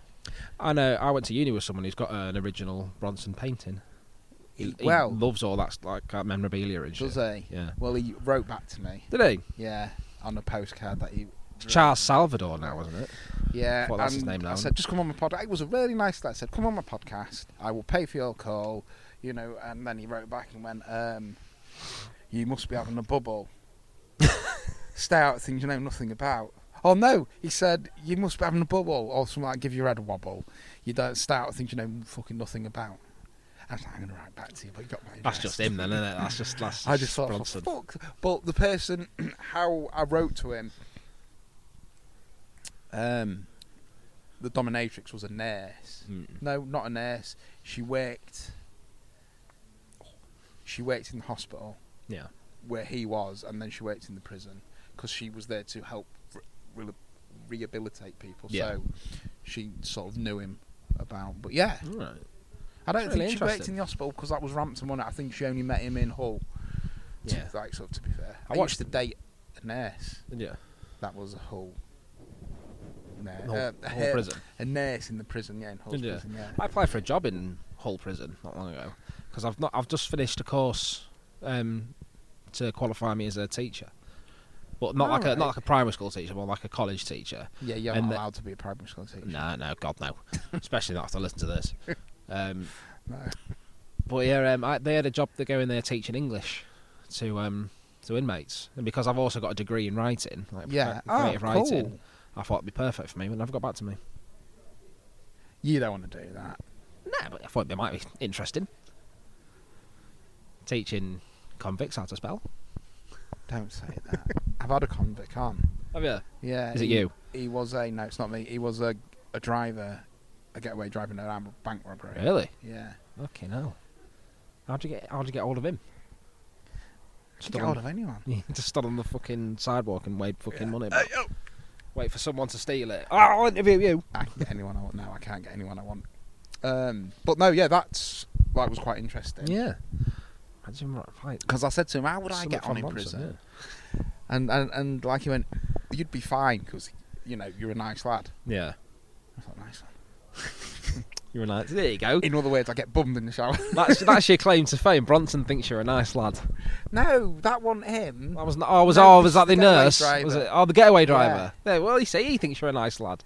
I know. I went to uni with someone who's got an original Bronson painting. He, he well, loves all that like uh, memorabilia and shit. does he? Yeah. Well, he wrote back to me. Did he? Yeah, on a postcard that he. It's drew. Charles Salvador now, isn't it? Yeah, Well, that's his and name now, I isn't said, just come on my podcast. It was a really nice letter. I said, come on my podcast. I will pay for your call. You know, and then he wrote back and went, um, you must be having a bubble. Stay out of things you know nothing about. Oh no, he said, you must be having a bubble or something like give your head a wobble. You don't stay out of things you know fucking nothing about. I was like, I'm going to write back to you, but you got my That's address." just him, then, isn't it? That's just that's I just thought, Bronson. fuck. But the person, how I wrote to him, um, the dominatrix was a nurse. Mm. No, not a nurse. She worked. She worked in the hospital Yeah. where he was, and then she worked in the prison because she was there to help re- re- rehabilitate people. Yeah. So she sort of knew him about. But yeah, All right. I don't Mm, That's think really she worked interesting. in the hospital because that was Rampton one. I think she only met him in Hull. To- Yeah. like sort of to be fair. I I, watched- watched the date a nurse. Yeah. That was a Hull. No, Whole, uh, whole prison. A nurse in the prison, yeah, in Hull Yeah. prison, yeah. I applied for a job in Hull Prison not long ago because I've not I've just finished a course um, to qualify me as a teacher, but not like a not Alright. like a primary school teacher, more like a college teacher. Yeah, you're And not the- allowed to be a primary school teacher. No, no, God no, especially not after listening to this. Um, No. but yeah, um, I, they had a job to go in there teaching English to um, to inmates, and because I've also got a degree in writing, like Yeah. cre- Oh, creative writing, cool. I thought it'd be perfect for me, but never got back to me. You don't want to do that. Nah, but I thought they might be interesting. Teaching convicts how to spell. Don't say that. I've had a convict on. Have you? Yeah. Is it he- you? He was a no, it's not me. He was a a driver, a getaway driver in a ram- bank robbery. Really? Yeah. Okay, no. How'd you get? How'd you get hold of him? Get hold of anyone. Just stood on the fucking sidewalk and weighed Yeah. fucking money. Hey, yo. Wait for someone to steal it. Oh, I'll interview you. I can get anyone I want now. I can't get anyone I want. Um, but no, yeah, that's that was quite interesting. Yeah. Imagine what fight. Because I said to him, "How would I get on in prison?" And, and and like he went, "You'd be fine because you know you're a nice lad." Yeah. yeah. I thought, "Nice lad." You're a nice. There you go. In other words, I get bummed in the shower. That's that's your claim to fame. Bronson thinks you're a nice lad. no, that one him. I was not, oh, was No, oh, was this that the getaway nurse? driver. Was it? Oh, the getaway Yeah. driver. There. Well, you see, he thinks you're a nice lad.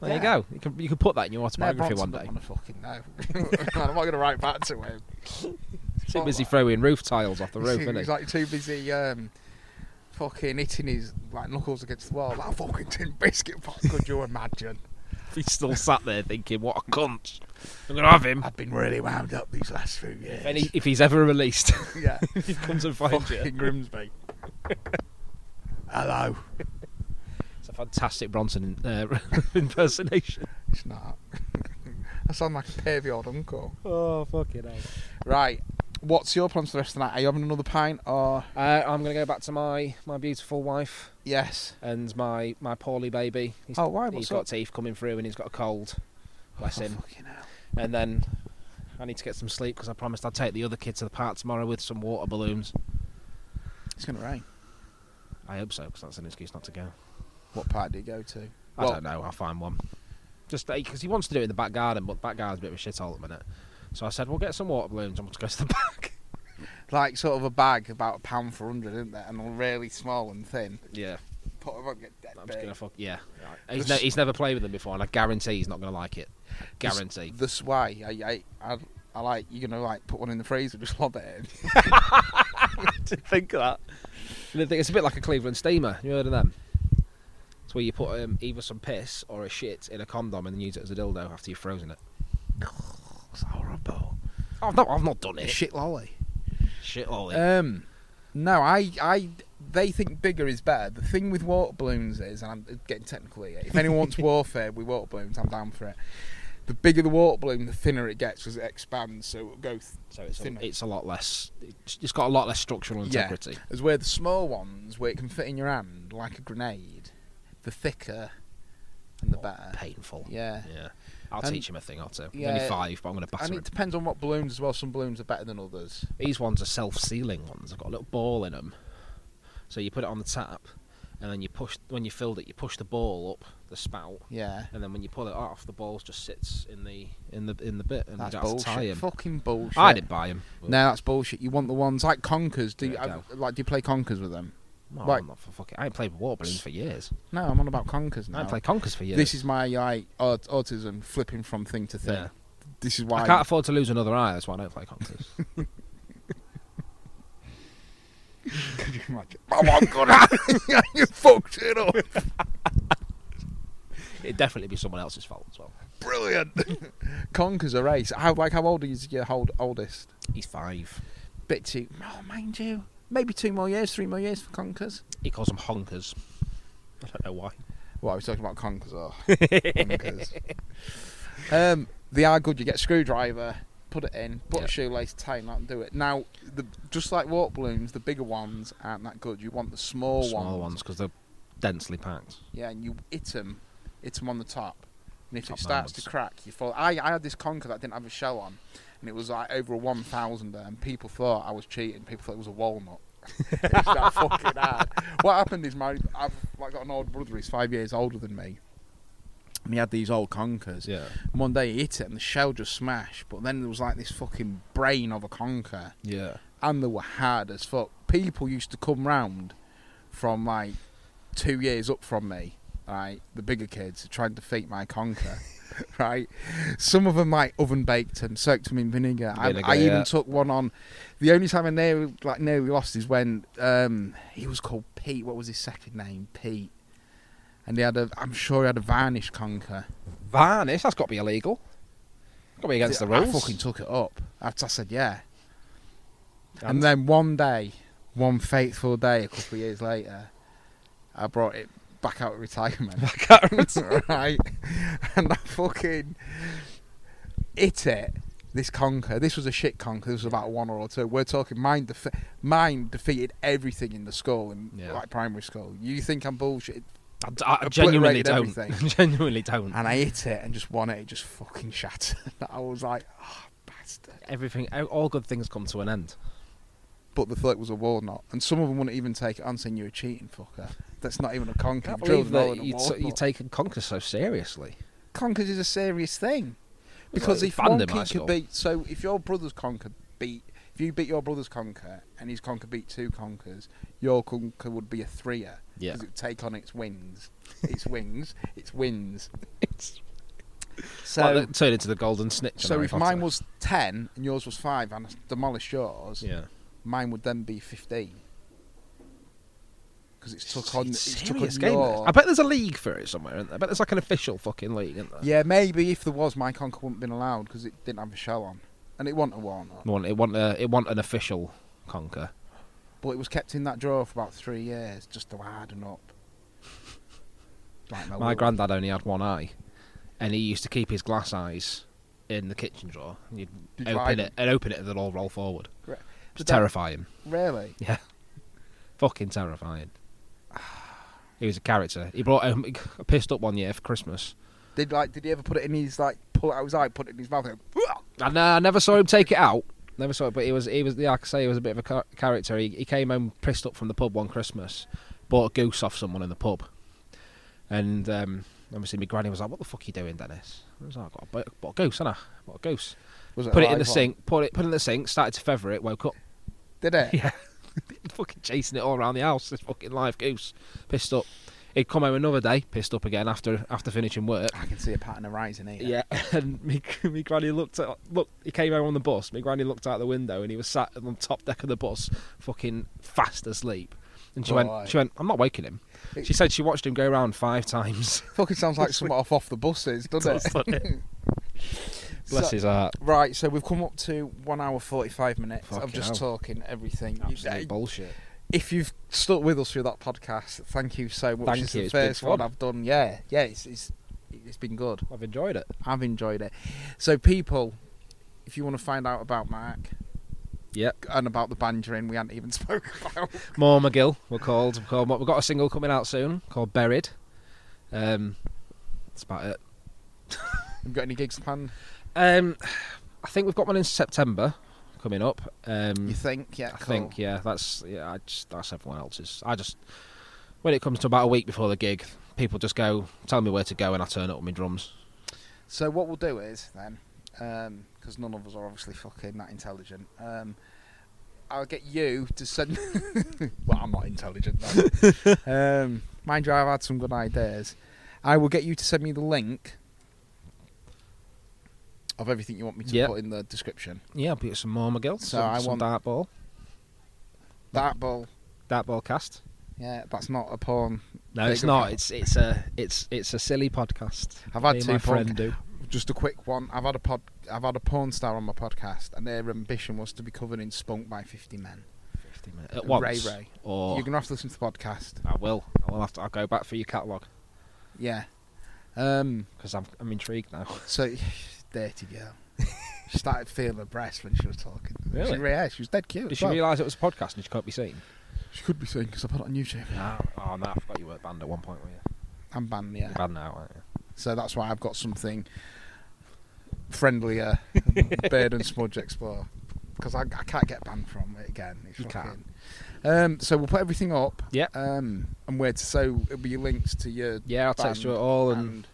There you Yeah. go. You can you can put that in your No, autobiography Bronson one doesn't day. wanna fucking know. I'm not going to write back to him. Too busy Spotlight. throwing roof tiles off the He's- roof, isn't He's he? like too busy um, fucking hitting his like knuckles against the wall. That fucking tin biscuit pot. Could you imagine? He's still sat there thinking, "What a cunt! I'm gonna have him." I've been really wound up these last few years. If, any, if he's ever released, yeah, he comes and finds you. fucking Grimsby. Hello. It's a fantastic Bronson uh, impersonation. It's not. I sound like a pervy old uncle. Oh fucking hell! Right. What's your plans for the rest of the night? Are you having another pint or Uh, I'm gonna go back to my my beautiful wife. yes? and my my poorly baby. He's, Oh, why? he's What's got up? teeth coming through and he's got a cold. Bless Oh, him. fucking hell. And then I need to get some sleep because I promised I'd take the other kid to the park tomorrow with some water balloons. It's gonna rain. I hope so because that's an excuse not to go. What part do you go to? I Well- don't know. I'll find one. Just because he wants to do it in the back garden, but the back garden's a bit of a shithole at the minute. So I said, "We'll get some water balloons and we'll just go to the back." Like sort of a bag about a pound for hundred, isn't there? And all really small and thin. yeah, Put them on, get dead I'm big. just gonna fuck. Yeah, Just- he's, ne- he's never played with them before, and I guarantee he's not gonna like it. Just- Guarantee. That's why I, I, I, I like you're gonna like put one in the freezer, just lob it in. think of that. The thing- It's a bit like a Cleveland steamer. You heard of them? It's where you put um, either some piss or a shit in a condom and then use it as a dildo after you've frozen it. It's horrible. I've not, I've not done it. Shit lolly. Shit, Ollie. Um, no, I, I, they think bigger is better. The thing with water balloons is, and I'm getting technical here. If anyone wants warfare with water balloons, I'm down for it. The bigger the water balloon, the thinner it gets as it expands. So it'll go. Th- so it's thinner. a, it's a lot less. It's, it's got a lot less structural Yeah. integrity. as where the small ones, where it can fit in your hand like a grenade, the thicker and the Oh, better. Painful. Yeah. Yeah. I'll And- teach him a thing or two. Yeah. Only five, but I'm going to batter And him. it depends on what balloons as well. Some balloons are better than others. These ones are self-sealing ones. They've got a little ball in them. So you put it on the tap, and then you push. When you filled it, you push the ball up the spout, Yeah. and then when you pull it off, the balls just sits in the in the in the bit, and That's you don't have to tie bullshit. 'em. Fucking bullshit. I didn't buy him. No, that's bullshit. You want the ones like conkers. Do you, Yeah, go. uh, like do you play conkers with them? no, like- I'm not for fucking. I ain't played with water balloons for years. No, I'm on about conkers I now. ain't played conkers for years. This is my like aut- autism flipping from thing to thing. Yeah. This is why I can't afford to lose another eye. That's why I don't play conkers. Could you imagine? Oh, I'm gonna you fucked it up. It'd definitely be someone else's fault as well. Brilliant. conkers are ace. How like how old is your old, oldest? He's five. Bit too. Oh, mind you, maybe two more years, three more years for conkers. He calls them honkers. I don't know why. What are we talking about? Conkers or conkers? um, they are good. You get a screwdriver, put it in, put a Yep. shoelace, tie it, and do it. Now, the, just like water balloons, the bigger ones aren't that good. You want the small, Smaller ones. ones because they're densely packed. Yeah, and you hit them, hit them on the top. And if Top it starts moments. to crack, you fall. I, I had this conker that didn't have a shell on, and it was like over a 1,000, and people thought I was cheating. People thought it was a walnut. it was that fucking hard. What happened is my I've like got an old brother. He's five years older than me, and he had these old conkers. Yeah. And one day he hit it, and the shell just smashed. But then there was like this fucking brain of a conker, Yeah. and they were hard as fuck. People used to come round from like two years up from me, right? The bigger kids trying to defeat my conker, right? Some of them like oven baked and soaked them in vinegar. Vinegar, I, I even yeah. took one on. The only time I nearly like nearly lost is when um, he was called Pete. What was his second name? Pete. And he had a, I'm sure he had a varnish conker. Varnish. That's got to be illegal. Got to be against the I rules. fucking took it up. I, I said, yeah. And- And then one day, one fateful day, a couple of years later, I brought it back out of retirement. Back out of retirement. right. And I fucking hit it. This conker. This was a shit conker. This was about a one or a two. We're talking mine. Defe- mine defeated everything in the school in Yeah. like primary school. You think I'm bullshit? I, d- I genuinely Obliterated don't. everything. genuinely don't. and I ate it and just one it, it just fucking shattered. I was like, oh, bastard. Everything, e, all good things come to an end. But the thought was a walnut, and some of them wouldn't even take it on, saying you're a cheating fucker. That's not even a conker. I can't You've drilled believe a hole in that a you, t- you walnut. take conquer so seriously. Conkers is a serious thing. Because Well, if banned one in my kid school. could beat, so if your brother's conker beat, if you beat your brother's conker and his conker beat two conkers, your conker would be a threer Yeah. it would take on its wings, its wings, its wins. So, Like that turned into the golden snitch. on so Harry if mine Potter. was ten and yours was five, and I demolished yours, yeah, mine would then be fifteen. Because it's took It's on, a it's took on serious game, this. your. I bet there's a league for it somewhere. Isn't there? I bet there's like an official fucking league, isn't there? Yeah, maybe if there was, my conker wouldn't have been allowed because it didn't have a shell on, and it wasn't a walnut. It want, it want, a, it want an official conquer. But it was kept in that drawer for about three years just to harden up. Like My little- granddad only had one eye, and he used to keep his glass eyes in the kitchen drawer. And you'd Did you hide open it and open it, and they'd all roll forward. Right. It was But that- terrifying. Really? Yeah, fucking terrifying. He was a character. He brought home a pissed up one year for Christmas. Did like? Did he ever put it in his like? Pull it out his eye, put it in his mouth. And go, I, n- uh, I never saw him take it out. Never saw it, but he was he was yeah, like I say, he was a bit of a char- character. He, he came home pissed up from the pub one Christmas, bought a goose off someone in the pub, and um, obviously my granny was like, "What the fuck are you doing, Dennis?" I was like, "I got a, bo- bought a goose, and I bought a goose, Was put a it in live the one? sink, put it put it in the sink, started to feather it, woke up, Did it? yeah, fucking chasing it all around the house. This fucking live goose, pissed up. He'd come home another day, pissed up again after after finishing work. I can see a pattern arising here. Yeah, and me, me granny looked at look. He came home on the bus. Me granny looked out the window, and he was sat on the top deck of the bus, fucking fast asleep. And she Right. went, she went. I'm not waking him. She said she watched him go around five times. Fucking sounds like something off off the buses, doesn't it? Bless So- his heart. Right, so we've come up to one hour forty-five minutes of Fucking just hell. talking everything. You- Absolute uh, bullshit. If you've stuck with us through that podcast, thank you so much. Thank it's you, the it's been first one fun. I've done. Yeah, yeah, it's it's it's been good. I've enjoyed it. I've enjoyed it. So, people, if you want to find out about Mark Yep. and about the banjering we hadn't even spoke about, More McGill. We're called. We're called. We've got a single coming out soon called Buried. Um, that's about it. have you got any gigs planned? Um, I think we've got one in September coming up. Um, You think? Yeah, I cool. think yeah, that's yeah, I just that's everyone else's. I just when it comes to about a week before the gig, people just go tell me where to go and I turn up with my drums. So what we'll do is then, because none of us are obviously fucking that intelligent. Um, I'll get you to send. well, I'm not intelligent. Then. um, mind you, I've had some good ideas. I will get you to send me the link of everything you want me to Yeah. put in the description. Yeah, but some more McGill, So some, I some want- dartball, That ball, dartball cast. yeah, that's not a porn. No, Big it's not. fan. It's it's a it's it's a silly podcast. I've had Me and two my porn- friend do. Just a quick one. I've had a pod. I've had a porn star on my podcast, and their ambition was to be covered in spunk by 50 men. 15 minutes. At once, Ray Ray. or You're gonna have to listen to the podcast. I will. I will have to. I'll go back through your catalogue Yeah. Um, because I'm I'm intrigued now. so, dirty girl. she started feeling her breast when she was talking. Really? She, yeah, she was dead cute. Did as she well. realise it was a podcast and she can't be seen? She could be seen because I put it on YouTube. No. Oh no, I forgot you were banned at one point, were you? I'm banned, yeah. You're banned now, aren't you? So that's why I've got something friendlier, Bird and Smudge Explorer. Because I, I can't get banned from it again. It's You fucking- Um, so we'll put everything up. Yep. Um, and where to, so it'll be links to your Yeah, I'll text you it all and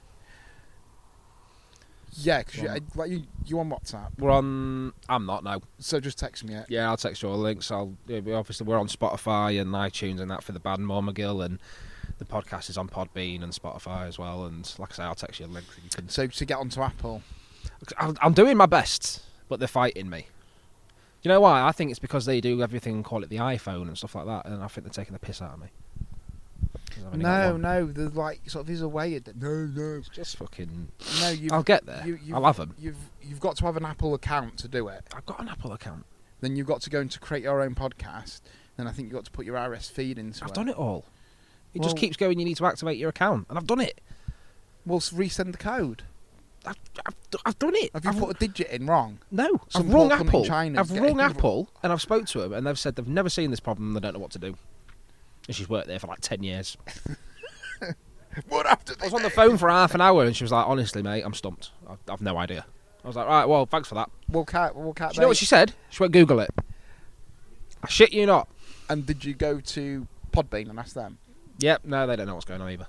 yeah, because you, Well- I- like you, you on WhatsApp, We're on. I'm not now. so just text me it. Yeah, I'll text you all the links. I'll yeah, we obviously we're on Spotify and iTunes and that for the band More McGill and the podcast is on Podbean and Spotify as well. And like I say, I'll text you the links. and You can. So to get onto Apple, I'm, I'm doing my best, but they're fighting me. You know why? I think it's because they do everything and call it the iPhone and stuff like that, and I think they're taking the piss out of me. 'Cause I've only got no, one. no, there's like sort of is a way. That, no, no, It's just fucking. no. You've, I'll get there. you- you've- I'll have them. You've you've got to have an Apple account to do it. I've got an Apple account. Then you've got to go into create your own podcast. Then I think you've got to put your RS feed into I've it. done it all. It just Well- keeps going. You need to activate your account, and I've done it. Well, s- resend the code. I've, I've, I've done it. Have you I've- put a digit in wrong? No, Some I've rung poor cunt in Apple. China I've is rung getting- Apple, and I've spoke to them, and they've said they've never seen this problem. and They don't know what to do. And she's worked there for like ten years. What after I this? was on the phone for half an hour, and she was like, "Honestly, mate, I'm stumped. I've, I've no idea." I was like, "Right, well, thanks for that." Well, cat, well, cat. Do you know what she said? She went Google it. I shit you not. And did you go to Podbean and ask them? Yep, no, they don't know what's going on either.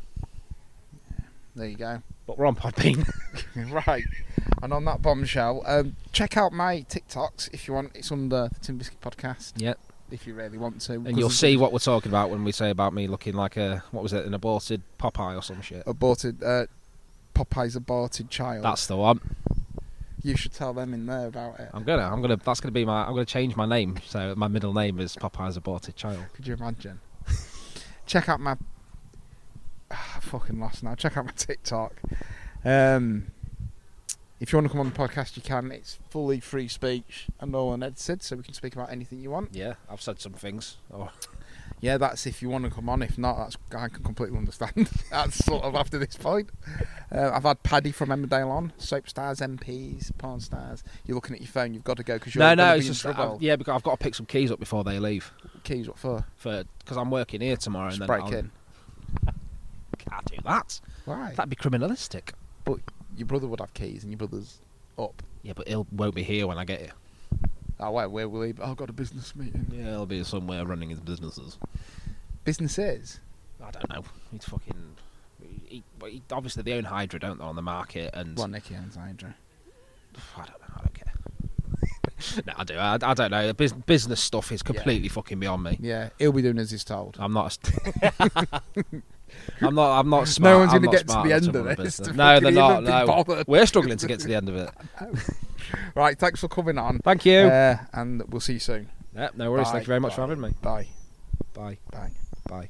There you go. But we're on Podbean. right. And on that bombshell, um, check out my TikToks if you want. It's under the Tim Biscuit Podcast. Yep. If you really want to, and you'll see what we're talking about when we say about me looking like a what was it, an aborted Popeye or some shit. aborted uh, Popeye's aborted child. That's the one. You should tell them in there about it. I'm gonna, I'm gonna. That's gonna be my. I'm gonna change my name. So my middle name is Popeye's aborted child. Could you imagine? Check out my. Ah, I'm fucking lost now. Check out my TikTok. Um, if you want to come on the podcast, you can. It's fully free speech and all unedited, so we can speak about anything you want. Yeah, I've said some things. Oh, Yeah, that's if you want to come on. If not, that's I can completely understand. that's sort of after this point. Uh, I've had Paddy from Emmerdale on, soap stars, MPs, porn stars. You're looking at your phone. You've got to go because you're no, no, gonna it's be just uh, in trouble. I've- yeah, because I've got to pick some keys up before they leave Keys, what for? for because I'm working here tomorrow. Just and then break I'll, in. Can't do that. Why? That'd be criminalistic. Your brother would have keys, and your brother's up. Yeah, but he'll won't be here when I get here. Oh wait, where will he? I've got a business meeting. Yeah, he'll be somewhere running his businesses. Businesses. I don't know. He's fucking. He, he, obviously, they own Hydra, don't they, on the market? And Well, Nicky owns Hydra. I don't know. I don't care. no, I do. I, I don't know. Bus- business stuff is completely fucking beyond me. Yeah, he'll be doing as he's told. I'm not. I'm not. I'm not smart. no one's I'm gonna not get to smart the enough end of run a this. business. to No, they're fucking not. even be No, bothered. we're struggling to get to the end of it. Right, thanks for coming on, Thank you. uh, and we'll see you soon. Yep, no worries. Bye, Thank you very much for bye. having me. Bye. Bye. Bye. Bye.